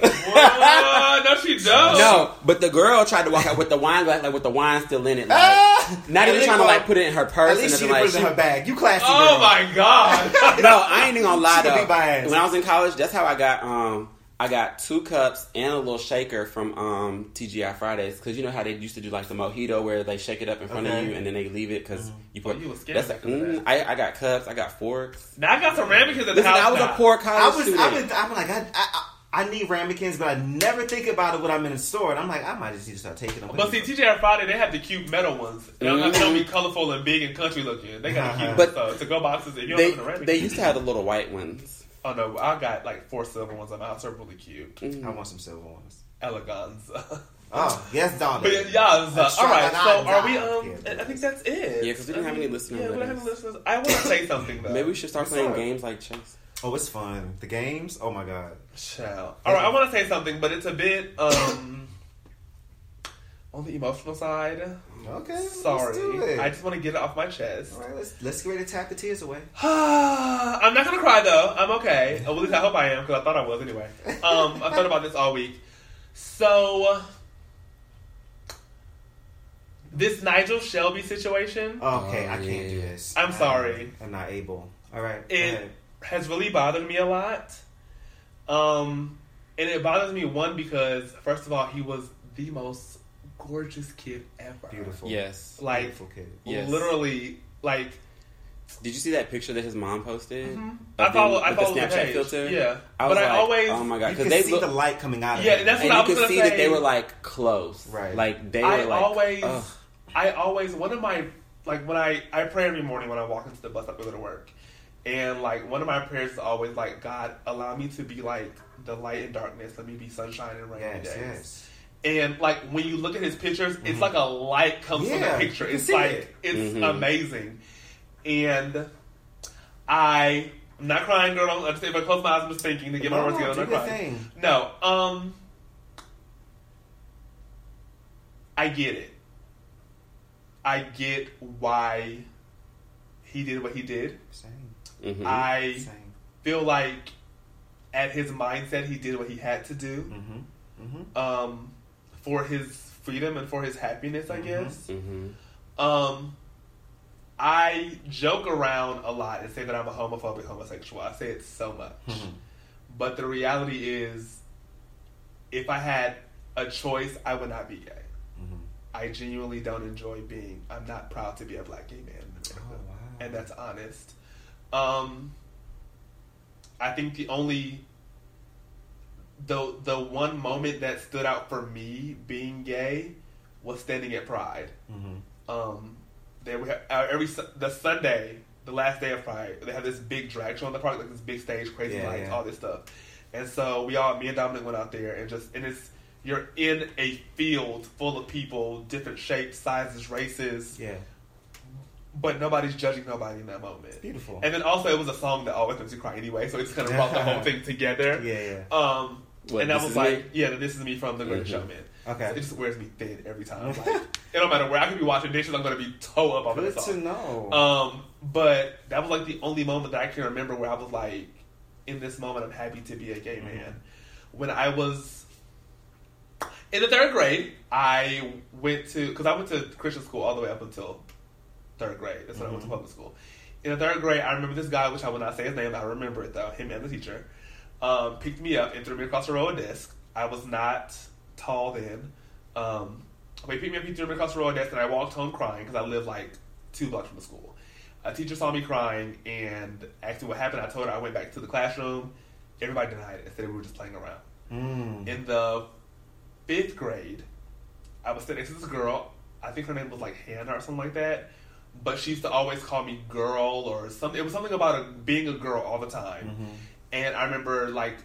C: What? no, she does.
B: no, but the girl tried to walk out with the wine glass, like with the wine still in it. Like,
D: Ah!
B: not
D: At
B: even
D: least
B: trying to
D: you
B: like
D: are-
B: put it in her
D: At
B: purse.
D: least she
B: and
D: didn't put
B: like,
D: it in her bag. You classy.
C: Oh
D: girl.
C: my god.
B: no, I ain't even gonna lie
D: She could be
B: though.
D: biased.
B: When I was in college, that's how I got um I got two cups and a little shaker from um TGI Fridays because you know how they used to do like the mojito where they shake it up in front
D: Okay. Mm-hmm.
B: of you and then they leave it because you put.
C: Oh, you was scared
B: that's
C: back in the
B: mm,
C: day.
B: I, I got cups, I got forks.
C: Now I got some ramekins in the
B: Listen,
C: house.
B: I was
C: now.
B: a poor
D: I
B: college
D: was,
B: student.
D: I've been, I'm like, I, I, I I need ramekins, but I never think about it when I'm in the store, and I'm like, I might just need to start taking them.
C: But see, TJ on Friday they have the cute metal ones. They don't they don't be colorful and big and country looking. They got the cute
B: Mm-hmm. But-
C: stuff. to go boxes. If you don't
B: they
C: have the ramekin,
B: they used to have the little white ones.
C: oh no, I got like four silver ones on my house. They're really cute,
B: Mm.
D: I want some silver ones.
C: eleganza.
D: Oh yes, darling.
C: but yeah,
D: A
C: all right. So
D: extravaganza.
C: are we? Um,
D: Yeah,
C: I think that's it.
B: Yeah, 'cause we didn't have any listener
C: Yeah, we don't
B: letters.
C: have any listeners. I want to say something though.
B: Maybe we should start
D: That's
B: playing
D: all right.
B: games like chess.
D: Oh, it's fun. The games. Oh my god.
C: Child. All right, I want to say something, but it's a bit um on the emotional side.
D: Okay. let's do
C: Sorry,
D: it.
C: I just want to get it off my chest.
D: All right, let's let's get ready to tap the tears away.
C: I'm not gonna cry though. I'm okay. Well, at least I hope I am because I thought I was anyway. Um, I thought about this all week. So this Nigel Shelby situation,
D: Okay,
B: Oh,
D: I can't
B: yeah.
D: do this.
C: I'm sorry.
D: I'm not able. All right. go
C: it
D: ahead.
C: has really bothered me a lot. Um, and it bothers me one because first of all, he was the most gorgeous kid ever.
D: Beautiful.
B: Yes.
C: Like
D: Beautiful kid.
B: Yes.
C: literally, like
B: Did you see that picture that his mom posted?
C: Mm-hmm. I
B: Of
C: follow.
B: him
C: I
B: with the
C: follow the,
B: Snapchat
C: page.
B: filter.
C: Yeah,
B: I
C: but
B: was
C: I
B: like,
C: always
B: oh my
D: You
B: god,
D: can
B: because they
D: see
B: look
D: the light coming out of
C: Yeah,
D: him.
C: that's what I
B: and you
C: was
B: could
C: gonna
B: see that
C: say.
B: they were like close,
D: Right.
B: Like they were
C: I
B: like
C: always,
B: ugh.
C: I always, one of my, like when I, I pray every morning when I walk into the bus stop to go to work. And like one of my prayers is always like, God, allow me to be like the light and darkness. Let me be sunshine and rainy
D: Yes,
C: days.
D: yes. Mm-hmm.
C: And like when you look at his pictures, it's like a light comes
D: Yeah,
C: from the picture.
D: you can
C: It's
D: see
C: like
D: it.
C: it's
B: Mhm.
C: amazing. And I, I'm not crying, girl. I'm just, if I close my eyes, I'm just thinking to get my
D: No,
C: words together.
D: do
C: I'm
D: your
C: not crying.
D: thing.
C: No, um, I get it. I get why he did what he did.
D: Same.
B: Mhm.
C: I
D: Same.
C: feel like at his mindset, he did what he had to do
D: Mm-hmm. Mm-hmm.
C: um, for his freedom and for his happiness, I
D: Mhm.
C: guess.
B: Mhm.
C: Um, I joke around a lot and say that I'm a homophobic homosexual. I say it so much.
D: Mm-hmm.
C: But the reality is, if I had a choice, I would not be gay.
D: Mm-hmm.
C: I genuinely don't enjoy being. I'm not proud to be a black gay man, in
D: Oh,
C: America.
D: wow.
C: and that's honest. Um, I think the only the the one moment that stood out for me being gay was standing at Pride.
D: Mhm.
C: Um, they we have uh, every Su- the Sunday, the last day of Pride, they have this big drag show in the park, like this big stage, crazy
D: Yeah,
C: lights,
D: yeah.
C: all this stuff. And so we all, me and Dominic, went out there and just and it's you're in a field full of people, different shapes, sizes, races,
D: Yeah.
C: but nobody's judging nobody in that moment.
D: Beautiful.
C: And then also it was a song that always makes you cry anyway, so it's kind of brought the whole thing together.
D: yeah, yeah.
C: Um,
B: What,
C: and I
B: This
C: was
B: Is
C: like,
B: Me?
C: yeah, this is me from The Great
B: Mhm.
C: Showman.
D: Okay.
C: So it just wears me thin every time. Like, it don't matter where I could be watching dishes, I'm gonna be toe up on
D: Good
C: that
D: to
C: song.
D: know.
C: Um, but that was like the only moment that I can remember where I was like, in this moment, I'm happy to be a gay
D: Mm-hmm.
C: man. When I was in the third grade, I went to because I went to Christian school all the way up until third grade. That's when I went to public school. In the third grade, I remember this guy, which I will not say his name. I remember it though. Him and the teacher um, picked me up and threw me across the row of desk. I was not tall then. Um, but he picked me up, he threw me across the row of desk, and I walked home crying because I lived like two blocks from the school. A teacher saw me crying and asked me what happened. I told her I went back to the classroom. Everybody denied it. Said we were just playing around
D: Mm.
C: in the fifth grade, I was sitting next to this girl. I think her name was like Hannah or something like that. But she used to always call me girl or something. It was something about a, being a girl all the time. And I remember like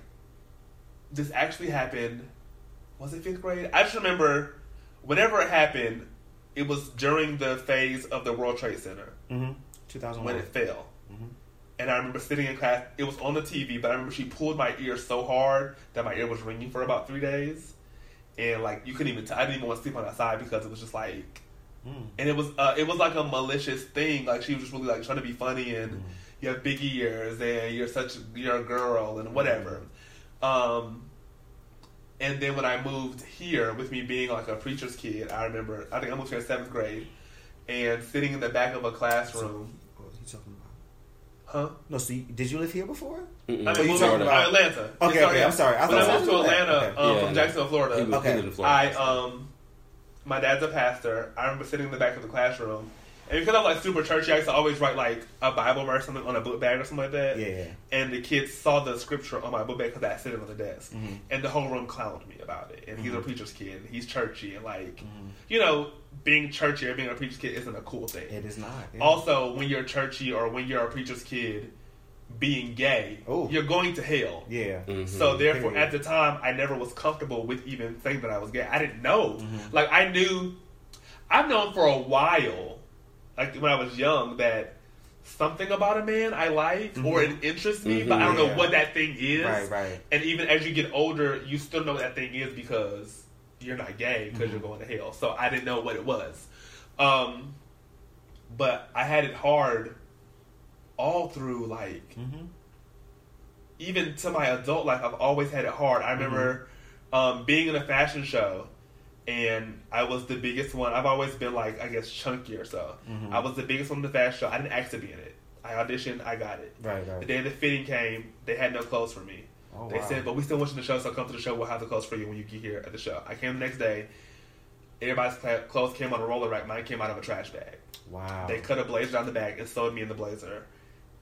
C: this actually happened. Was it fifth grade? I just remember whenever it happened, it was during the phase of the World Trade Center
D: Mm-hmm.
C: when
D: 2001.
C: it fell.
D: Mhm.
C: And I remember sitting in class. It was on the TV, but I remember she pulled my ear so hard that my ear was ringing for about three days, and like you couldn't even. T- I didn't even want to sleep on that side because it was just like,
D: Mm.
C: and it was uh, it was like a malicious thing. Like she was just really like trying to be funny and
D: Mm.
C: you have big ears and you're such you're a girl and whatever. Um, and then when I moved here, with me being like a preacher's kid, I remember I think I moved here in seventh grade, and sitting in the back of a classroom.
D: What are you talking about?
C: Huh?
D: No, so you, did you live here before?
B: Mm-mm.
C: I
D: What
C: mean,
D: you
C: moving
D: talking
C: to
D: about?
C: Atlanta.
D: Okay,
C: Sorry,
D: okay,
C: yeah.
D: I'm sorry. I
C: when
D: thought
C: I
D: you
C: moved to
D: said that.
C: Atlanta
D: Okay.
C: um,
B: Yeah,
C: from
B: no.
C: Jacksonville, Florida,
B: He was
D: Okay.
B: living in Florida.
C: I um, my dad's a pastor. I remember sitting in the back of the classroom, and because I'm like super churchy, I used to always write like a Bible verse on, on a book bag or something like that.
D: Yeah, yeah.
C: And the kids saw the scripture on my book bag because I sit it on the desk,
D: Mm-hmm.
C: and the whole room clowned me about it. And he's a preacher's kid. And he's churchy, and like,
D: Mm-hmm.
C: you know, being churchy or being a preacher's kid isn't a cool thing.
D: It is not. yeah.
C: Also, when you're churchy or when you're a preacher's kid, being gay,
D: Oh.
C: you're going to hell.
D: yeah. Mm-hmm.
B: Mhm.
C: So therefore,
D: Period.
C: at the time, I never was comfortable with even saying that I was gay. I didn't know.
D: Mm-hmm.
C: Like I knew, I've known for a while, like when I was young, that something about a man I like or it interests me, but I don't
D: Mm-hmm. Yeah.
C: know what that thing is.
D: Right, right.
C: And even as you get older, you still know what that thing is because you're not gay because you're going to hell. So I didn't know what it was. Um, but I had it hard all through like
D: Mhm.
C: even to my adult life. I've always had it hard. I
D: Mm-hmm.
C: remember um, being in a fashion show. And I was the biggest one. I've always been like, I guess, chunky or so.
D: Mm-hmm.
C: I was the biggest one in the fashion show. I didn't ask to be in it. I auditioned. I got it.
D: Right, right.
C: The day the fitting came, they had no clothes for me.
D: Oh,
C: they
D: wow.
C: said, but we still want you in the show, so come to the show. We'll have the clothes for you when you get here at the show. I came the next day. Everybody's cla- clothes came on a roller rack. Mine came out of a trash bag.
D: Wow.
C: They cut a blazer out the back and sewed me in the blazer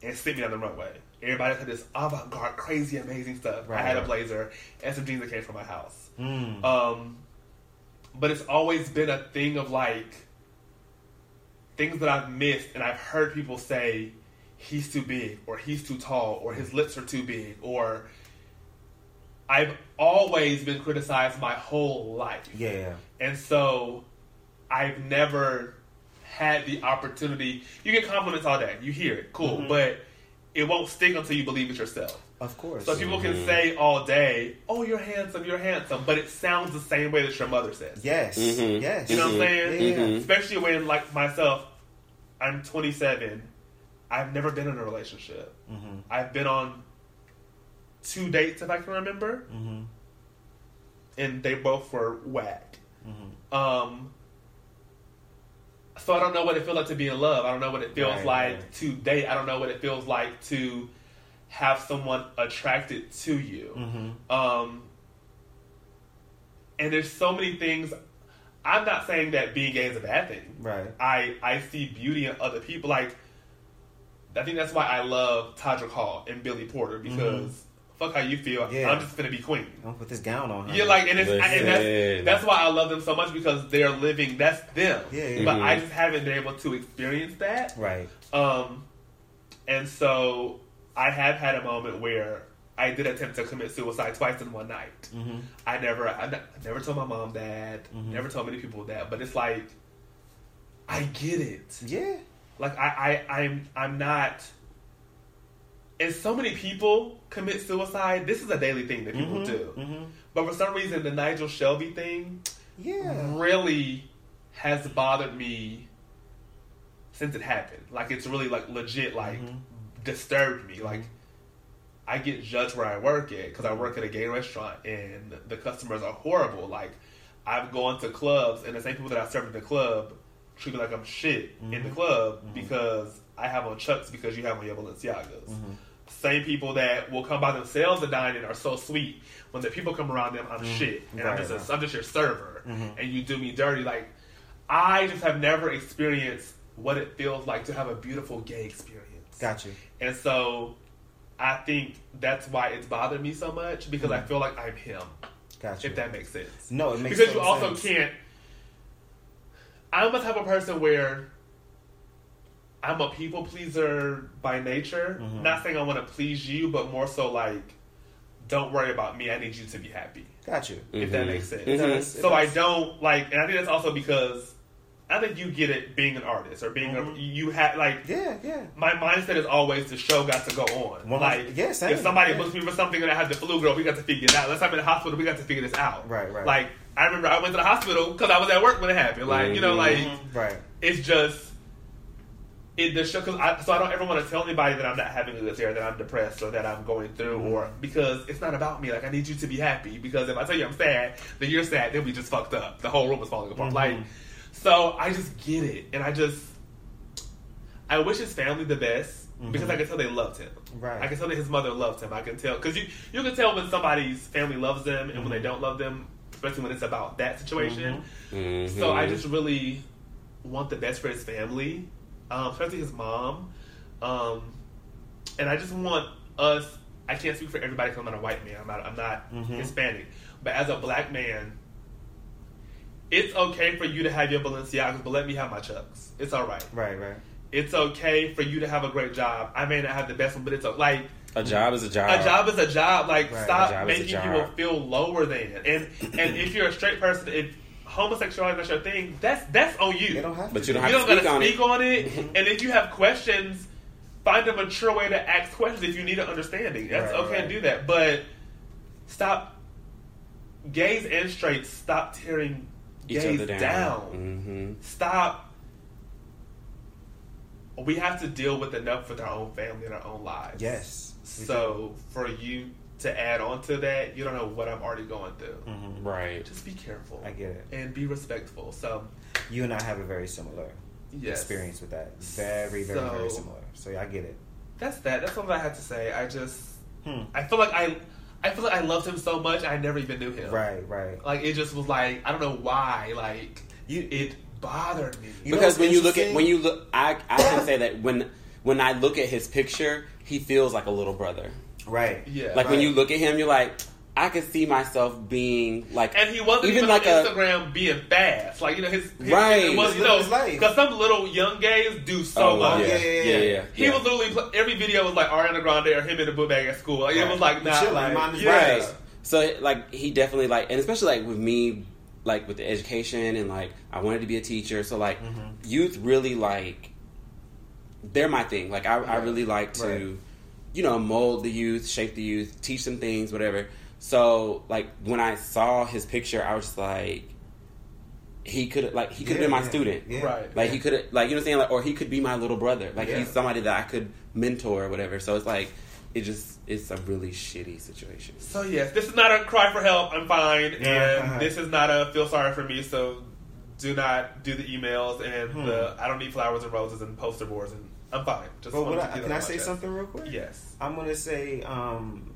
C: and sent me down the runway. Everybody had this avant garde, crazy, amazing stuff.
D: Right.
C: I had a blazer and some jeans that came from my house.
D: Mm.
C: Um, but it's always been a thing of like things that I've missed, and I've heard people say he's too big, or he's too tall, or his lips are too big, or I've always been criticized my whole life.
D: yeah.
C: And so I've never had the opportunity. You get compliments all day. You hear it. Cool. But it won't stick until you believe it yourself.
D: Of course.
C: So people can say all day, "Oh, you're handsome, you're handsome," but it sounds the same way that your mother says.
D: yes.
B: Mhm.
D: Yes.
C: You know what I'm saying?
D: Yeah. Mm-hmm.
B: Mhm.
C: Especially when, like myself, I'm 27. I've never been in a relationship.
D: Mhm.
C: I've been on two dates, if I can remember,
D: Mhm.
C: and they both were whack.
D: Mhm.
C: Um, so I don't know what it feels like to be in love. I don't know what it feels
D: Right,
C: like
D: right.
C: to date. I don't know what it feels like to have someone attracted to you.
D: Mhm.
C: Um, and there's so many things. I'm not saying that being gay is a bad thing.
D: Right.
C: I I see beauty in other people. Like I think that's why I love Todrick Hall and Billy Porter because fuck how you feel.
D: Mm-hmm. Yeah.
C: I'm just gonna be queen.
D: I'm gonna put this gown on. Her.
C: Yeah, like and, it's, and
B: Listen.
C: that's that's why I love them so much because they're living. That's them.
D: Yeah, yeah.
C: But I
B: Mhm.
C: just haven't been able to experience that.
D: Right.
C: Um, and so I have had a moment where I did attempt to commit suicide twice in one night.
D: Mhm.
C: I never, I, ne- I never told my mom that.
D: Mhm.
C: Never told many people that. But it's like, I get it.
D: Yeah.
C: Like I, I, I'm, I'm not. And so many people commit suicide. This is a daily thing that people
D: Mhm.
C: do.
D: Mhm.
C: But for some reason, the Nigel Shelby thing Mm-hmm.
D: Yeah.
C: really has bothered me since it happened. Like it's really like legit like
D: Mhm.
C: disturbed me. Like I get judged where I work at because I work at a gay restaurant and the customers are horrible. Like I've gone to clubs and the same people that I served in the club treat me like I'm shit in the
D: Mm-hmm.
C: club because I have on Chucks because you have on your Balenciagas.
D: Mm-hmm.
C: Same people that will come by themselves to dine in are so sweet. When the people come around them, I'm shit, and I'm
D: Mm-hmm. Right,
C: just a
D: right.
C: I'm just your server,
D: Mm-hmm.
C: and you do me dirty. Like, I just have never experienced what it feels like to have a beautiful gay experience.
D: Got you.
C: And so, I think that's why it's bothered me so much because I feel like I'm him,
D: Got you.
C: if that makes sense.
D: no, it Mm-hmm. makes
C: because you
D: total
C: also
D: sense.
C: can't. I'm a type of person where I'm a people pleaser by nature.
D: Mhm.
C: Not saying I want to please you, but more so like, don't worry about me. I need you to be happy
D: Got you.
C: if that makes
D: Mm-hmm.
C: sense.
B: Mhm.
D: does.
C: So I
D: does.
C: don't like, and I think that's also because I think you get it being an artist or being
D: Mhm.
C: a you have like
D: Yeah. Yeah.
C: my mindset is always the show got to go on.
D: One hundred-
C: like,
D: yeah, same.
C: if somebody
D: Yeah.
C: books me for something and I have the flu, girl, we got to figure it out. Unless I'm in the hospital, we got to figure this out.
D: Right, right.
C: Like, I remember I went to the hospital because I was at work when it happened. Like, you know, like
D: Mm-hmm. Right.
C: it's just it the show. Cause I, so I don't ever want to tell anybody that I'm not having a good day, or that I'm depressed, or that I'm going through, or because it's not about me. Like, I need you to be happy because if I tell you I'm sad, then you're sad. Then we just fucked up. The whole room is falling apart.
D: Mhm.
C: Like, so I just get it, and I just. I wish his family the best because I can tell they loved him.
D: Right.
C: I can tell that his mother loved him. I can tell because you you can tell when somebody's family loves them and when they don't love them, especially when it's about that situation.
B: Mm-hmm.
C: So I just really want the best for his family, um, especially his mom, um, and I just want us. I can't speak for everybody because I'm not a white man. I'm not. I'm not
D: Mhm.
C: Hispanic, but as a black man, it's okay for you to have your Balenciagas, but let me have my Chucks. It's all right.
D: Right. Right.
C: It's okay for you to have a great job. I may not have the best one, but it's o- like
B: a job is a job.
C: a job is a job. Like
D: Right.
B: Um,
C: stop
B: A job is a
C: making
B: job.
C: people feel lower than. And and if you're a straight person, if homosexuality is not your thing, that's that's on you.
D: They don't have.
B: But
D: to
B: you
D: Mm-hmm. do
B: don't
C: you
B: have-
D: it.
C: don't gotta
B: speak on
C: speak
B: it.
C: on it. and if you have questions, find a mature way to ask questions if you need an understanding. That's
D: Right,
C: okay
D: right.
C: to do that. But stop gays and straights stop tearing
B: Each
C: gays
B: other down. Mm-hmm.
C: Stop we have to deal with enough with our own family and our own lives.
D: Yes.
C: So for you to add on to that, you don't know what I'm already going through.
B: hmm Right.
C: Just be careful.
D: Mm. I get it.
C: And be respectful. So
D: You and I have a very similar
C: yes.
D: experience with that. Very, very, very
C: So-
D: similar. So yeah, I get it.
C: That's that. That's all I had to say. I just
D: Hmm.
C: I feel like I I feel like I loved him so much I never even knew him.
D: Right. Right.
C: Like it just was like I don't know why, like
D: You-
C: it bothered me.
D: You know
B: because
D: what's
B: when you look at
D: interesting?
B: when you look, I I can say that when when I look at his picture, he feels like a little brother.
D: Right.
C: yeah.
B: Like when
D: Right.
B: you look at him, you're like, I could see myself being like,
C: and he wasn't even,
B: like
C: on
B: a
C: Instagram being fast. Like, you know, his, his
B: Right.
C: it
D: Just
C: was, you
D: live
C: know,
D: his life.
C: because some little young gays do so uh,
B: oh,
C: much.
B: yeah,
D: Yeah, yeah,
B: yeah,
D: yeah.
B: yeah,
C: He
B: yeah.
C: was literally pl- every video was like Ariana Grande or him in a book bag at school. Like, It
D: Right.
C: was like
D: You
C: not
D: chilling,
C: like,
D: mind his
C: yeah.
B: right. So like he definitely like, and especially like with me, like with the education and like I wanted to be a teacher. So like
D: Mm-hmm.
B: youth really like, they're my thing. Like I, I
D: Right.
B: really like to
D: Right.
B: you know, mold the youth, shape the youth, teach them things, whatever. So, like, when I saw his picture, I was just like, he could like he could have
D: Yeah,
B: been my
D: yeah,
B: student.
D: yeah.
C: Right.
B: Like he could have like you know what I'm saying like or he could be my little brother. Like
D: Yeah.
B: he's somebody that I could mentor or whatever. So it's like it just it's a really shitty situation.
C: So yes, this is not a cry for help. I'm fine,
D: Yeah,
C: and
D: uh-huh.
C: this is not a feel sorry for me. So do not do the emails and
D: Hmm.
C: the I don't need flowers and roses and poster boards and I'm fine. Just
D: But
C: wanted to
D: what I,
C: get that
D: can I
C: off my
D: say
C: chest.
D: something real quick?
C: Yes.
D: I'm gonna say um,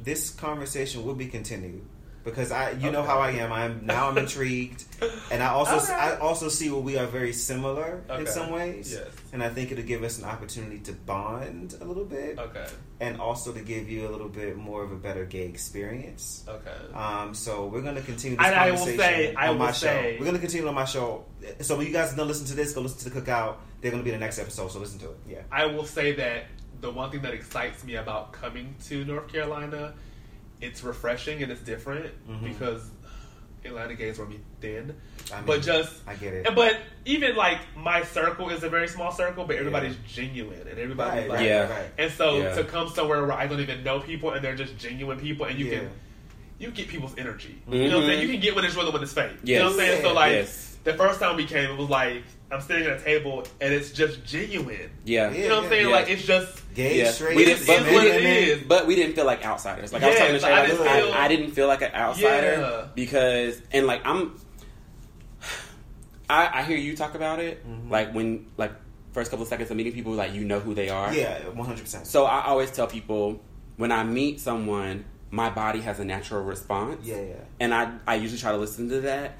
D: this conversation will be continued because I, you know
C: Okay.
D: how I am. I'm now I'm intrigued, and I also
C: Okay.
D: I also see where we are very similar
C: Okay.
D: in some ways.
C: Yes.
D: And I think it'll give us an opportunity to bond a little bit,
C: Okay.
D: and also to give you a little bit more of a better gay experience.
C: Okay.
D: Um, so we're gonna continue this
C: And I will
D: conversation
C: say- I
D: on
C: will
D: my
C: say-
D: show. We're gonna continue on my show. So when you guys don't listen to this, go listen to the cookout. They're gonna be the next episode, so listen to it. Yeah.
C: I will say that the one thing that excites me about coming to North Carolina, it's refreshing and it's different because Atlanta gays run me thin.
D: Mm-hmm. I mean,
C: but just
D: I get it.
C: and- But even like my circle is a very small circle, but everybody's genuine and everybody's
D: Right,
C: like
D: right,
B: Yeah.
D: right.
C: And so
B: Yeah.
C: to come somewhere where I don't even know people and they're just genuine people and you
D: Yeah.
C: can you get people's energy. You know what I'm saying?
B: Mhm.
C: You can get when it's real and when it's fake. You know what I'm
B: Yes.
C: saying? So like
B: Yes.
C: the first time we came it was like I'm sitting at a table and it's just genuine.
B: Yeah.
D: Yeah.
C: You know what I'm saying?
B: yeah.
C: Like it's just
D: Gay,
B: Yeah.
D: straight,
B: We
C: it
B: didn't-
C: is
B: but
C: what it
D: men,
C: is.
B: But we didn't feel like outsiders. Like I was
C: Yeah,
B: telling the
C: I
B: I,
C: didn't
B: didn't I,
C: feel-
B: I didn't feel like an outsider
C: Yeah.
B: because and like I'm I, I hear you talk about it. Like when like first couple of seconds of meeting people like you know who they are.
D: Yeah, one hundred percent.
B: So I always tell people when I meet someone, my body has a natural response.
D: Yeah, yeah.
B: And I, I usually try to listen to that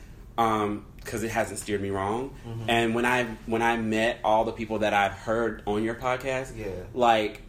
B: because it hasn't steered me wrong.
D: Mm-hmm.
B: And when I when I met all the people that I've heard on your podcast,
D: Yeah.
B: like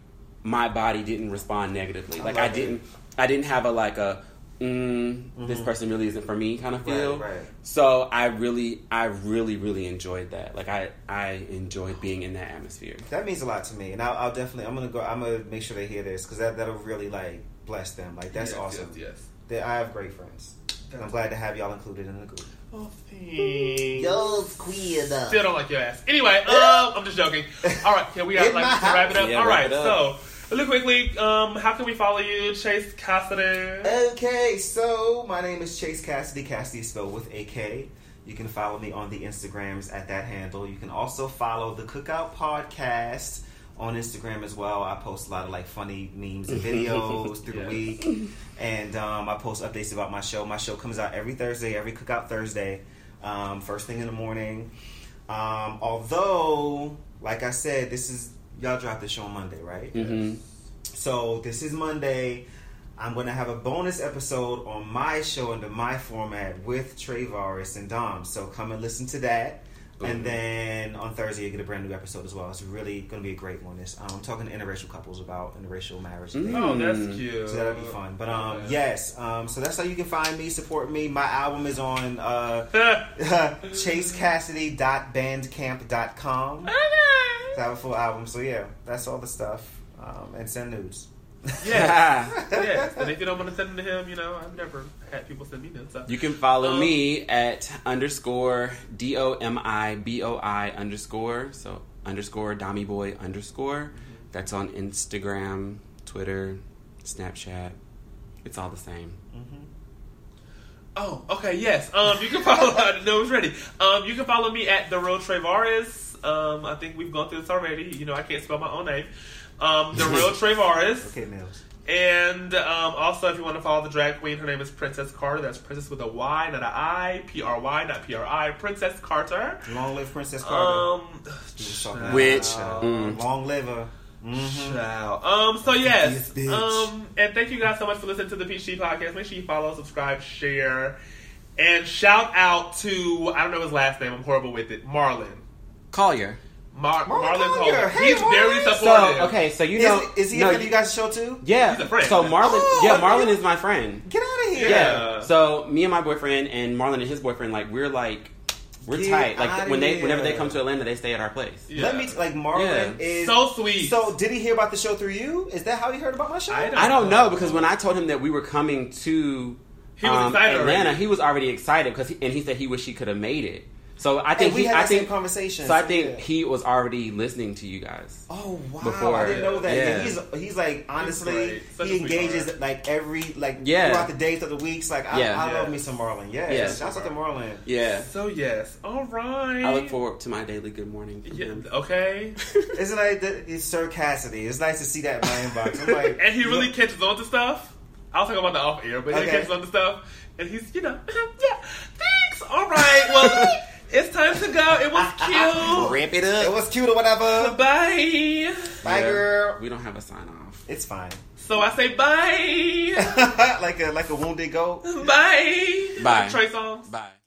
B: my body didn't respond negatively.
D: I
B: like I
D: love it. Mm-hmm.
B: didn't I didn't have a like a mm, this person really isn't for me kind of
D: Right,
B: feel.
D: right.
B: So I really I really really enjoyed that. Like I I enjoyed being in that atmosphere.
D: That means a lot to me, and I'll, I'll definitely. I'm gonna go. I'm gonna make sure they hear this because that that'll really like bless them. Like that's
C: Yes,
D: awesome.
C: Yes, yes.
D: That I have great friends. And I'm glad to have y'all included in the group.
C: Oh, thanks.
D: queer though.
C: Still don't like your ass. Anyway, um, I'm just joking. All right, yeah, we got
D: In
C: like
D: my
C: to wrap it up.
B: house. Yeah,
C: All right,
B: wrap it up.
C: so look quickly. Um, how can we follow you, Chase Cassidy?
D: Okay, so my name is Chase Cassidy. Cassidy is spelled with a K. You can follow me on the Instagrams at that handle. You can also follow the Cookout Podcast on Instagram as well. I post a lot of like funny memes and videos through the week, and um, I post updates about my show. My show comes out every Thursday, every Cookout Thursday, um, first thing in the morning. Um, although, like I said, this is y'all drop this show on Monday, right?
B: hmm
D: So this is Monday. I'm gonna have a bonus episode on my show under my format with Travaris and Dom. So come and listen to that. And then on Thursday you get a brand new episode as well. It's really gonna be a great one. It's, um, I'm talking to interracial couples about interracial marriage. and things.
C: Oh, that's cute.
D: So that'll be fun. But um,
C: Okay.
D: yes, um, so that's how you can find me, support me. My album is on uh, chasecassidy.bandcamp.com. It's out a full album. So yeah, that's all the stuff. Um, and send nudes.
C: yes, yes. And if you don't want to send them to him, you know, I've never had people send me this. So.
B: You can follow
C: Um,
B: me at underscore D O M I B O I underscore. So underscore Dommy Boy underscore. That's on Instagram, Twitter, Snapchat. It's all the same.
C: Oh, okay, yes. Um, you can follow. no, it's ready. Um, you can follow me at the real Trevaris. Um, I think we've gone through this already. You know, I can't spell my own name. Um, the real Trevaris.
D: Okay, Mills.
C: And um, also, if you want to follow the drag queen, her name is Princess Carter. That's Princess with a Y, not a I. P R Y, not P R I. Princess Carter.
D: Long live Princess Carter.
C: Um,
D: We was talking about
B: Which-
D: that.
B: mm.
D: long Mm-hmm. liver.
C: child. Um, so yes.
D: Yes, bitch.
C: Um, and thank you guys so much for listening to the PG podcast. Make sure you follow, subscribe, share, and shout out to I don't know his last name. I'm horrible with it. Marlon.
B: Collier.
C: Mar-
D: Marlon
C: Marlon,
D: Collier.
C: Collier.
D: Hey,
C: He's very
D: Marlon.
C: supportive.
B: So okay, so you
D: Is,
B: know
D: is he
B: no,
D: a friend of you guys' show too?
B: Yeah.
C: He's a friend.
B: So Marlon
D: Oh,
B: Yeah,
D: okay.
B: Marlon is my friend.
D: Get out of here.
B: Yeah.
C: Yeah.
B: So me and my boyfriend and Marlon and his boyfriend, like we're like we're
D: Get
B: tight. Like
D: outta
B: when they
D: here.
B: whenever they come to Atlanta, they stay at our place.
C: Yeah.
D: Let me like Marlon
B: Yeah.
D: is
C: So sweet.
D: So did he hear about the show through you? Is that how he heard about my show?
C: I don't-
B: I don't know because when I told him that we were coming to um,
C: He was excited
B: Atlanta,
C: already.
B: he was already excited because he, and he said he wished he could have made it. So I
D: And
B: think
D: we
B: he,
D: had
B: I
D: that same
B: think
D: conversation.
B: So I think
D: yeah.
B: he was already listening to you guys.
D: Oh wow!
B: before.
D: I didn't know that.
B: Yeah.
D: He's he's like honestly,
C: great. Such a
D: he
C: sweetheart.
D: engages like every like
B: Yeah.
D: throughout the days of the weeks. Like I,
B: Yeah.
D: I love
C: Yeah.
D: me some Marlon. Yes,
B: Yeah.
D: shouts out to Marlon.
B: Yeah.
C: So yes, all right.
B: I look forward to my daily good morning. From
C: Yeah,
B: him.
C: okay.
D: Isn't like the, it's Sir Cassidy? It's nice to see that in my inbox. I'm like,
C: and he really catches on to stuff. I'll talk about that off air, but he
D: Okay.
C: catches on to stuff, and he's you know yeah. Thanks. All right. Well, it's time to go. It was cute.
B: Ramp it
D: it
B: up.
D: was cute or whatever.
C: Bye.
D: Bye,
B: Yeah.
D: girl.
B: We don't have a sign off.
D: It's fine.
C: So I say bye.
D: like a like a wounded goat.
C: bye.
B: Bye.
C: Trey songs.
B: Bye.